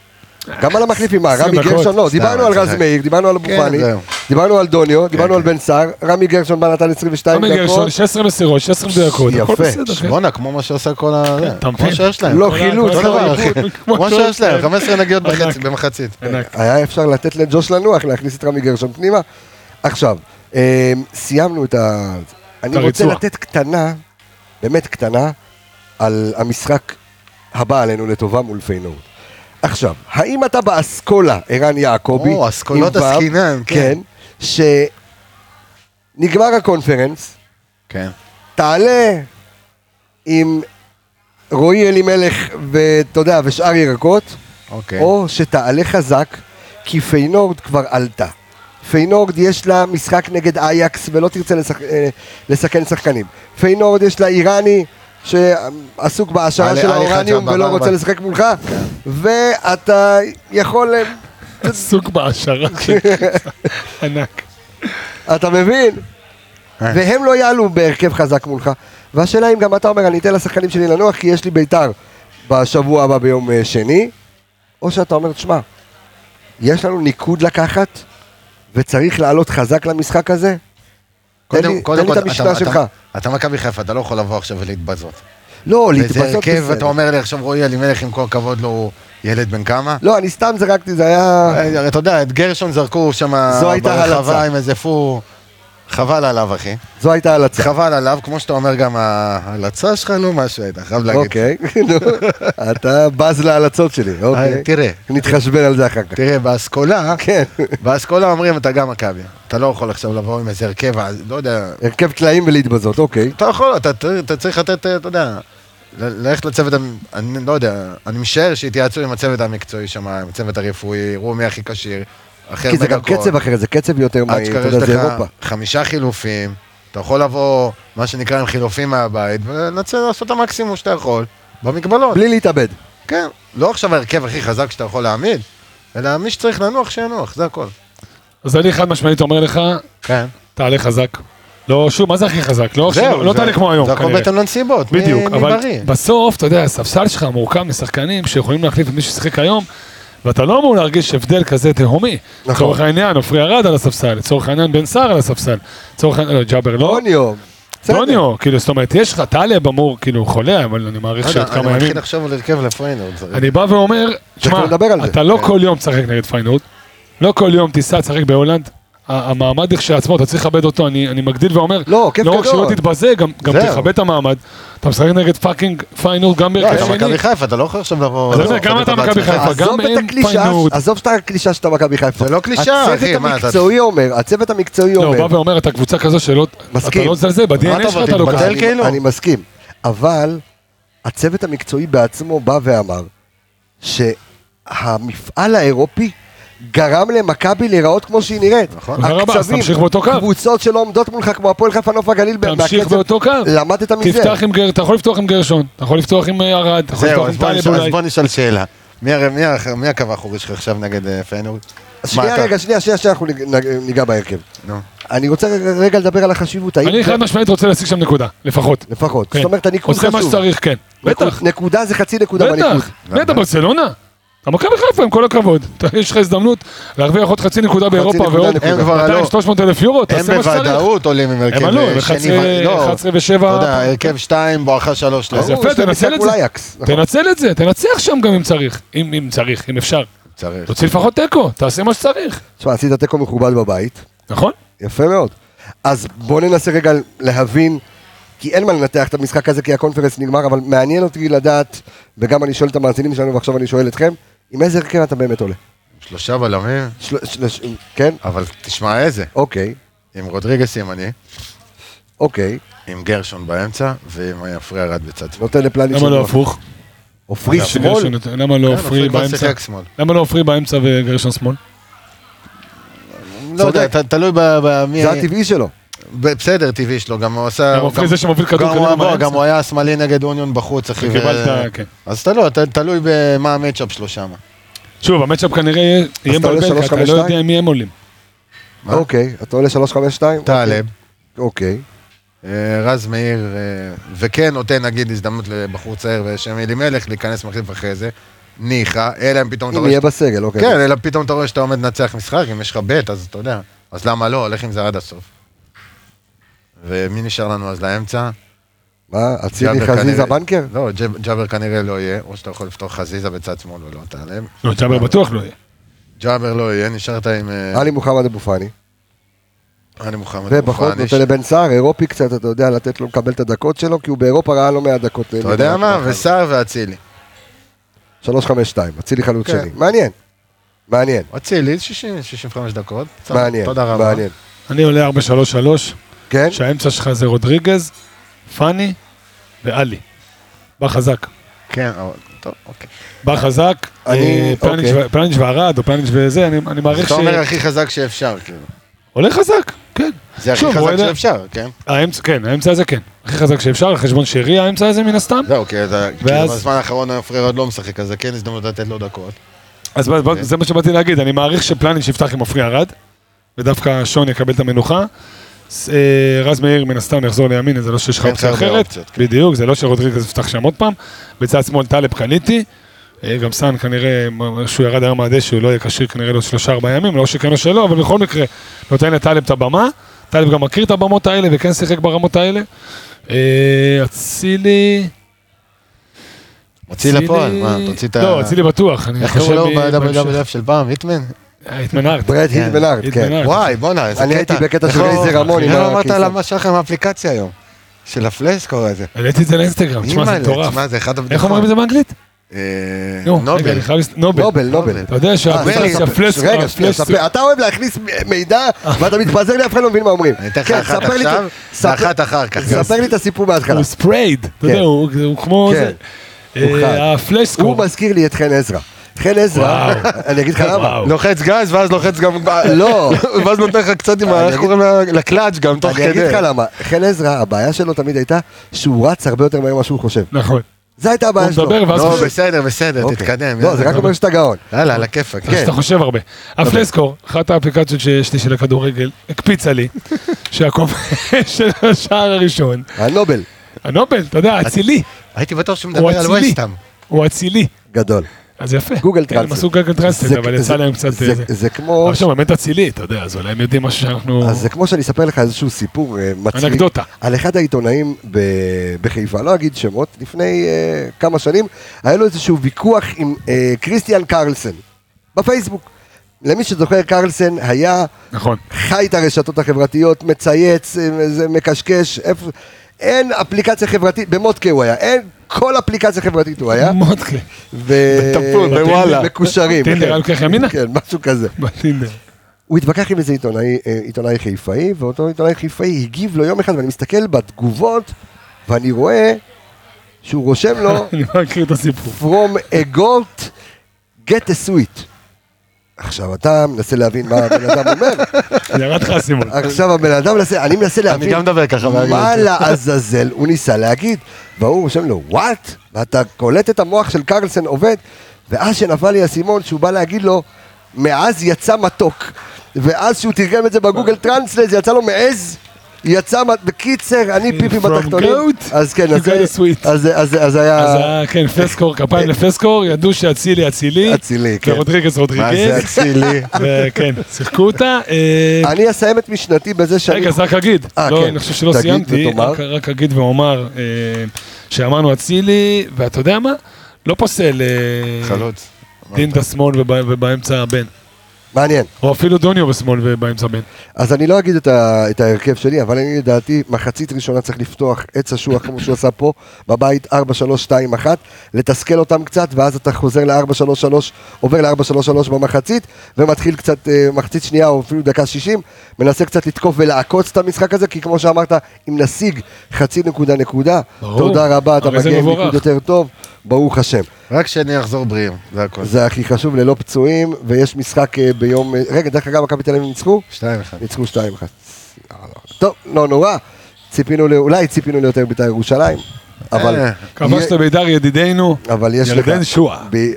[SPEAKER 1] גם על המחליפים, מה,
[SPEAKER 5] עשרים
[SPEAKER 1] רמי
[SPEAKER 5] דקות.
[SPEAKER 1] גרשון, לא,
[SPEAKER 2] סתם,
[SPEAKER 1] דיברנו על
[SPEAKER 2] אני
[SPEAKER 1] רז
[SPEAKER 2] צוחק.
[SPEAKER 1] מאיר, דיברנו על אבו
[SPEAKER 2] כן,
[SPEAKER 1] פאני,
[SPEAKER 2] זהו.
[SPEAKER 1] דיברנו על דוניו, דיברנו על
[SPEAKER 2] כן.
[SPEAKER 1] בן סער, רמי גרשון בא נתן 22
[SPEAKER 5] עומר גרשון,
[SPEAKER 1] דקות,
[SPEAKER 5] 16 מסירות, 16 מדויקות. הכל
[SPEAKER 1] יפה.
[SPEAKER 5] בסדר, אחי.
[SPEAKER 2] בואנה, כמו מה שעושה כל ה... זה,
[SPEAKER 5] אתה
[SPEAKER 2] כמו
[SPEAKER 5] מבין?
[SPEAKER 2] שיש להם.
[SPEAKER 1] אוקיי. כן, לא
[SPEAKER 5] כל ה-
[SPEAKER 1] חילוץ,
[SPEAKER 5] כל
[SPEAKER 2] אותו דבר,
[SPEAKER 5] העיבוד,
[SPEAKER 2] אחי.
[SPEAKER 5] כמו
[SPEAKER 2] כמו שיש להם, 15 נגיעות
[SPEAKER 1] אוקיי.
[SPEAKER 5] ענק.
[SPEAKER 2] בחצי- במחצית.
[SPEAKER 5] ענק.
[SPEAKER 1] היה אפשר לתת לג'וש לנוח להכניס את רמי גרשון פנימה. עכשיו, אה, סיימנו את ה... אני רוצה
[SPEAKER 5] הריצוע.
[SPEAKER 1] לתת קטנה, באמת קטנה, על המשחק הבא עלינו לטובה מול פיינורד. עכשיו, האם אתה באסכולה, ערן יעקבי,
[SPEAKER 2] או, אסכולות
[SPEAKER 1] עם ו',
[SPEAKER 2] עסקינן,
[SPEAKER 1] כן,
[SPEAKER 2] כן.
[SPEAKER 1] שנגמר הקונפרנס,
[SPEAKER 2] כן.
[SPEAKER 1] תעלה עם רועי אלימלך ואתה יודע, ושאר ירקות,
[SPEAKER 2] אוקיי.
[SPEAKER 1] okay. או שתעלה חזק, כי פיינורד כבר עלתה. פיינורד יש לה משחק נגד אייקס ולא תרצה לשח... אה, לסכן שחקנים. פיינורד יש לה איראני שעסוק בהעשרה
[SPEAKER 2] עלי-
[SPEAKER 1] של
[SPEAKER 2] עלי
[SPEAKER 1] האורניום
[SPEAKER 2] חג'אב,
[SPEAKER 1] ולא
[SPEAKER 2] אבל- כן.
[SPEAKER 1] רוצה לשחק מולך, ואתה יכול... אה,
[SPEAKER 5] עסוק בהעשרה. ענק.
[SPEAKER 1] אתה מבין?
[SPEAKER 2] אה.
[SPEAKER 1] והם לא יעלו בהרכב חזק מולך. והשאלה אם גם אתה אומר, אני אתן לשחקנים שלי לנוח, כי יש לי ביתר בשבוע הבא ביום אה, שני, או שאתה אומר, תשמע, יש לנו ניקוד לקחת, וצריך לעלות חזק למשחק הזה? תן לי- תן לי את
[SPEAKER 2] כל,
[SPEAKER 1] המשנה
[SPEAKER 2] אתה-
[SPEAKER 1] שלך.
[SPEAKER 2] אתה- אתה מכבי חיפה, אתה לא יכול לבוא עכשיו ולהתבזות.
[SPEAKER 1] לא,
[SPEAKER 2] וזה
[SPEAKER 1] להתבזות
[SPEAKER 2] הרכב,
[SPEAKER 1] בסדר.
[SPEAKER 2] אתה אומר לי עכשיו רועי אלימלך, עם כל הכבוד לו, הוא ילד בן כמה?
[SPEAKER 1] לא, אני סתם זרקתי, זה היה...
[SPEAKER 2] אה, הרי אתה יודע, את גרשון זרקו שם
[SPEAKER 1] לא. זו הייתה הלצה.
[SPEAKER 2] ברחבה עם איזה פור. חבל עליו, אחי.
[SPEAKER 1] זו הייתה הלצה.
[SPEAKER 2] חבל עליו, כמו שאתה אומר, גם ההלצה שלך, נו, משהו הייתה, חייב להגיד.
[SPEAKER 1] אוקיי, [laughs] נו, אתה בז להלצות שלי, אוקיי.
[SPEAKER 2] אה, תראה.
[SPEAKER 1] נתחשבן על זה אחר כך.
[SPEAKER 2] תראה, באסכולה,
[SPEAKER 1] [laughs] כן,
[SPEAKER 2] באסכולה אומרים, אתה גם מכבי. אתה לא יכול עכשיו לבוא עם איזה הרכב, אז לא יודע,
[SPEAKER 1] הרכב טלאים ולהתבזות, אוקיי.
[SPEAKER 2] אתה יכול, אתה- אתה אתה צריך לתת, אה, אתה יודע, ל- ללכת לצוות, המ- אני לא יודע, אני משער שיתייעצו עם הצוות המקצועי שם, עם הצוות הרפואי, יראו מי הכי כשיר, אחר
[SPEAKER 1] כי זה גם קצב אחר, זה קצב יותר
[SPEAKER 2] עד
[SPEAKER 1] מהיר, אתה
[SPEAKER 2] שכבר
[SPEAKER 1] יודע,
[SPEAKER 2] יש
[SPEAKER 1] זה
[SPEAKER 2] לך
[SPEAKER 1] אירופה.
[SPEAKER 2] חמישה חילופים, אתה יכול לבוא, מה שנקרא, עם חילופים מהבית, ולנצל לעשות את המקסימום שאתה יכול, במגבלות.
[SPEAKER 1] בלי להתאבד.
[SPEAKER 2] כן, לא עכשיו ההרכב הכי חזק שאתה יכול להעמיד, אלא מי שצריך לנוח, שינוח, זה הכל.
[SPEAKER 5] אז אני חד משמעית אומר לך,
[SPEAKER 2] כן.
[SPEAKER 5] תעלה חזק. לא, שוב, מה זה הכי חזק? לא, שוב, לא תעלה כמו היום,
[SPEAKER 2] זה הכל
[SPEAKER 5] כנראה.
[SPEAKER 2] בהתאם לנסיבות, מי-
[SPEAKER 5] בדיוק,
[SPEAKER 2] מי
[SPEAKER 5] אבל
[SPEAKER 2] בריא.
[SPEAKER 5] בסוף, אתה יודע, הספסל שלך מורכב משחקנים שיכולים להחליף את מי ששיחק היום, ואתה לא אמור להרגיש הבדל כזה תהומי. לצורך העניין, עופרי ארד על הספסל, לצורך העניין, בן סער על הספסל, לצורך העניין, לא, ג'אבר לא,
[SPEAKER 1] דוניו. בסדר.
[SPEAKER 5] דוניו, כאילו, זאת אומרת, יש לך, טלב אמור, כאילו, הוא חולה, אבל אני מעריך
[SPEAKER 2] לא יודע,
[SPEAKER 5] שעוד
[SPEAKER 2] אני
[SPEAKER 5] כמה ימים.
[SPEAKER 2] מתחיל לחשוב על הרכב לפריינר.
[SPEAKER 5] אני בא ואומר, שמע,
[SPEAKER 1] נדבר על זה. כן.
[SPEAKER 5] אתה לא כל יום תשחק נגד פיינורד, לא כל יום תיסע, תשחק בהולנד, ה- המעמד כשלעצמו, אתה צריך לכבד אותו, אני, אני מגדיל ואומר,
[SPEAKER 1] לא, כיף
[SPEAKER 5] לא רק
[SPEAKER 1] גדול.
[SPEAKER 5] שלא תתבזה, גם, גם
[SPEAKER 2] זהו.
[SPEAKER 5] תכבד את המעמד. אתה משחק נגד פאקינג פיינורד גם
[SPEAKER 2] לא,
[SPEAKER 5] בהרכב
[SPEAKER 2] אתה
[SPEAKER 5] שני.
[SPEAKER 2] מכבי חיפה, אתה לא יכול עכשיו לבוא... אה,
[SPEAKER 5] אז אני אומר,
[SPEAKER 2] לעשות
[SPEAKER 5] גם
[SPEAKER 2] את
[SPEAKER 5] אתה
[SPEAKER 2] זה
[SPEAKER 5] מכבי
[SPEAKER 2] בעצמך.
[SPEAKER 5] חיפה. אבל
[SPEAKER 1] עזוב
[SPEAKER 5] גם
[SPEAKER 1] את
[SPEAKER 5] אין
[SPEAKER 1] הקלישה,
[SPEAKER 5] פיינורד.
[SPEAKER 1] עזוב את הקלישה שאתה מכבי חיפה.
[SPEAKER 2] זה לא קלישאה, אחי,
[SPEAKER 1] הצוות
[SPEAKER 2] מה אתה-
[SPEAKER 1] המקצועי אומר, הצוות המקצועי
[SPEAKER 5] לא, הוא
[SPEAKER 1] אומר.
[SPEAKER 5] בא ואומר, אתה קבוצה כזו שלא...
[SPEAKER 1] מסכים.
[SPEAKER 5] אתה לא זלזל, ב-DNA
[SPEAKER 2] אתה
[SPEAKER 5] שלך אתה לא
[SPEAKER 2] מתבטל?
[SPEAKER 5] כזה.
[SPEAKER 1] אני-
[SPEAKER 2] כאילו.
[SPEAKER 1] אני מסכים, אבל הצוות המקצועי בעצמו בא ואמר שהמפעל האירופי גרם למכבי להיראות כמו שהיא נראית.
[SPEAKER 2] נכון.
[SPEAKER 5] תודה רבה, אז
[SPEAKER 1] הקצבים,
[SPEAKER 5] תמשיך באותו קו.
[SPEAKER 1] קבוצות שלא עומדות מולך כמו הפועל חיפה נוף הגליל.
[SPEAKER 5] תמשיך
[SPEAKER 1] מהקצב-
[SPEAKER 5] באותו קו.
[SPEAKER 1] למדת מזה.
[SPEAKER 5] תפתח עם גר, אתה יכול לפתוח עם גרשון, אתה יכול לפתוח עם אה, ארד, אתה יכול
[SPEAKER 2] זהו,
[SPEAKER 5] לפתוח עם
[SPEAKER 2] אז בוא
[SPEAKER 5] טלב
[SPEAKER 2] נשאל- אז
[SPEAKER 5] אולי.
[SPEAKER 2] בוא נשאל שאלה. מי הרי- מי ה- מי הקו האחורי שלך עכשיו נגד אה, פיינורד?
[SPEAKER 1] אז
[SPEAKER 2] מה
[SPEAKER 1] שנייה
[SPEAKER 2] אתה-
[SPEAKER 1] רגע, שנייה, שנייה, שנייה, אנחנו נג- ניגע בהרכב.
[SPEAKER 2] נו.
[SPEAKER 1] אני רוצה רגע- רגע לדבר על החשיבות. האם
[SPEAKER 5] אני
[SPEAKER 1] זה-
[SPEAKER 5] חד משמעית רוצה להשיג שם נקודה, לפחות.
[SPEAKER 1] לפחות.
[SPEAKER 5] כן.
[SPEAKER 1] זאת אומרת, הניקוד חשוב.
[SPEAKER 5] עושה מה שצריך, כן.
[SPEAKER 1] נקוד-
[SPEAKER 5] בטח,
[SPEAKER 1] נקודה זה חצי נקודה בניקוד.
[SPEAKER 5] בטח, בטח, ברצלונה. אתה מכבי חיפה, עם כל הכבוד. [laughs] אתה- יש לך הזדמנות להרוויח עוד חצי נקודה באירופה
[SPEAKER 1] נקודה,
[SPEAKER 5] ועוד
[SPEAKER 1] נקודה.
[SPEAKER 2] הם כבר עלו.
[SPEAKER 1] לא-
[SPEAKER 5] 300 אלף יורו,
[SPEAKER 2] הם
[SPEAKER 5] תעשה מה שצריך.
[SPEAKER 2] בוודאות עולים עם הרכב
[SPEAKER 5] עלו, הם
[SPEAKER 2] אה, שני
[SPEAKER 5] 11
[SPEAKER 2] ו- לא,
[SPEAKER 5] 11 ושבע.
[SPEAKER 2] אתה יודע, הרכב 2, בואכה לא. 3.
[SPEAKER 5] אז
[SPEAKER 1] ברור,
[SPEAKER 5] יפה,
[SPEAKER 1] יש להם
[SPEAKER 5] תנצל
[SPEAKER 1] משחק
[SPEAKER 5] את זה.
[SPEAKER 1] מול אייקס, נכון.
[SPEAKER 5] תנצל את זה, תנצח שם גם אם צריך. אם אם צריך, אם אפשר.
[SPEAKER 1] אה,
[SPEAKER 2] צריך.
[SPEAKER 5] תוציא לפחות תיקו, תעשה מה שצריך.
[SPEAKER 1] תשמע, עשית תיקו מכובד בבית,
[SPEAKER 5] נכון?
[SPEAKER 1] יפה מאוד. אז בואו ננסה רגע להבין, כי אין מה לנתח את המשחק הזה כי הקונפרנס נגמר, אבל מעניין אותי לדעת, וגם אני שואל את המאזינים שלנו ועכשיו אני שואל אתכם, עם איזה הרכב אתה באמת עולה?
[SPEAKER 2] שלושה בלמים,
[SPEAKER 1] של- של- כן?
[SPEAKER 2] אבל תשמע איזה.
[SPEAKER 1] אוקיי,
[SPEAKER 2] עם רודריגס ימני,
[SPEAKER 1] אוקיי.
[SPEAKER 2] עם גרשון באמצע, ועם עפרי ארד בצד שמאל.
[SPEAKER 1] נותן לפלניץ'
[SPEAKER 5] למה לא הפוך?
[SPEAKER 1] עופרי שמאל?
[SPEAKER 5] למה לא
[SPEAKER 2] כן,
[SPEAKER 5] עופרי
[SPEAKER 2] אפילו כבר
[SPEAKER 5] באמצע?
[SPEAKER 2] שיחק שמאל.
[SPEAKER 5] למה לא עופרי באמצע וגרשון שמאל?
[SPEAKER 2] לא יודע, ת- תלוי ב- במי...
[SPEAKER 1] זה הטבעי שלו.
[SPEAKER 2] ב- בסדר, טבעי שלו, גם הוא עשה...
[SPEAKER 5] גם עופרי זה שמוביל כדור
[SPEAKER 2] גם הוא-
[SPEAKER 5] קדימה
[SPEAKER 2] בוא,
[SPEAKER 5] באמצע.
[SPEAKER 2] גם הוא היה השמאלי נגד אוניון בחוץ, אחי. ו-
[SPEAKER 5] וקיבלת, כן.
[SPEAKER 2] אז תלוי, ת- תלוי במה המצ'אפ שלו שם.
[SPEAKER 5] שוב, המצ'אפ כנראה יהיה- יהיה
[SPEAKER 1] אתה עולה
[SPEAKER 5] מבלבל, כי אתה
[SPEAKER 1] 3-5-2?
[SPEAKER 5] לא יודע מי הם עולים.
[SPEAKER 2] מה?
[SPEAKER 1] אוקיי, אתה עולה 352?
[SPEAKER 2] טלב,
[SPEAKER 1] אוקיי.
[SPEAKER 2] אה, רז מאיר, אה, וכן נותן נגיד הזדמנות לבחור צעיר בשם אלימלך להיכנס מחליף אחרי זה. ניחא, אלא אם פתאום אתה
[SPEAKER 1] אם
[SPEAKER 2] רואה...
[SPEAKER 1] יהיה בסגל, אוקיי.
[SPEAKER 2] כן, אלא פתאום אתה רואה שאתה עומד לנצח משחק, אם יש לך בית, אז אתה יודע. אז למה לא? הולך עם זה עד הסוף. ומי נשאר לנו אז לאמצע?
[SPEAKER 1] מה, אצילי
[SPEAKER 2] ג'אבר
[SPEAKER 1] חזיזה
[SPEAKER 2] כנראה-
[SPEAKER 1] בנקר?
[SPEAKER 2] לא, ג'אב- ג'אבר כנראה לא יהיה, או שאתה יכול לפתור חזיזה בצד שמאל ולא תעלם.
[SPEAKER 5] לא,
[SPEAKER 1] אה.
[SPEAKER 5] ג'אבר בטוח לא יהיה.
[SPEAKER 2] ג'אבר לא יהיה, נשארת עם אה,
[SPEAKER 1] עלי מוחמד אבו פאני.
[SPEAKER 2] עלי מוחמד
[SPEAKER 1] ובחוץ
[SPEAKER 2] מופעניש.
[SPEAKER 1] נותן לבן סער, אירופי קצת, אתה יודע, לתת לו לקבל את הדקות שלו, כי הוא באירופה ראה לא מעט דקות.
[SPEAKER 2] אתה יודע מה? וסער ואצילי.
[SPEAKER 1] 352, אצילי חלוץ
[SPEAKER 2] כן.
[SPEAKER 1] שני. מעניין. מעניין.
[SPEAKER 2] אצילי, 60, 65 דקות. טוב,
[SPEAKER 1] מעניין.
[SPEAKER 2] תודה רבה.
[SPEAKER 1] מעניין.
[SPEAKER 5] אני עולה 4-3-3,
[SPEAKER 1] כן?
[SPEAKER 5] שהאמצע שלך זה רודריגז, פאני ואלי. בא חזק.
[SPEAKER 2] כן, אבל... טוב, אוקיי.
[SPEAKER 5] בא חזק,
[SPEAKER 1] אני-
[SPEAKER 5] אה, פלניץ'
[SPEAKER 1] אוקיי.
[SPEAKER 5] ו- פלניץ' וערד, או פלניץ' וזה, אני אני
[SPEAKER 2] אז
[SPEAKER 5] מעריך ש...
[SPEAKER 2] אתה אומר הכי חזק שאפשר, כאילו.
[SPEAKER 5] עולה חזק, כן.
[SPEAKER 2] זה הכי
[SPEAKER 5] שוב, הוא
[SPEAKER 2] חזק
[SPEAKER 5] יודע-
[SPEAKER 2] שאפשר, כן?
[SPEAKER 5] האמצע, כן, האמצע הזה כן. הכי חזק שאפשר, על חשבון שרי האמצע הזה מן הסתם.
[SPEAKER 2] זהו, כי אתה- כאילו
[SPEAKER 5] ואז-
[SPEAKER 2] בזמן האחרון הפרר עוד לא משחק, אז זה כן הזדמנות לתת לו דקות.
[SPEAKER 5] אז בוא- בוא-
[SPEAKER 2] כן.
[SPEAKER 5] זה מה שבאתי להגיד, אני מעריך שפלניץ' יפתח עם עפרי ארד, ודווקא שון יקבל את המנוחה. ס- אה, רז מאיר מן הסתם יחזור לימין, זה לא שיש לך
[SPEAKER 2] כן, זה
[SPEAKER 5] אופציה
[SPEAKER 2] הרבה
[SPEAKER 5] אחרת.
[SPEAKER 2] אופציות, כן.
[SPEAKER 5] בדיוק, זה לא שרודריגז יפתח שם עוד פעם. בצד שמאל טלב קניתי. אה, גם סאן כנראה, מ- שהוא ירד היום מהדשא, הוא לא יהיה כשיר כנראה לעוד שלושה ארבעה ימים, לא שכן או שלא, אבל בכל מקרה, נותן לטלב את הבמה. טלב גם מכיר את הבמות האלה וכן שיחק ברמות האלה. אה, אצילי...
[SPEAKER 2] מוציא לפועל, מה, תוציא את ה...
[SPEAKER 5] לא, אצילי בטוח. אני
[SPEAKER 2] איך לא קראו לו
[SPEAKER 5] חושב מ-
[SPEAKER 2] ב-WWF של פעם? היטמן?
[SPEAKER 5] התמנהרת.
[SPEAKER 1] ברד היט בנארד,
[SPEAKER 5] היט
[SPEAKER 1] כן.
[SPEAKER 5] בנארד.
[SPEAKER 2] וואי, בואנה, איזה קטע.
[SPEAKER 1] אני הייתי בקטע של
[SPEAKER 2] איך לא-
[SPEAKER 1] לייזר רמון עם
[SPEAKER 2] לא אמרת
[SPEAKER 1] הקיסר.
[SPEAKER 2] על מה שהיה לכם האפליקציה היום. של הפלסקור הזה.
[SPEAKER 5] העליתי את זה לאינסטגרם, תשמע זה
[SPEAKER 2] אימא'לה,
[SPEAKER 5] מטורף.
[SPEAKER 2] תשמע, זה אחד
[SPEAKER 5] איך אומרים את זה באנגלית?
[SPEAKER 2] אה,
[SPEAKER 5] נו, רגע,
[SPEAKER 2] נובל.
[SPEAKER 5] אני חייב... לס- נובל.
[SPEAKER 1] נובל, נובל.
[SPEAKER 2] נובל.
[SPEAKER 5] אתה יודע
[SPEAKER 1] רגע,
[SPEAKER 5] שהאפליקציה פלסק...
[SPEAKER 1] רגע, שנייה, ספר. אתה אוהב להכניס מידע, ואתה מתפזר לי, אף אחד לא מבין מה אומרים.
[SPEAKER 2] אני אתן לך
[SPEAKER 1] כן,
[SPEAKER 2] אחת
[SPEAKER 1] ספר לי-
[SPEAKER 2] עכשיו,
[SPEAKER 1] ספר-
[SPEAKER 2] ואחת אחר כך.
[SPEAKER 1] ספר לי את הסיפור מההתחלה.
[SPEAKER 5] הוא ספרייד, אתה יודע, הוא הוא כמו...
[SPEAKER 1] כן.
[SPEAKER 5] זה-
[SPEAKER 1] הוא
[SPEAKER 5] אה,
[SPEAKER 1] חד. הוא
[SPEAKER 5] הפלסקור.
[SPEAKER 1] מזכיר לי את חן עזרא. חן עזרא,
[SPEAKER 5] וואו.
[SPEAKER 1] [laughs] אני אגיד לך למה.
[SPEAKER 5] וואו.
[SPEAKER 2] לוחץ גז, ואז לוחץ גם...
[SPEAKER 1] לא.
[SPEAKER 2] [laughs] ואז נותן לך קצת עם
[SPEAKER 1] אני
[SPEAKER 2] ה... איך
[SPEAKER 1] אגיד-
[SPEAKER 2] קוראים לה- לקלאץ' גם, תוך כדי.
[SPEAKER 1] אני אגיד לך למה. חן עזרא, הבעיה שלו תמיד הייתה שהוא רץ הרבה יותר מהר ממה שהוא חושב.
[SPEAKER 5] נכון.
[SPEAKER 1] זו הייתה הבעיה
[SPEAKER 5] הוא
[SPEAKER 1] שלו.
[SPEAKER 5] מדבר ואז
[SPEAKER 2] לא,
[SPEAKER 5] חושב.
[SPEAKER 2] בסדר, בסדר,
[SPEAKER 1] אוקיי.
[SPEAKER 2] תתקדם.
[SPEAKER 1] לא, זה רק אומר שאתה גאון.
[SPEAKER 2] יאללה, על הכיפאק. כן.
[SPEAKER 5] אז אתה חושב הרבה. הפלסקור, אחת האפליקציות שיש לי של הכדורגל, הקפיצה לי, שהכובש [laughs] של השער הראשון,
[SPEAKER 1] הנובל,
[SPEAKER 5] הנובל, אתה יודע, אצילי,
[SPEAKER 2] הייתי בטוח שהוא
[SPEAKER 5] הוא
[SPEAKER 2] מדבר על
[SPEAKER 5] אצילי.
[SPEAKER 2] ווסטאם.
[SPEAKER 5] הוא אצילי.
[SPEAKER 1] גדול.
[SPEAKER 5] אז יפה. כן,
[SPEAKER 1] גוגל
[SPEAKER 5] הם
[SPEAKER 1] טרנסלייט.
[SPEAKER 5] עשו גוגל טרנסלייט,
[SPEAKER 1] זה-
[SPEAKER 5] אבל
[SPEAKER 1] זה-
[SPEAKER 5] יצא להם קצת...
[SPEAKER 1] זה-
[SPEAKER 5] אה, זה.
[SPEAKER 1] זה כמו...
[SPEAKER 5] אבל שם באמת אצילי, אתה יודע, אז אולי הם יודעים משהו שאנחנו...
[SPEAKER 1] אז זה כמו שאני אספר לך איזשהו סיפור אה, מצחיק.
[SPEAKER 5] אנקדוטה.
[SPEAKER 1] על אחד העיתונאים ב- בחיפה, לא אגיד שמות, לפני אה, כמה שנים, היה לו איזשהו ויכוח עם אה, כריסטיאן קרלסן, בפייסבוק. למי שזוכר, קרלסן היה
[SPEAKER 5] נכון.
[SPEAKER 1] חי את הרשתות החברתיות, מצייץ, אה, זה מקשקש, איפה... אין אפליקציה חברתית, במודקה הוא היה, אין כל אפליקציה חברתית הוא היה.
[SPEAKER 5] מודקה.
[SPEAKER 1] ו...
[SPEAKER 7] בטמפון, בוואלה.
[SPEAKER 1] מקושרים.
[SPEAKER 5] טינדר,
[SPEAKER 1] כן.
[SPEAKER 5] היה לוקח ימינה?
[SPEAKER 1] כן, משהו כזה.
[SPEAKER 5] בטינדר.
[SPEAKER 1] הוא התווכח עם איזה עיתונאי, אה, עיתונאי חיפאי, ואותו עיתונאי חיפאי הגיב לו יום אחד, ואני מסתכל בתגובות, ואני רואה שהוא רושם
[SPEAKER 7] [laughs]
[SPEAKER 1] לו,
[SPEAKER 5] אני לא מכיר את הסיפור.
[SPEAKER 1] From a goat, get a sweet. עכשיו אתה מנסה להבין מה הבן אדם אומר,
[SPEAKER 5] ירד לך האסימון.
[SPEAKER 1] עכשיו הבן אדם מנסה, אני מנסה להבין.
[SPEAKER 7] גם מדבר ככה, מהרגע
[SPEAKER 1] מה
[SPEAKER 7] הזה.
[SPEAKER 1] לעזאזל הוא ניסה להגיד? והוא רושם לו, וואט? ואתה קולט את המוח של קרלסן עובד, ואז שנפל לי האסימון שהוא בא להגיד לו, מעז יצא מתוק. ואז שהוא תרגם את זה בגוגל טרנסלייט, זה יצא לו מעז. יצא, מת- בקיצר, אני פיפי
[SPEAKER 5] From
[SPEAKER 1] בתחתונים,
[SPEAKER 5] goat
[SPEAKER 1] אז כן,
[SPEAKER 5] to
[SPEAKER 1] אז זה-
[SPEAKER 5] gotta sweet.
[SPEAKER 1] אז זה- אז זה- אז
[SPEAKER 5] אז
[SPEAKER 1] היה
[SPEAKER 5] היה, כן, פסקור, כפיים לפסקור, ידעו שאצילי אצילי.
[SPEAKER 1] אצילי, כן.
[SPEAKER 5] ורודריגז
[SPEAKER 7] מה זה
[SPEAKER 5] רודריגז.
[SPEAKER 7] אצילי?
[SPEAKER 5] וכן, שיחקו אותה. אה,
[SPEAKER 1] אני אסיים את משנתי בזה שאני...
[SPEAKER 5] רגע, אז רק אגיד,
[SPEAKER 1] אה,
[SPEAKER 5] לא,
[SPEAKER 1] כן.
[SPEAKER 5] אני חושב שלא
[SPEAKER 1] תגיד
[SPEAKER 5] סיימתי,
[SPEAKER 1] ותאמר.
[SPEAKER 5] רק- רק אגיד ואומר אה, שאמרנו אצילי, ואתה יודע מה? לא פוסל אה,
[SPEAKER 7] חלוץ.
[SPEAKER 5] דינדה שמאל ובא- ובאמצע הבן,
[SPEAKER 1] מעניין.
[SPEAKER 5] או אפילו דוניו בשמאל ובאמצע הבן.
[SPEAKER 1] אז אני לא אגיד את, ה, את ההרכב שלי, אבל אני לדעתי, מחצית ראשונה צריך לפתוח עץ אשוח כמו שהוא עשה פה, בבית 4-3-2-1, לתסכל אותם קצת, ואז אתה חוזר ל-4-3-3, עובר ל-4-3-3 במחצית, ומתחיל קצת, אה, מחצית שנייה או אפילו דקה 60, מנסה קצת לתקוף ולעקוץ את המשחק הזה, כי כמו שאמרת, אם נשיג חצי נקודה נקודה,
[SPEAKER 5] ברור.
[SPEAKER 1] תודה רבה, אתה
[SPEAKER 5] הרי זה
[SPEAKER 1] מגיע עם
[SPEAKER 5] מבורך.
[SPEAKER 1] ניקוד יותר טוב, ברוך השם.
[SPEAKER 2] רק שאני אחזור בריאים, זה הכל.
[SPEAKER 1] זה הכי חשוב, ללא פצועים, ויש משחק אה, ביום... אה, רגע, דרך אגב, מכבי תל אביב ניצחו?
[SPEAKER 2] שתיים אחד.
[SPEAKER 1] ניצחו 2-1. טוב, לא נורא. ציפינו, ל- אולי ציפינו ליותר בית"ר ירושלים, אבל...
[SPEAKER 2] אה,
[SPEAKER 5] כבשת
[SPEAKER 1] יהיה-
[SPEAKER 5] בידר ידידנו,
[SPEAKER 1] אבל יש לך...
[SPEAKER 5] ירדן שועה.
[SPEAKER 1] ב-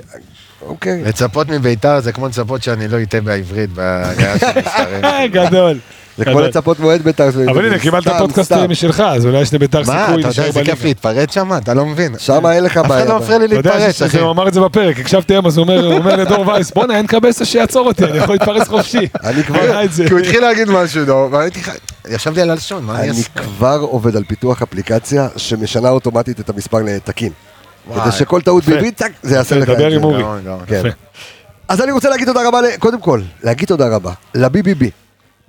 [SPEAKER 1] אוקיי.
[SPEAKER 5] אה,
[SPEAKER 2] לצפות מביתר זה כמו לצפות שאני לא אטעה בעברית בהגעה של
[SPEAKER 5] [laughs]
[SPEAKER 2] מסתרים.
[SPEAKER 5] אה,
[SPEAKER 1] [laughs]
[SPEAKER 5] גדול.
[SPEAKER 1] זה כמו
[SPEAKER 5] גדול.
[SPEAKER 1] לצפות מועד בית"ר.
[SPEAKER 5] כן. אבל הנה, קיבלת
[SPEAKER 1] סתם,
[SPEAKER 5] פודקאסט אה,
[SPEAKER 1] סתם.
[SPEAKER 5] משלך, אז אולי יש לביתר
[SPEAKER 2] מה,
[SPEAKER 5] סיכוי
[SPEAKER 2] אתה יודע
[SPEAKER 5] להישאר
[SPEAKER 2] איזה כיף
[SPEAKER 5] בליגה.
[SPEAKER 2] להתפרץ שם? אתה לא מבין.
[SPEAKER 1] שם אין לך
[SPEAKER 2] אף אחד
[SPEAKER 1] בעיה.
[SPEAKER 2] לא מפריע לי
[SPEAKER 5] אתה יודע
[SPEAKER 2] להתפרץ, אחי.
[SPEAKER 5] שהוא אמר את זה בפרק, הקשבתי היום, אז הוא אומר- הוא אומר לדור וייס, בואנה, אין קבסה שיעצור אותי, אני יכול להתפרץ חופשי.
[SPEAKER 1] אני כבר-
[SPEAKER 5] היה את זה.
[SPEAKER 2] כי הוא התחיל להגיד משהו, לא, נו, והייתי חי... ישבתי על הלשון, מה
[SPEAKER 1] אני
[SPEAKER 2] אני אעשה?
[SPEAKER 1] כבר עובד על פיתוח אפליקציה שמשנה אוטומטית את המספר לתקין.
[SPEAKER 2] וואי.
[SPEAKER 1] כדי שכל טעות ביבי, צק, זה יעשה לך את
[SPEAKER 5] דבר
[SPEAKER 1] זה.
[SPEAKER 5] עם אורי.
[SPEAKER 2] גאון, גאון.
[SPEAKER 1] כן.
[SPEAKER 5] יפה.
[SPEAKER 1] אז אני רוצה להגיד תודה רבה, ל- קודם כל, להגיד תודה רבה לביביבי.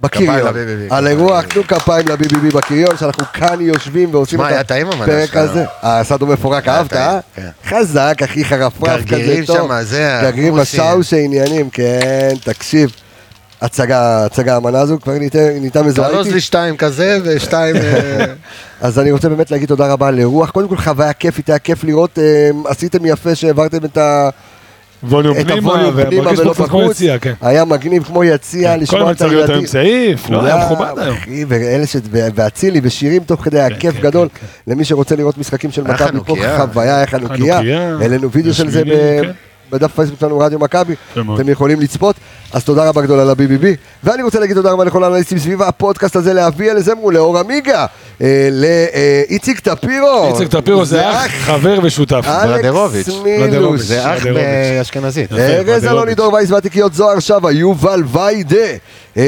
[SPEAKER 2] כפיים
[SPEAKER 1] בקריון,
[SPEAKER 2] לבי-בי-בי,
[SPEAKER 1] על
[SPEAKER 2] כפיים
[SPEAKER 1] אירוח,
[SPEAKER 2] לבי-בי-בי.
[SPEAKER 1] תנו כפיים לביביבי בקריון, שאנחנו כאן יושבים ועושים
[SPEAKER 2] שמע, היה
[SPEAKER 1] את
[SPEAKER 2] טעים המנה
[SPEAKER 1] הפרק
[SPEAKER 2] שלנו.
[SPEAKER 1] הזה. אה, הסעד מפורק,
[SPEAKER 2] היה
[SPEAKER 1] אהבת,
[SPEAKER 2] טעים,
[SPEAKER 1] אה?
[SPEAKER 2] כן.
[SPEAKER 1] חזק, אחי חרפרף כזה טוב.
[SPEAKER 2] גרגירים שמה, זה
[SPEAKER 1] גרגירים
[SPEAKER 2] החומוסים.
[SPEAKER 1] לשאוש העניינים, כן, תקשיב. הצגה, הצגה האמנה הזו, כבר ניתן- ניתן איזה
[SPEAKER 2] תרוז לי שתיים כזה ושתיים... אה,
[SPEAKER 1] אז אני רוצה באמת להגיד תודה רבה לרוח. קודם כל חוויה כיפית, היה כיף לראות, אה, עשיתם יפה שהעברתם את ה...
[SPEAKER 5] ווליום
[SPEAKER 1] את
[SPEAKER 5] פנימה,
[SPEAKER 1] הווליום פנימה
[SPEAKER 5] ומרגיש
[SPEAKER 1] ולא
[SPEAKER 5] פה קצת כמו
[SPEAKER 1] בחוץ.
[SPEAKER 5] יציאה, כן.
[SPEAKER 1] היה מגניב כמו יציע,
[SPEAKER 5] כל
[SPEAKER 1] לשמוע
[SPEAKER 5] הזמן
[SPEAKER 1] את
[SPEAKER 5] צריך להיות היום
[SPEAKER 1] הילדים.
[SPEAKER 5] צעיף, לא היה מכובד היום.
[SPEAKER 1] אה, אחי, ואלה ש... ואצילי ושירים תוך כדי, היה כיף
[SPEAKER 5] כן,
[SPEAKER 1] גדול. למי שרוצה לראות משחקים של
[SPEAKER 2] היה
[SPEAKER 1] מכבי פה,
[SPEAKER 2] חנוכיה.
[SPEAKER 1] חוויה, היה חנוכיה.
[SPEAKER 5] חנוכיה.
[SPEAKER 1] העלינו וידאו של זה ב-
[SPEAKER 5] בשבילים, כן.
[SPEAKER 1] בדף פייסבוק שלנו, רדיו מכבי.
[SPEAKER 5] יפה מאוד.
[SPEAKER 1] אתם יכולים לצפות. אז תודה רבה גדולה לבי.בי.בי. ואני רוצה להגיד תודה רבה לכל האנליסטים סביב הפודקאסט הזה, לאביאל זמרו, לאור עמיגה, אה, לאיציק טפירו.
[SPEAKER 5] איציק טפירו זה אח, חבר ושותף.
[SPEAKER 1] אלכס
[SPEAKER 2] ולדרוביץ'.
[SPEAKER 1] מילוש.
[SPEAKER 2] זה אח
[SPEAKER 5] ולדרוביץ'.
[SPEAKER 2] באשכנזית.
[SPEAKER 1] ארז אלוני, דור אה, וייס והתיקיות, זוהר שווה, יובל ויידה, אמ,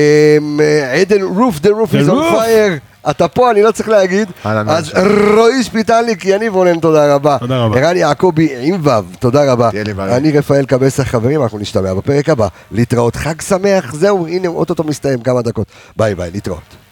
[SPEAKER 1] עדן רוף, דה רוף
[SPEAKER 5] The
[SPEAKER 1] איז און
[SPEAKER 5] Roof.
[SPEAKER 1] פייר. אתה פה, אני לא צריך להגיד.
[SPEAKER 2] אהלן,
[SPEAKER 1] אז
[SPEAKER 2] אהלן.
[SPEAKER 1] רועי שפיטליק, יניב רונן, תודה רבה.
[SPEAKER 5] תודה רבה.
[SPEAKER 1] ערן יעקבי עם ו', תודה רבה.
[SPEAKER 2] תהיה לי בריא.
[SPEAKER 1] אני רפאל קבסה, חברים, אנחנו נשתמע בפרק הבא. להתראות, חג שמח, זהו, הנה, אוטוטו מסתיים, כמה דקות. ביי ביי, להתראות.